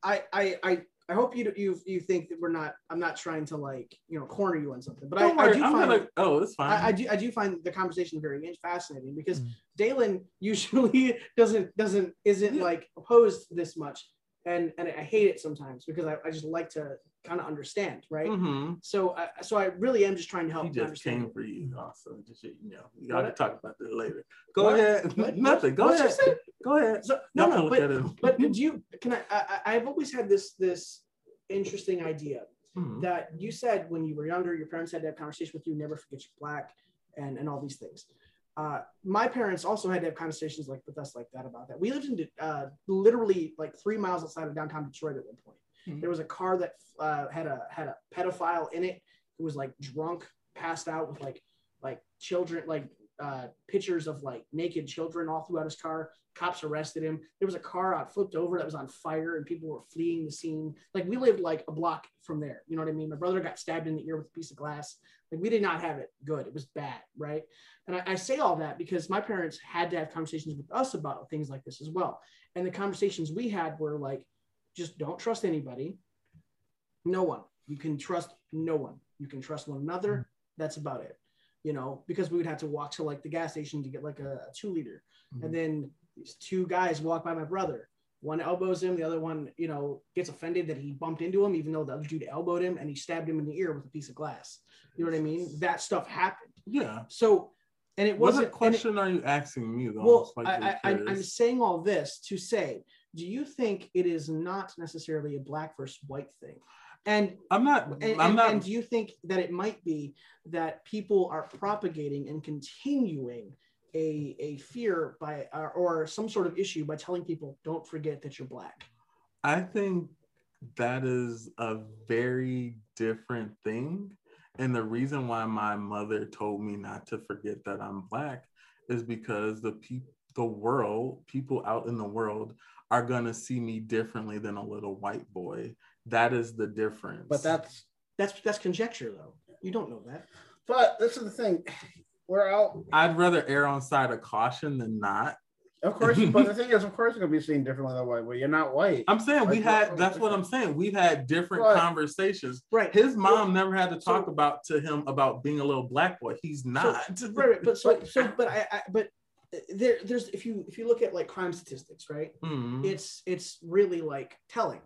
S10: I I I I hope you you you think that we're not. I'm not trying to like you know corner you on something, but I,
S6: Don't worry,
S10: I do
S6: I'm
S10: find
S6: gonna. Oh, it's fine.
S10: I, I do I do find the conversation very in- fascinating because
S6: Mm.
S10: Dalen usually doesn't doesn't isn't
S6: Yeah.
S10: like opposed this much, and and I hate it sometimes because I, I just like to kind of understand, right?
S6: Mhm.
S10: So I so I really am just trying to help
S6: He just
S10: understand.
S6: came for you, also. Just, you know, you gotta
S10: What?
S6: talk about that later. Go
S10: What?
S6: ahead.
S10: What?
S6: Nothing. Go
S10: What'd you
S6: ahead.
S10: say?
S6: Go ahead.
S10: So, no,
S6: Y'all can
S10: no,
S6: look
S10: but
S6: at him.
S10: but do you can I, I I- I've always had this this interesting idea
S6: Mhm.
S10: that you said when you were younger, your parents had to have conversation with you, never forget you're black, and and all these things. Uh, my parents also had to have conversations like with us like that about that. We lived in uh, literally like three miles outside of downtown Detroit at one point.
S6: Mhm.
S10: There was a car that uh, had a had a pedophile in it who was like drunk, passed out with like like children like uh, pictures of like naked children all throughout his car. Cops arrested him. There was a car out flipped over that was on fire, and people were fleeing the scene. Like we lived like a block from there. You know what I mean? My brother got stabbed in the ear with a piece of glass. Like we did not have it good. It was bad, right? And I, I say all that because my parents had to have conversations with us about things like this as well. And the conversations we had were like, just don't trust anybody. No one. You can trust no one. You can trust one another.
S6: Mm-hmm.
S10: That's about it you know, because we would have to walk to like the gas station to get like a, a two liter.
S6: Mm-hmm.
S10: And then these two guys walk by my brother. One elbows him, the other one, you know, gets offended that he bumped into him, even though the other dude elbowed him and he stabbed him in the ear with a piece of glass. You know what I mean? That stuff happened.
S6: Yeah.
S10: So, and it
S6: What
S10: wasn't.
S6: a
S10: and it-
S6: question are you asking me though?
S10: well,
S6: It's like you're
S10: I, I, I'm- I'm
S6: curious.
S10: saying all this to say, do you think it is not necessarily a black versus white thing? And
S6: I'm not.
S10: and,
S6: I'm
S10: and-
S6: not.
S10: and do you think that it might be that people are propagating and continuing a, a fear by or, or some sort of issue by telling people don't forget that you're black
S6: I think that is a very different thing. And the reason why my mother told me not to forget that I'm black is because the people, the world, people out in the world are gonna see me differently than a little white boy. That is the difference.
S8: But that's
S10: that's that's conjecture though you don't know that
S8: but this is the thing. We're all
S6: I'd rather err on side of caution than not.
S8: of course, but the thing is, of course, you're gonna be seen differently than white. But you're not white.
S6: I'm saying we
S8: Like,
S6: had.
S8: what-
S6: That's what I'm saying. We've had different
S8: Right.
S6: conversations.
S10: right
S6: His mom never had to talk
S10: so-
S6: about to him about being a little black boy. He's not.
S10: right, right but so so but i, I but there there's if you if you look at like crime statistics right
S6: Mhm.
S10: it's it's really like telling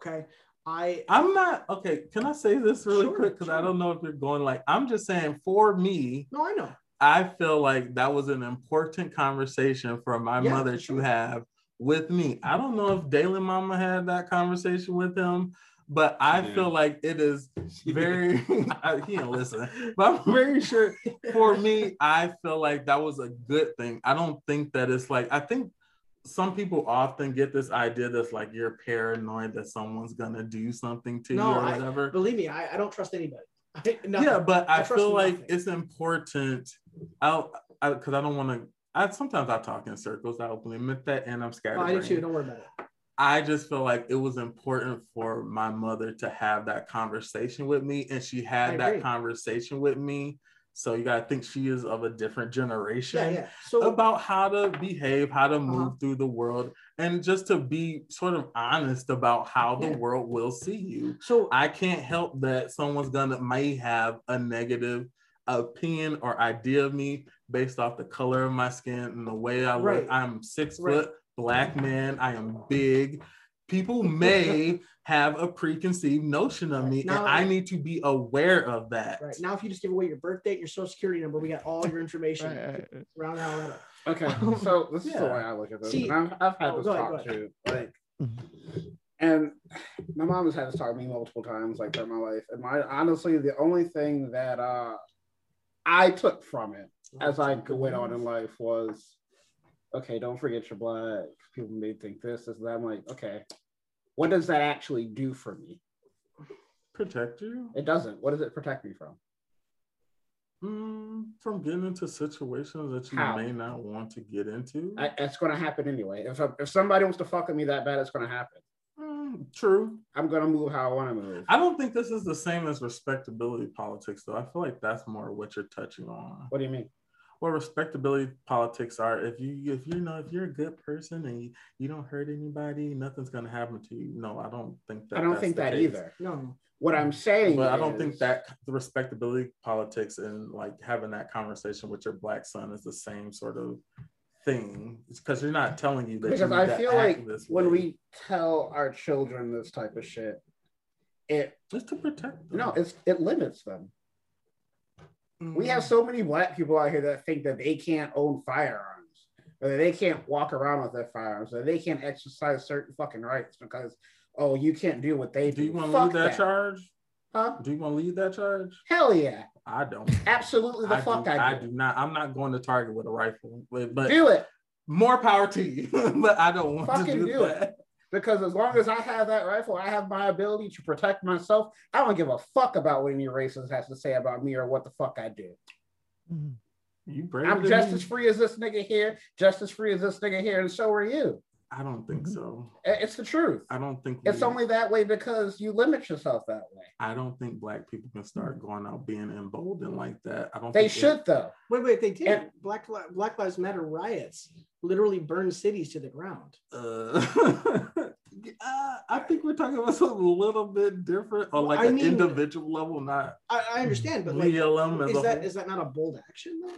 S10: okay i
S6: I'm not okay. Can I say this really
S10: Sure,
S6: quick? Because I
S10: sure.
S6: don't know if you're going like I'm just saying for me,
S10: no i know
S6: I feel like that was an important conversation for my
S10: Yeah,
S6: mother
S10: sure.
S6: to have with me. I don't know if Dalen Mama had that conversation with him, but I
S9: Yeah.
S6: feel like it is very I- he didn't listen, but I'm very sure for me, I feel like that was a good thing. I don't think that it's like I think some people often get this idea that's like you're paranoid that someone's gonna do something to
S10: No,
S6: you or
S10: I-
S6: whatever.
S10: believe me i, I don't trust anybody I, no.
S6: Yeah, but
S10: I
S6: I,
S10: trust
S6: feel like
S10: nothing.
S6: it's important. I'll because I, don't want to. I sometimes I talk in circles. I openly admit that, and I'm scared.
S10: Oh, i do too don't worry about it
S6: I just feel like it was important for my mother to have that conversation with me, and she
S10: I
S6: had that
S10: agree.
S6: conversation with me. So you gotta think she is of a different generation
S10: yeah yeah so Uh-huh.
S6: about how to behave, how to move through the world, and just to be sort of honest about how the
S10: Yeah.
S6: world will see you.
S10: so
S6: I can't help that someone's gonna may have a negative opinion or idea of me based off the color of my skin and the way I look.
S10: Right.
S6: I'm six
S10: Right.
S6: foot black man. I am big. People may have a preconceived notion of
S10: Right.
S6: me,
S10: Now-
S6: and I need to be aware of that.
S10: right now if you just give away your birthday and your social security number we got all your information
S3: Right, right.
S10: around Colorado.
S8: Okay, so this is the
S6: Yeah.
S8: way I look at this.
S10: See-
S8: and I've, I've had
S10: Um, Oh,
S8: this
S10: go ahead,
S8: talk
S10: go
S8: too, like, and my mom has had this talk to me multiple times, like throughout my life. And my honestly, the only thing that uh, I took from it as I went on in life was, okay, don't forget you're black. People may think this, this, that. I'm like, okay, what does that actually do for me?
S6: Protect you
S8: It doesn't. What does it protect me from?
S6: mm, from getting into situations that you
S8: How?
S6: may not want to get into.
S8: I, it's going to happen anyway. If if somebody wants to fuck with me that bad, it's going to happen.
S6: Mm, true.
S8: I'm going to move how I want to move.
S6: I don't think this is the same as respectability politics, though. I feel like that's more what you're touching on.
S8: what do you mean?
S6: what respectability politics are. If you if you know if you're a good person and you, you don't hurt anybody, nothing's gonna happen to you. No, I don't think that.
S8: I don't
S6: that's
S8: think
S6: the
S8: that
S6: case.
S8: either.
S10: No.
S8: What I'm saying,
S6: But I don't
S8: is-
S6: think that the respectability politics and like having that conversation with your black son is the same sort of thing. It's because you're not telling you that.
S8: because
S6: you need
S8: I
S6: to
S8: feel
S6: act
S8: like
S6: this
S8: when
S6: way.
S8: we tell our children this type of shit, it
S6: just to protect them.
S8: no, it's it limits them.
S6: Mm.
S8: We
S6: Mm-hmm.
S8: have so many black people out here that think that they can't own firearms, or that they can't walk around with their firearms, or they can't exercise certain fucking rights because oh, you can't do what they do.
S6: Do you want to lead
S8: Fuck
S6: that, charge?
S8: Huh?
S6: Do you want to lead that charge?
S8: Hell yeah,
S6: I don't.
S8: absolutely the
S6: I,
S8: fuck
S6: do,
S8: I do.
S6: I do not. I'm not going to Target with a rifle, but, but
S8: Do it
S6: more power to you. but I don't want
S8: Fucking
S6: to do,
S8: do it.
S6: that.
S8: because as long as I have that rifle, I have my ability to protect myself. I don't give a fuck about what any racist has to say about me or what the fuck I do.
S6: You brave.
S8: I'm
S6: than
S8: just
S6: me?
S8: as free as this nigga here, just as free as this nigga here, and so are you.
S6: I don't think so.
S8: I- It's the truth.
S6: I don't think
S8: It's
S6: we-
S8: only that way because you limit yourself that way.
S6: I don't think black people can start going out being emboldened like that. I don't.
S8: They
S6: think
S8: should though.
S10: Wait, wait, they did.
S8: And-
S10: Black Li- Black Lives Matter riots literally burned cities to the ground.
S6: uh, uh, I think we're talking about something a little bit different, or like
S10: I
S6: an
S10: mean-
S6: individual level, not
S10: I, I understand, but like,
S6: BLM as Mm. a
S10: is that
S6: whole.
S10: is that not a bold action though?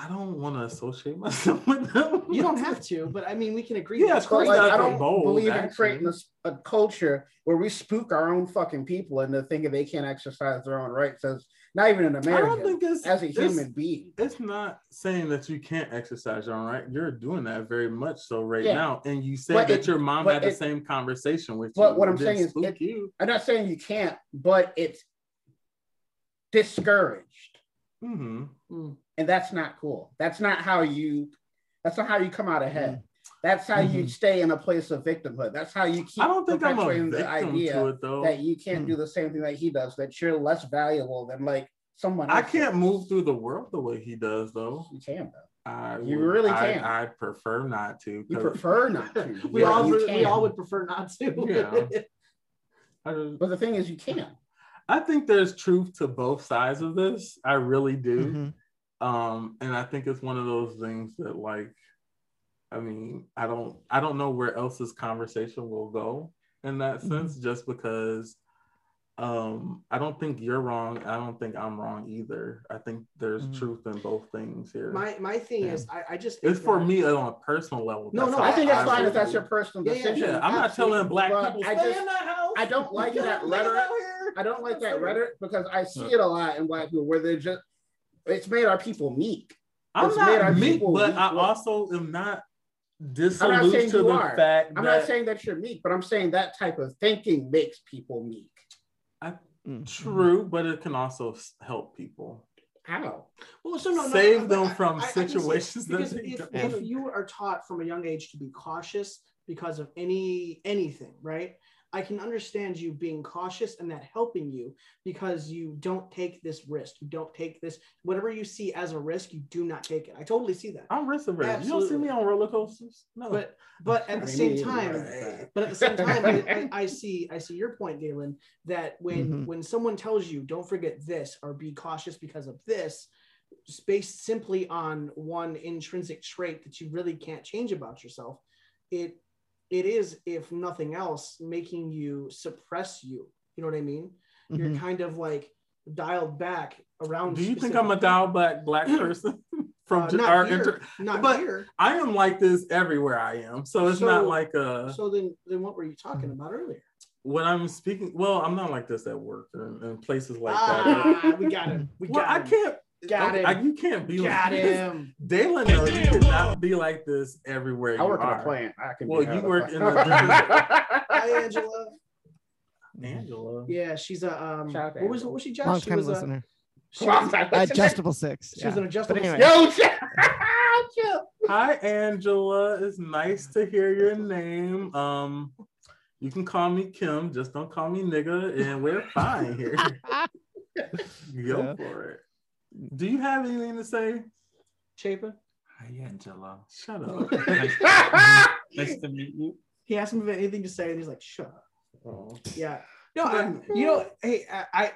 S6: I don't want to associate myself with them.
S10: You don't have to, but I mean, we can agree.
S6: Yeah,
S10: that's
S6: of
S8: But
S6: course
S10: crazy.
S8: like,
S6: that's
S8: I
S6: a
S8: don't
S6: bold
S8: believe in
S6: action.
S8: creating this, a culture where we spook our own fucking people into thinking they can't exercise their own rights as not even an
S6: I don't
S8: American,
S6: think it's
S8: as a
S6: it's-
S8: human being.
S6: It's not saying that you can't exercise your own right. You're doing that very much so right
S8: Yeah.
S6: now, and you said
S8: But
S6: that
S8: it-
S6: your mom
S8: but
S6: had the
S8: it-
S6: same conversation with
S8: but
S6: you.
S8: what I'm
S6: It
S8: saying
S6: didn't
S8: is
S6: spook
S8: it-
S6: you.
S8: I'm not saying you can't, but it's discouraged.
S6: hmm
S10: Mm.
S8: and that's not cool that's not how you that's not how you come out ahead
S6: Mm-hmm.
S8: that's how you stay in a place of victimhood that's how you keep
S6: I don't think I'm a
S8: perpetuating
S6: victim
S8: the idea
S6: to it though. Mm-hmm.
S8: that you can't do the same thing that he does that you're less valuable than like someone
S6: I
S8: else
S6: can't
S8: is.
S6: move through the world the way he does though.
S8: you can though
S6: I
S8: You
S6: would-
S8: really
S6: I-
S8: can.
S6: I, prefer not to.
S8: you
S6: 'cause
S8: prefer not to
S10: We
S8: Yeah,
S10: all
S8: you
S10: would- we
S8: can.
S10: all would prefer not to.
S6: Yeah. I just-
S8: but the thing is you can
S6: I think there's truth to both sides of this. I really do.
S8: Mm-hmm.
S6: Um, and I think it's one of those things that like, I mean, I don't I don't know where else this conversation will go in that
S8: Mm-hmm.
S6: sense, just because um I don't think you're wrong. I don't think I'm wrong either. I think there's
S8: Mm-hmm.
S3: Mhm.
S6: truth in both things here.
S10: my my thing
S6: Yeah.
S10: is, I, I just think
S6: it's for
S10: that-
S6: me on a personal level.
S10: No, no,
S6: how
S8: i think that's fine
S6: would
S8: if that's
S6: do
S8: your
S6: it.
S8: personal
S10: Yeah, yeah,
S8: decision
S6: yeah, I'm not telling
S8: absolutely,
S6: black
S8: but
S6: people
S8: i
S10: Stay
S8: just
S10: in the house.
S8: i don't like
S10: Get
S8: that
S10: out
S8: letter
S10: here.
S8: I don't like that rhetoric because I see it a lot in black people where they're just it's made our people meek.
S6: I'm
S8: It's made our
S6: not meek,
S8: people
S6: but
S8: weak.
S6: I also am not
S8: saying
S6: dissolute to
S8: you
S6: the
S8: are.
S6: fact
S8: I'm
S6: that
S8: not saying that you're meek, but I'm saying that type of thinking makes people meek.
S6: true, but it can also s- help people.
S8: How?
S10: Well, so no, no,
S6: Save
S10: I-
S6: them
S10: I-
S6: from
S10: I- I can see-
S6: situations that
S10: because
S6: they
S10: if,
S6: don't
S10: if
S6: wanna-
S10: you are taught from a young age to be cautious because of any anything, right? I can understand you being cautious and that helping you because you don't take this risk. You don't take this whatever you see as a risk. You do not take it. I totally see that.
S6: I'm risk averse. You don't see
S10: Absolutely.
S6: me on roller coasters. No,
S10: But but at the same time, but at the same time, I, I, I see I see your point, Galen. That when
S6: Mm-hmm.
S3: Mhm.
S10: when someone tells you don't forget this or be cautious because of this, just based simply on one intrinsic trait that you really can't change about yourself, it it is if nothing else making you suppress you. You know what I mean? You're kind of like dialed back
S6: Mm-hmm.
S10: around.
S6: do you think I'm
S10: specific
S6: a
S10: things.
S6: dial back black person from
S10: Uh,
S6: ju-
S10: not
S6: our
S10: here,
S6: inter-
S10: not
S6: but-
S10: here.
S6: I am like this everywhere I am, so it's
S10: So-
S6: not like a
S10: So then then what were you talking
S6: Mm-hmm.
S10: about earlier?
S6: what I'm speaking. Well, I'm not like this at work and, and places like that.
S10: ah, we got him. We
S6: Well,
S10: got
S6: I
S10: him.
S6: can't.
S10: Got
S8: uh,
S6: okay,
S10: him.
S6: I- you can't be
S10: Got
S6: like this.
S10: him.
S6: Dalen knows you cannot be like this everywhere you
S8: I work in
S6: are.
S8: a plant. I can.
S6: Well,
S8: be
S6: you
S8: out of
S6: work
S8: plant.
S6: in a-
S10: Hi, Angela.
S6: Angela.
S10: Yeah, she's a um.
S8: Shout out to
S10: What was
S8: Angela.
S10: what she Josh?
S3: Long
S10: she
S3: time
S10: was a
S3: listener.
S10: she was,
S6: Uh,
S3: Adjustable six.
S10: she was an adjustable.
S3: anyway.
S8: Yo, chill.
S6: Hi, Angela. It's nice to hear your name. Um, you can call me Kim, just don't call me nigga, and we're fine here. Go
S3: Yeah.
S6: for it. Do you have anything to say?
S10: Chapa.
S9: Hi, Angela. Oh,
S6: Shut up.
S9: Nice,
S8: Gotcha.
S9: nice to meet you.
S10: He asked me if I had anything to say, and he's like, "Shut up."
S6: Oh.
S10: Yeah. No, I, you know, hey, I, I,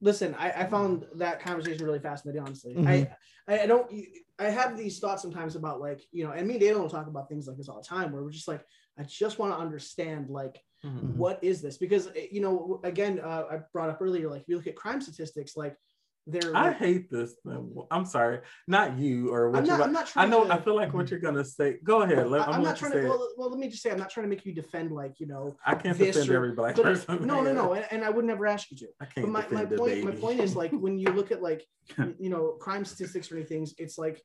S10: listen, I, I found that conversation really fascinating. Honestly, I I, I don't I have these thoughts sometimes about like you know, and me and Dalen will talk about things like this all the time, where we're just like, I just want to understand like
S6: Mm-hmm.
S1: Mhm.
S10: what is this because eh, you know again uh, I brought up earlier like if you look at crime statistics like they're
S6: I
S10: like-
S6: hate this. Thing. I'm sorry, not you or what
S10: I'm
S6: you.
S10: not,
S6: are
S10: I'm not
S6: I
S10: trying
S6: know.
S10: to,
S6: I feel like what you're gonna say. Go ahead. Let,
S10: I-
S6: I'm,
S10: I'm not
S6: not
S10: trying
S6: say
S10: to.
S6: it.
S10: Well, well, let me just say, I'm not trying to make you defend like you know.
S6: I can't
S10: this
S6: defend
S10: or-
S6: every black
S10: But it's,
S6: person.
S10: no, no, no, and, and I would never ask you to.
S6: I
S10: But
S6: can't
S10: my, my
S6: defend the
S10: point, my
S6: baby.
S10: point is like when you look at like you know crime statistics or anything, it's like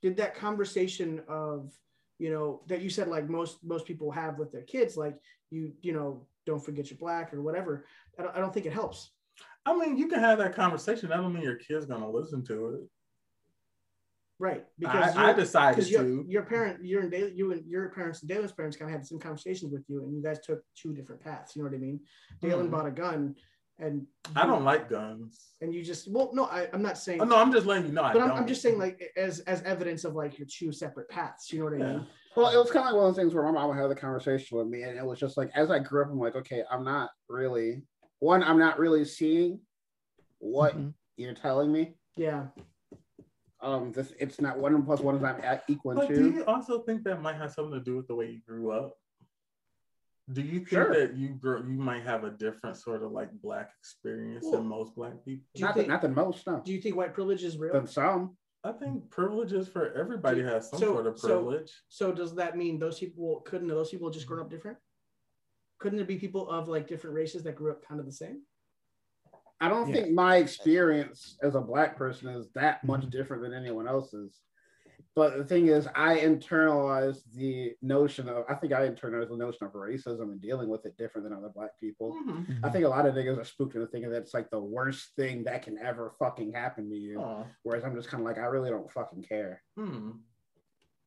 S10: did that conversation of you know that you said like most most people have with their kids, like you you know don't forget you're black or whatever. I don't, I don't think it helps.
S6: I mean, you can have that conversation. I don't mean your kid's gonna listen to it.
S10: Right,
S6: Because
S10: because
S6: I, I
S10: you're-
S6: decided
S10: because your,
S6: to.
S10: your parent, your and Dale, you and your parents and Dalen's parents kind of had the same conversations with you, and you guys took two different paths. You know what I mean? Dalen
S6: Mhm.
S10: bought a gun, and
S6: I
S10: you-
S6: don't like guns.
S10: And you just well, no, I, I'm not saying.
S6: Oh, no, I'm just letting you know. I
S10: but I'm,
S6: don't.
S10: I'm just saying like as as evidence of like your two separate paths. You know what I mean?
S8: Well, it was kind of like one of those things where my mom would have the conversation with me, and it was just like, as I grew up, I'm like, okay, I'm not really one. I'm not really seeing what
S3: Mhm.
S8: you're telling me.
S10: Yeah.
S8: Um, this it's not one plus one is not e- equal
S6: But
S8: to
S6: do
S8: two.
S6: you also think that might have something to do with the way you grew up? Do you think
S8: Sure.
S6: that you grow, you might have a different sort of like black experience
S10: Well,
S6: than most black people?
S10: Do you
S8: Not
S10: think
S8: that, not the most, no.
S10: do you think white privilege is real?
S8: Than some.
S6: I think privileges for everybody has some
S10: so-
S6: sort of
S10: so-
S6: privilege.
S10: So does that mean those people couldn't those people just grown up different? Couldn't there be people of like different races that grew up kind of the same?
S8: I don't
S3: Yeah.
S8: think my experience as a black person is that much different than anyone else's. But the thing is, I internalized the notion of, I think I internalized the notion of racism and dealing with it different than other black people.
S10: Mm-hmm.
S8: I think a lot of niggas are spooked into thinking that's like the worst thing that can ever fucking happen to you.
S6: Aw,
S8: Whereas I'm just kind of like, I really don't fucking care.
S6: hmm.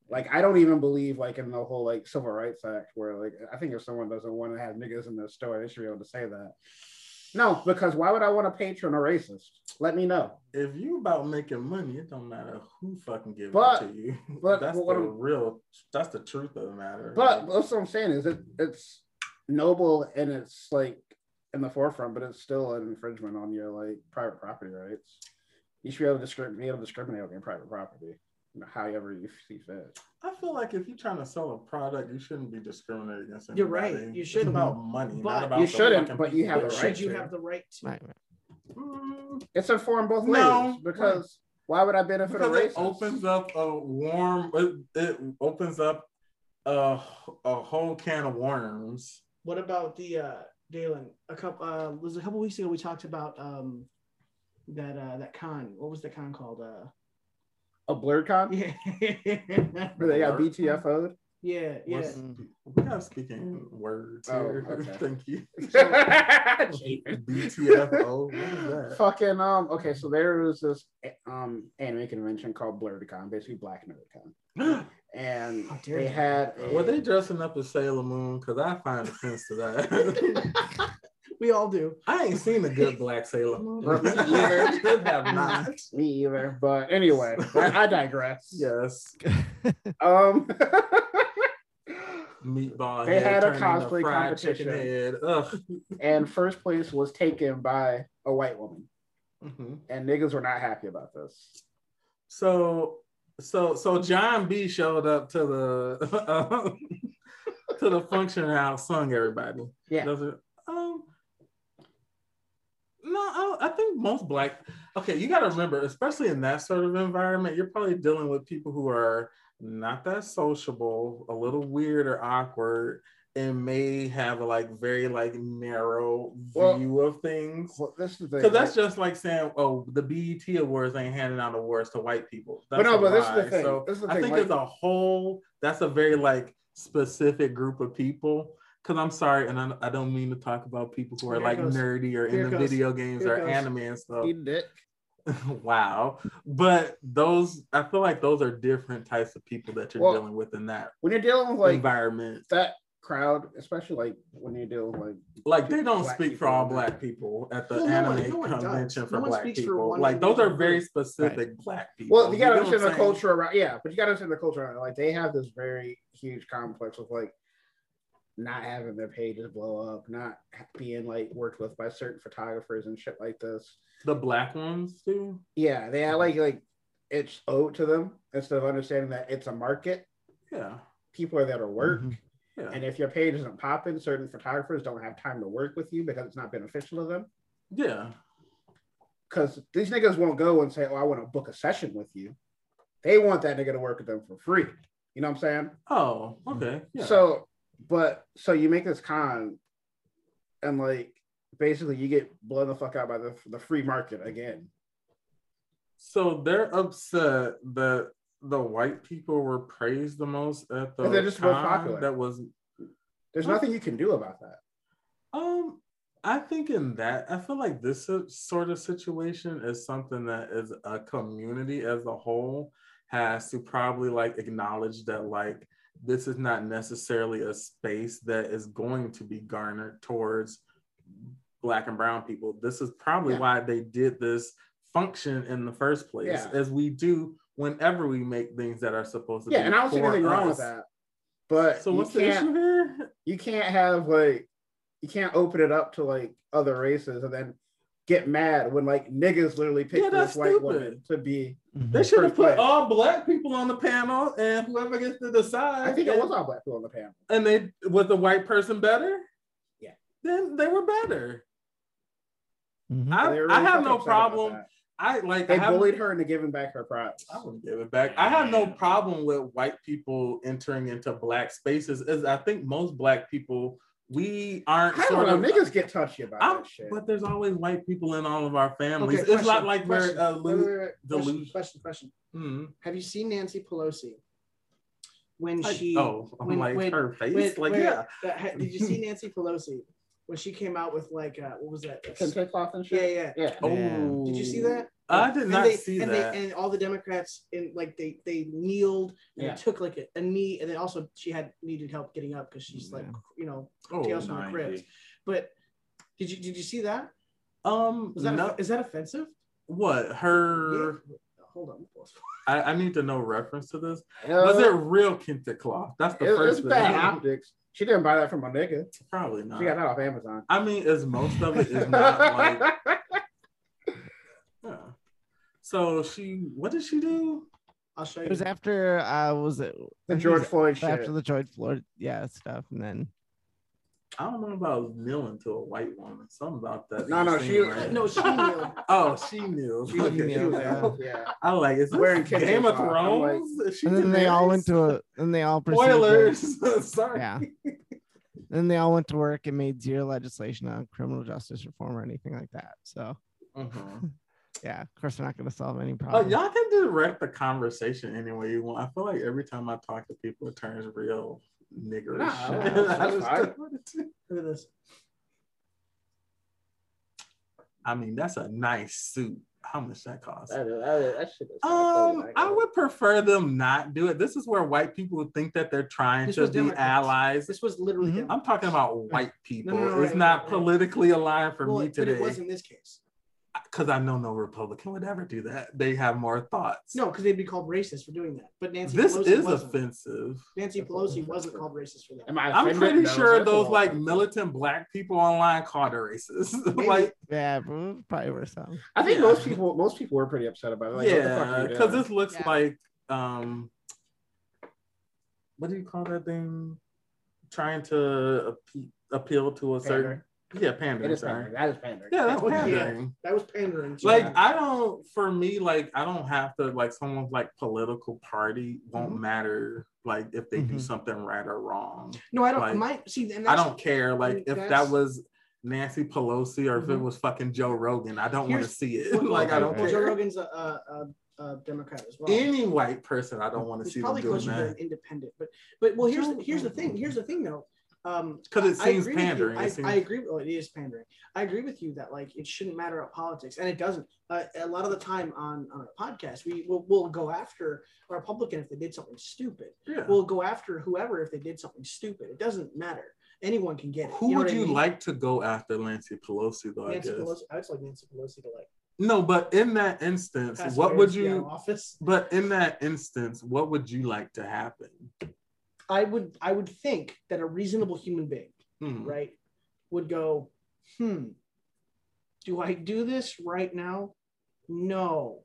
S8: Like, I don't even believe like in the whole like Civil Rights Act where like, I think if someone doesn't want to have niggas in their store, they should be able to say that. No, because why would I want to patron a racist? Let me know.
S6: If you about making money, it don't matter who fucking gives
S8: But-
S6: it to you.
S8: but
S6: that's
S8: what
S6: the
S8: I'm-
S6: real. That's the truth of the matter.
S8: But that's what I'm saying is it, it's noble and it's like in the forefront, but it's still an infringement on your like private property rights. You should be able to discri- be able to discriminate on your private property, you know, however you see fit.
S6: I feel like if you're trying to sell a product, you shouldn't be discriminated against.
S10: You're right.
S6: anybody.
S10: You
S6: It's
S10: shouldn't.
S6: about money,
S10: But-
S6: not about
S8: You
S6: the
S8: shouldn't,
S6: fucking
S8: but you have the
S6: people.
S10: Should
S8: right
S10: you
S8: to.
S10: have the right to?
S3: Right.
S6: Mm,
S8: It's informed both ways
S6: No.
S8: because why would I benefit a
S6: because it
S8: racist?
S6: opens up a warm. It, it opens up a a whole can of worms.
S10: What about the uh Dalen? A couple uh was it a couple weeks ago we talked about um that uh that con. What was the con called? Uh
S8: a blurred con
S10: yeah.
S8: where they got
S6: Blurred?
S8: BTFO'd.
S10: yeah, yeah.
S6: What's- We have speaking words
S8: Oh,
S6: here.
S8: okay.
S6: Thank you. BTFO. What is that?
S8: Fucking um. Okay, so there was this um anime convention called BlurredCon, basically Black Nerdcon. and
S10: How dare
S8: they
S10: you.
S8: had a,
S6: Were they dressing up as Sailor Moon? Because I find offense to that.
S10: We all do.
S6: I ain't seen a good black Sailor Moon.
S8: Me either.
S6: Could have not.
S8: me either. But anyway, I, I digress.
S6: Yes.
S8: Um.
S6: Meatball.
S8: They
S6: head
S8: had a
S6: turned into
S8: cosplay
S6: fried chicken
S8: competition.
S6: Head. Ugh.
S8: and first place was taken by a white woman,
S10: Mm-hmm.
S6: Mhm.
S8: and niggas were not happy about this.
S6: So, so, so John B showed up to the to the function and outsung everybody.
S8: Yeah.
S6: Does it- um, no, I, I think most black. Okay, you got to remember, especially in that sort of environment, you're probably dealing with people who are not that sociable, a little weird or awkward, and may have a like very like narrow
S8: Well-
S6: view of things.
S8: Well, this is the
S6: Because that's just like saying, oh, the BET awards ain't handing out awards to white people. That's
S8: But no,
S6: a
S8: but this is the
S6: lie.
S8: thing.
S6: So
S8: This is the
S6: I
S8: thing,
S6: think
S8: like-
S6: as a whole, that's a very like specific group of people. Because I'm sorry, and I, I don't mean to talk about people who are
S10: Here it
S6: like
S10: goes.
S6: nerdy or
S10: Here
S6: in
S10: it
S6: the
S10: goes.
S6: video games
S10: Here it
S6: or
S10: goes.
S6: anime and stuff.
S8: Eat dick.
S6: wow. But those, I feel like those are different types of people that you're
S8: Well,
S6: dealing with in that
S8: When you're dealing with like
S6: environment.
S8: that crowd, especially like when you're dealing with like
S6: Like they don't
S8: black
S6: speak for
S8: people
S6: all
S8: in that.
S6: black people at the
S10: Well, no one-
S6: anime
S10: no one does.
S6: convention for
S10: No one
S6: black
S10: speaks for
S6: people.
S10: one
S6: like those are
S10: individual
S6: very
S10: group.
S6: specific black people.
S8: Well, you gotta
S6: know what I'm
S8: understand the
S6: saying?
S8: culture around. Yeah, but you gotta understand the culture around. it. Like they have this very huge complex of like not having their pages blow up, not being like worked with by certain photographers and shit like this.
S6: The black ones too.
S8: Yeah, they had like like it's owed to them instead of understanding that it's a market.
S6: Yeah.
S8: People are there to work.
S6: Mm-hmm. Yeah.
S8: And if your page isn't popping, certain photographers don't have time to work with you because it's not beneficial to them.
S6: yeah.
S8: Because these niggas won't go and say, Oh, I want to book a session with you. They want that nigga to work with them for free. You know what I'm saying?
S6: Oh, okay. Yeah.
S8: Mm-hmm. So, but so you make this con, and like basically you get blown the fuck out by the the free market again.
S6: So they're upset that the white people were praised the most at the
S8: They're just most
S6: con
S8: popular.
S6: that was
S8: There's nothing you can do about that.
S6: um I think in that I feel like this so- sort of situation is something that is a community as a whole has to probably like acknowledge that like this is not necessarily a space that is going to be garnered towards black and brown people. This is probably
S8: Yeah.
S6: why they did this function in the first place,
S8: Yeah.
S6: as we do whenever we make things that are supposed to
S8: Yeah,
S6: be.
S8: and I don't see
S6: for
S8: anything wrong with
S6: us.
S8: that. But
S6: So what's
S8: you
S6: the
S8: can't
S6: issue here?
S8: you can't have like you can't open it up to like other races and then get mad when like niggas literally picked
S6: Yeah,
S8: this
S6: that's
S8: white
S6: stupid.
S8: woman to be.
S6: They should have put
S8: place.
S6: all black people on the panel, and whoever gets to decide.
S8: I think it
S6: and-
S8: was all black people on the panel.
S6: And they was the white person better.
S8: Yeah.
S6: Then they were better.
S3: Mhm.
S6: I,
S8: They were
S6: I have
S8: really fucking
S6: no
S8: upset about
S6: problem.
S8: that.
S6: I like.
S8: They
S6: I have,
S8: bullied her into giving back her props.
S6: I would give it back. I have no problem with white people entering into black spaces. As I think most black people, we aren't
S8: I
S6: sort
S8: don't know.
S6: of
S8: Niggas get touchy about
S6: I'm-
S8: that shit.
S6: But there's always white people in all of our families.
S10: Okay,
S6: it's not
S10: question,
S6: like
S10: question,
S6: we're uh,
S10: wait,
S6: lo-
S10: wait, wait, wait,
S6: delusion-
S10: question, question, question.
S6: Hmm.
S10: Have you seen Nancy Pelosi? When
S6: Like,
S10: she
S6: oh, I'm
S10: when-
S6: like
S10: when-
S6: her face,
S10: Wait,
S6: like
S10: wait,
S6: yeah,
S10: that- ha- did you see Nancy Pelosi when she came out with like uh, what was that?
S8: Kente cloth and
S10: Yeah,
S8: shit.
S10: yeah.
S8: Yeah.
S6: oh,
S10: Did you see that?
S6: I did
S10: And
S6: not
S10: they-
S6: see
S10: and
S6: that.
S10: They, and all the Democrats and like they they kneeled and
S8: Yeah.
S10: they took like a, a knee and then also she had needed help getting up because she's like you know.
S6: oh,
S10: Tales from the
S6: 90.
S10: Crypt. But did you did you see that?
S6: Um,
S10: Was that
S6: no-
S10: is that offensive?
S6: what her?
S10: Yeah. Hold on.
S6: I, I need to know reference to this.
S8: Uh,
S6: Was it real kente cloth? That's the
S8: it-
S6: first
S8: it's
S6: thing.
S8: bad optics. She didn't buy that from a nigga.
S6: Probably not.
S8: She got that off Amazon.
S6: I mean, as most of it is not like. yeah. So she, what did she do?
S10: I'll show
S3: It
S10: you.
S3: was after uh was it
S8: the George Floyd shit.
S3: after the George Floyd yeah stuff and then
S6: I don't know about kneeling to a white woman. Something about that.
S8: No, no,
S6: didn't
S8: she-
S6: seem right.
S10: no, she kneeled.
S6: Oh, she knew.
S8: She was, she
S6: Okay.
S8: was out.
S3: kneeled.
S8: Yeah.
S6: I like it's
S8: Wearing
S6: wearing
S8: kente
S6: Game of
S8: cloth. I'm like-
S6: Thrones. Is she
S3: and then they all went
S6: Daenerys?
S3: to and they all pursued their-
S6: spoilers. Sorry.
S3: yeah then they all went to work and made zero legislation on criminal justice reform or anything like that so
S8: Mm-hmm.
S6: Mhm.
S3: yeah of course we're not going to solve any
S6: Oh,
S10: Uh-huh.
S3: problem
S6: y'all can direct the conversation any way you want. I feel like every time I talk to people, it turns real niggerish.
S8: Nah,
S6: I
S8: that's
S6: just
S8: fine.
S6: don't want to do-
S10: Look at this.
S6: I mean, that's a nice suit. How much that cost?
S8: That, that, that shit is so
S6: Um,
S8: funny.
S6: I would prefer them not do it. This is where white people think that they're trying
S10: This
S6: to
S10: was
S6: be
S10: Democrats.
S6: allies.
S10: This was literally
S3: Mhm.
S10: them.
S6: I'm talking about white people.
S10: no,
S6: it's
S10: right,
S6: not
S10: right, right.
S6: politically aligned for
S10: Well,
S6: me
S10: but it was
S6: today
S10: in this case.
S6: because I know no Republican would ever do that. They have more thoughts.
S10: No, because they'd be called racist for doing that. But Nancy
S6: this
S10: Pelosi
S6: is
S10: wasn't.
S6: offensive.
S10: Nancy Pelosi wasn't called racist for that.
S8: Am I
S6: I'm
S8: offended?
S6: pretty
S8: No,
S6: sure
S8: that's
S6: those
S8: all.
S6: like militant black people online called her racist.
S10: Maybe.
S6: like,
S3: yeah bro, probably worth something
S8: I think
S6: yeah.
S8: most people most people were pretty upset about it. Like, what
S6: yeah,
S8: the fuck are you
S6: because
S8: doing?
S6: this looks
S3: Yeah.
S6: like um, what do you call that thing? Trying to appe- appeal to a certain
S8: Pandering.
S6: yeah pandering.
S8: it is
S6: sorry.
S8: pandering. That is pandering.
S6: Yeah, that's
S10: Yeah.
S6: pandering.
S10: That was pandering. to
S6: Like
S10: them.
S6: I don't, for me, like I don't have to like someone's like political party won't
S10: Mm-hmm.
S6: matter. Like if they do
S3: Mhm.
S6: something right or wrong.
S10: no, I don't.
S6: like,
S10: my see, and
S6: I
S10: Mm-hmm. that's-
S6: don't care. Like if that
S10: that's-
S6: was Nancy Pelosi or if it
S10: Mhm.
S6: was fucking Joe Rogan, I don't want to
S10: Here's-
S6: see it.
S10: Well,
S6: like I don't
S10: well, Joe
S6: care.
S10: Rogan's a, a, a, a Democrat as well.
S6: Any white person, I don't want to
S10: He's
S6: see them
S10: probably
S6: doing
S10: closer to
S6: that
S10: an independent. But but well, here's the,
S6: Joe
S10: here's the
S6: Rogan.
S10: thing. Here's the thing though. Um,
S6: because it
S10: I
S6: seems
S10: agree with you.
S6: pandering.
S10: I,
S6: It seems-
S10: I agree. Oh, it is pandering. I agree with you that like it shouldn't matter about politics, and it doesn't. Uh, a lot of the time on, on our podcast, we will we'll go after a Republican if they did something stupid.
S6: yeah.
S10: We'll go after whoever if they did something stupid. It doesn't matter. Anyone can get it.
S6: Who
S10: know
S6: would
S10: what I
S6: you
S10: mean?
S6: like to go after Nancy Pelosi though? I
S10: Nancy
S6: guess.
S10: Pelosi. I just like Nancy Pelosi to like.
S6: No, but in that instance,
S10: pass
S6: what
S10: away
S6: would
S10: and be out of
S6: you
S10: Office.
S6: but in that instance, what would you like to happen?
S10: I would I would think that a reasonable human being,
S6: Hmm.
S10: right, would go, hmm, do I do this right now? No.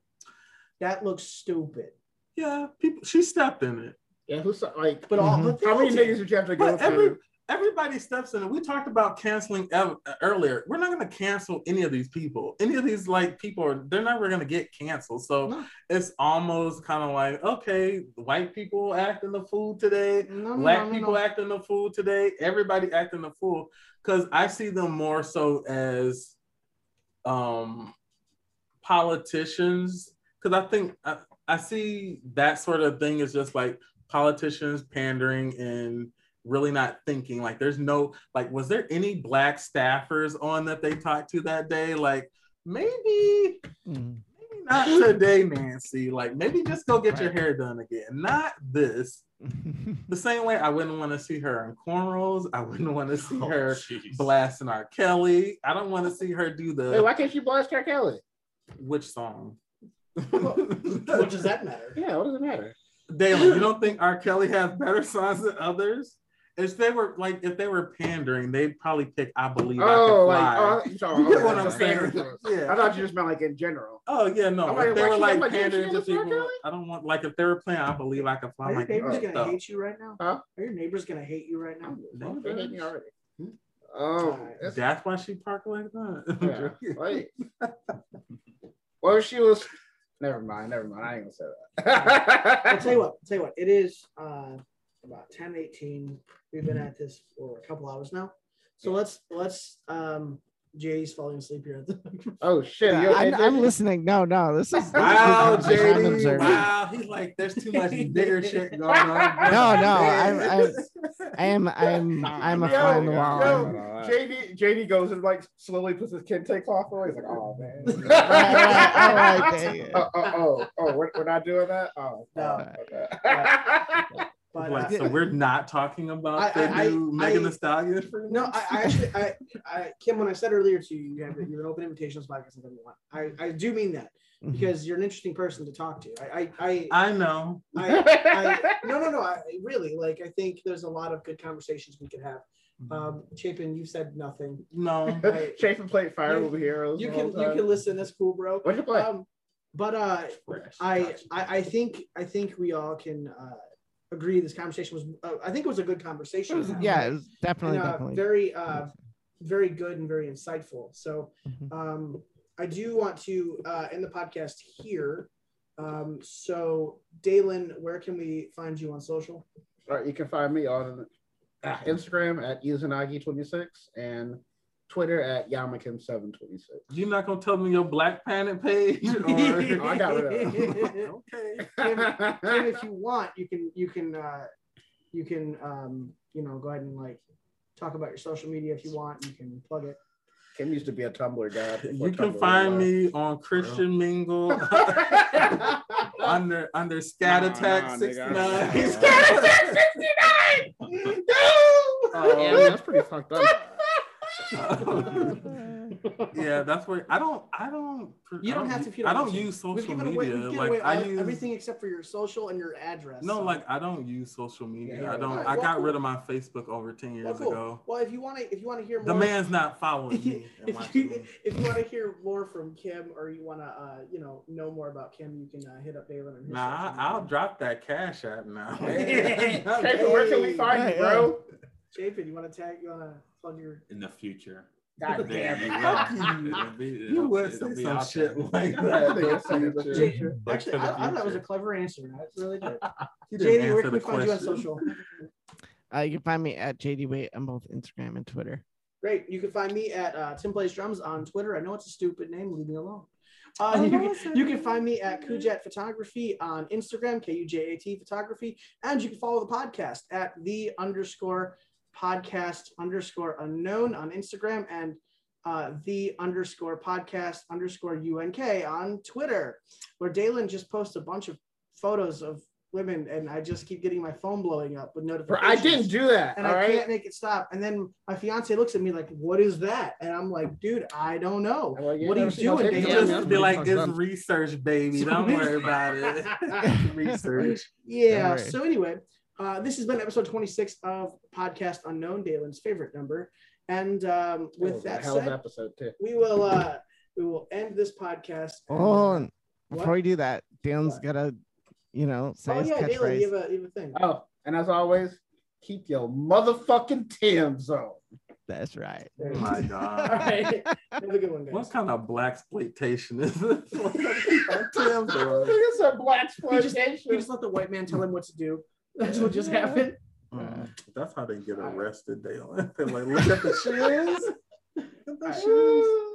S10: That looks stupid.
S6: Yeah, people. She stepped in it.
S8: Yeah, who's like?
S10: But all
S6: Mhm.
S10: but they
S8: How many
S10: all
S8: niggas would you have to go
S6: But every,
S8: through?
S6: everybody steps in it. We talked about canceling ev- earlier. We're not going to cancel any of these people. Any of these like people are they're never going to get canceled. So
S10: No.
S6: it's almost kind of like okay, white people acting the fool today.
S10: did- No, no,
S6: Black
S10: no, no,
S6: people
S10: no.
S6: acting the fool today. Everybody acting the fool because I see them more so as um, politicians. Because I think I, I see that sort of thing as just like politicians pandering and really not thinking. Like, there's no like, was there any black staffers on that they talked to that day? Like, maybe
S9: Mm.
S6: Maybe not today, Nancy. Like maybe just go get your hair done again. Not this. the same way I wouldn't want to see her in cornrows. I wouldn't want to see
S9: Oh,
S6: her
S9: jeez.
S6: blasting R. Kelly. I don't want to see her do the
S8: Hey, why can't you blast R. Kelly?
S6: which song?
S10: What does that matter?
S8: Yeah, what does it matter?
S6: Daily, you don't think R. Kelly has better songs than others? If they were like if they were pandering, they'd probably pick I Believe
S8: Oh,
S6: I
S8: like
S6: Can Fly.
S8: oh, you
S6: You get what I'm saying?
S8: I
S6: Yeah.
S8: thought you just meant like in general.
S6: Oh yeah, no.
S8: I'm like,
S6: if they
S8: why
S6: were
S8: she-
S6: like
S8: I'm like, yeah, she
S6: pandering
S8: did
S6: just
S8: the
S6: people,
S8: Star Kelly?
S6: I don't want like if they were playing I Believe I Can Fly,
S10: Are
S6: I'm
S10: your
S6: like "Oh,
S10: neighbors
S6: what
S10: gonna
S6: the-
S10: hate you right now?
S8: Huh?
S10: Are your neighbors gonna hate you right now?
S8: Oh, they hate me already.
S6: Hmm?
S8: Oh, that's-
S6: That's why she parked like that.
S8: yeah, wait. Well, she was. Never mind. Never mind. I ain't gonna say that.
S10: I'll tell you what. I'll tell you what. It is uh, about ten eighteen. We've been at this for a couple hours now, so let's let's. Um, Jay's falling asleep here.
S8: Oh shit!
S3: Yeah,
S8: you're-
S3: I'm,
S8: it-
S3: I'm
S8: it-
S3: listening. No, no, this is.
S6: Wow,
S3: this is- I'm
S6: JD.
S3: observing.
S6: Wow, he's like, there's too much bigger shit going on.
S3: No, no, I- I- I am. I'm. I'm a
S8: Yo,
S3: fly on the wall.
S8: yo, JD, JD goes and like slowly puts his kente cloth away. He's like, oh man.
S3: Right, right, all right, there you go.
S8: oh, oh, oh, oh, we're, we're not doing that. Oh,
S10: No.
S8: okay.
S10: But
S6: Like,
S10: uh,
S6: so we're not talking about
S10: I-
S6: the
S10: I-
S6: new
S10: I-
S6: Megan Thee Stallion. remix?
S10: no, I, I actually, I, I, Kim, when I said earlier to you, you have you're an open invitation on this podcast. if anyone want- I, I do mean that
S3: Mm-hmm.
S10: because you're an interesting person to talk to. I, I, I,
S6: I know.
S10: I, I no, no, no. I really like. I think there's a lot of good conversations we could have.
S3: Mm-hmm.
S10: Um, Chapin, you said nothing.
S6: no.
S10: I-
S8: Chafin played Fire Will Be Heroes.
S10: You
S8: the uh,
S10: can,
S8: whole
S10: you
S8: time.
S10: can listen. That's cool, bro.
S8: What'd you play?
S10: Um, but uh, I, I I think I think we all can uh, agree this conversation was uh, I think it was a good
S3: It
S10: conversation.
S3: was- yeah, it was
S10: And,
S3: definitely,
S10: uh,
S3: definitely.
S10: very uh, very good and very insightful. So
S3: Mm-hmm.
S10: um, I do want to uh, end the podcast here. Um, so Dalen, where can we find you on social?
S8: All right, you can find me on uh, Instagram at Izanagi26 and Twitter at Yamakim726.
S6: You're not gonna tell me your Black Planet page
S8: Oh, I
S6: or
S8: got rid of
S10: Kim,
S6: okay.
S10: Kim, if you want, you can you can uh, you can um, you know go ahead and like talk about your social media if you want. You can plug it.
S8: Kim used to be a Tumblr guy. before
S6: You can
S8: Tumblr
S6: find
S8: was Oh,
S6: me on Christian Mingle
S8: allowed.
S6: under under Scat
S2: Nah,
S6: Attack
S2: nah, nigga,
S6: sixty
S2: I
S6: nine.
S2: don't-
S8: yeah, that's pretty fucked up.
S6: yeah, that's where I don't. I don't.
S10: You
S6: I
S10: don't have to
S6: u-
S10: if you
S6: I
S10: don't
S6: don't
S10: want to.
S6: use
S10: We've
S6: social
S10: given
S6: media.
S10: away, we've given
S6: like
S10: away
S6: I
S10: all-
S6: use
S10: everything except for your social and your address.
S6: No,
S10: so-
S6: like I don't use social media.
S8: Yeah,
S6: I don't.
S10: alright,
S6: I
S10: well,
S6: got
S10: cool.
S6: rid of my Facebook over ten years
S10: well, cool.
S6: ago.
S10: Well, if you want to, if you want to hear more,
S6: The man's not following
S10: If
S6: me. and
S10: you, if
S6: watching
S10: you,
S6: me.
S10: want to hear more from Kim, or you want to, uh, you know, know more about Kim, you can uh, hit up Dalen. on his
S6: Nah,
S10: social
S6: I, I'll
S10: media.
S6: drop that cash app now.
S8: Jason, where can we find you, bro?
S10: Chapin, you want to tag? You want to plug your?
S9: in the future.
S8: God damn it.
S6: you would say some shit like
S8: I think I
S6: that.
S8: said it,
S6: don't
S8: too.
S6: you?
S10: Jay-
S6: Like
S10: Actually,
S6: for the
S10: I, I thought that was a
S6: future.
S10: clever answer. I really did.
S6: You didn't
S10: JD, where
S6: answer
S10: can
S6: the
S10: we find you on
S6: question.
S10: social?
S3: Uh, you can find me at JD Wait on both Instagram and Twitter.
S10: Great. You can find me at uh, Tim Plays Drums on Twitter. I know it's a stupid name. Leave me alone. Uh, you, can, you can find me at Kujat Photography on Instagram, K U J A T Photography. And you can follow the podcast at the underscore podcast underscore unknown on Instagram and uh, the underscore podcast underscore UNK on Twitter, where Dalen just posts a bunch of photos of women. And I just keep getting my phone blowing up with
S8: Bro,
S10: notifications
S8: I didn't do that.
S10: and
S8: all
S10: I
S8: right.
S10: can't make it stop. And then my fiance looks at me like, "What is that?" And I'm like, "Dude, I don't know."
S8: I'm like, yeah,
S10: what are you
S8: never seen no
S10: doing,
S8: pictures.
S10: Dave?
S8: Yeah,
S10: Just
S8: that's
S6: Just be
S8: pretty
S6: like,
S8: fucked
S6: it's
S8: up.
S6: research, baby. Don't worry about it. research.
S10: Yeah.
S3: Alright.
S10: So anyway,
S1: Uh, this has been episode 26 of Podcast Unknown, Dalen's favorite number. And um,
S8: It
S1: with
S8: was a
S1: that
S8: Oh, hell of
S1: said,
S8: an episode too.
S1: we will uh, we will end this podcast. and,
S3: Oh,
S1: uh,
S3: and before we do that, Dan's gotta, you know, say
S1: oh
S3: his
S1: yeah, Dalen,
S3: catchphrase.
S1: you have a, you have a thing.
S8: Oh, and as always, keep your motherfucking Tim's on.
S3: That's right.
S1: There it is.
S6: Oh My
S1: All
S6: God.
S1: right, have a good one, guys.
S6: What kind of black exploitation is this? What the Tim's are?
S8: It's a black
S1: He just,
S8: exploitation.
S1: he just let the white man tell him what to do. That's what just happened.
S6: Mm, That's how they get arrested, Dale. They're like, look at the shoes. Look at the shoes.
S8: Woo.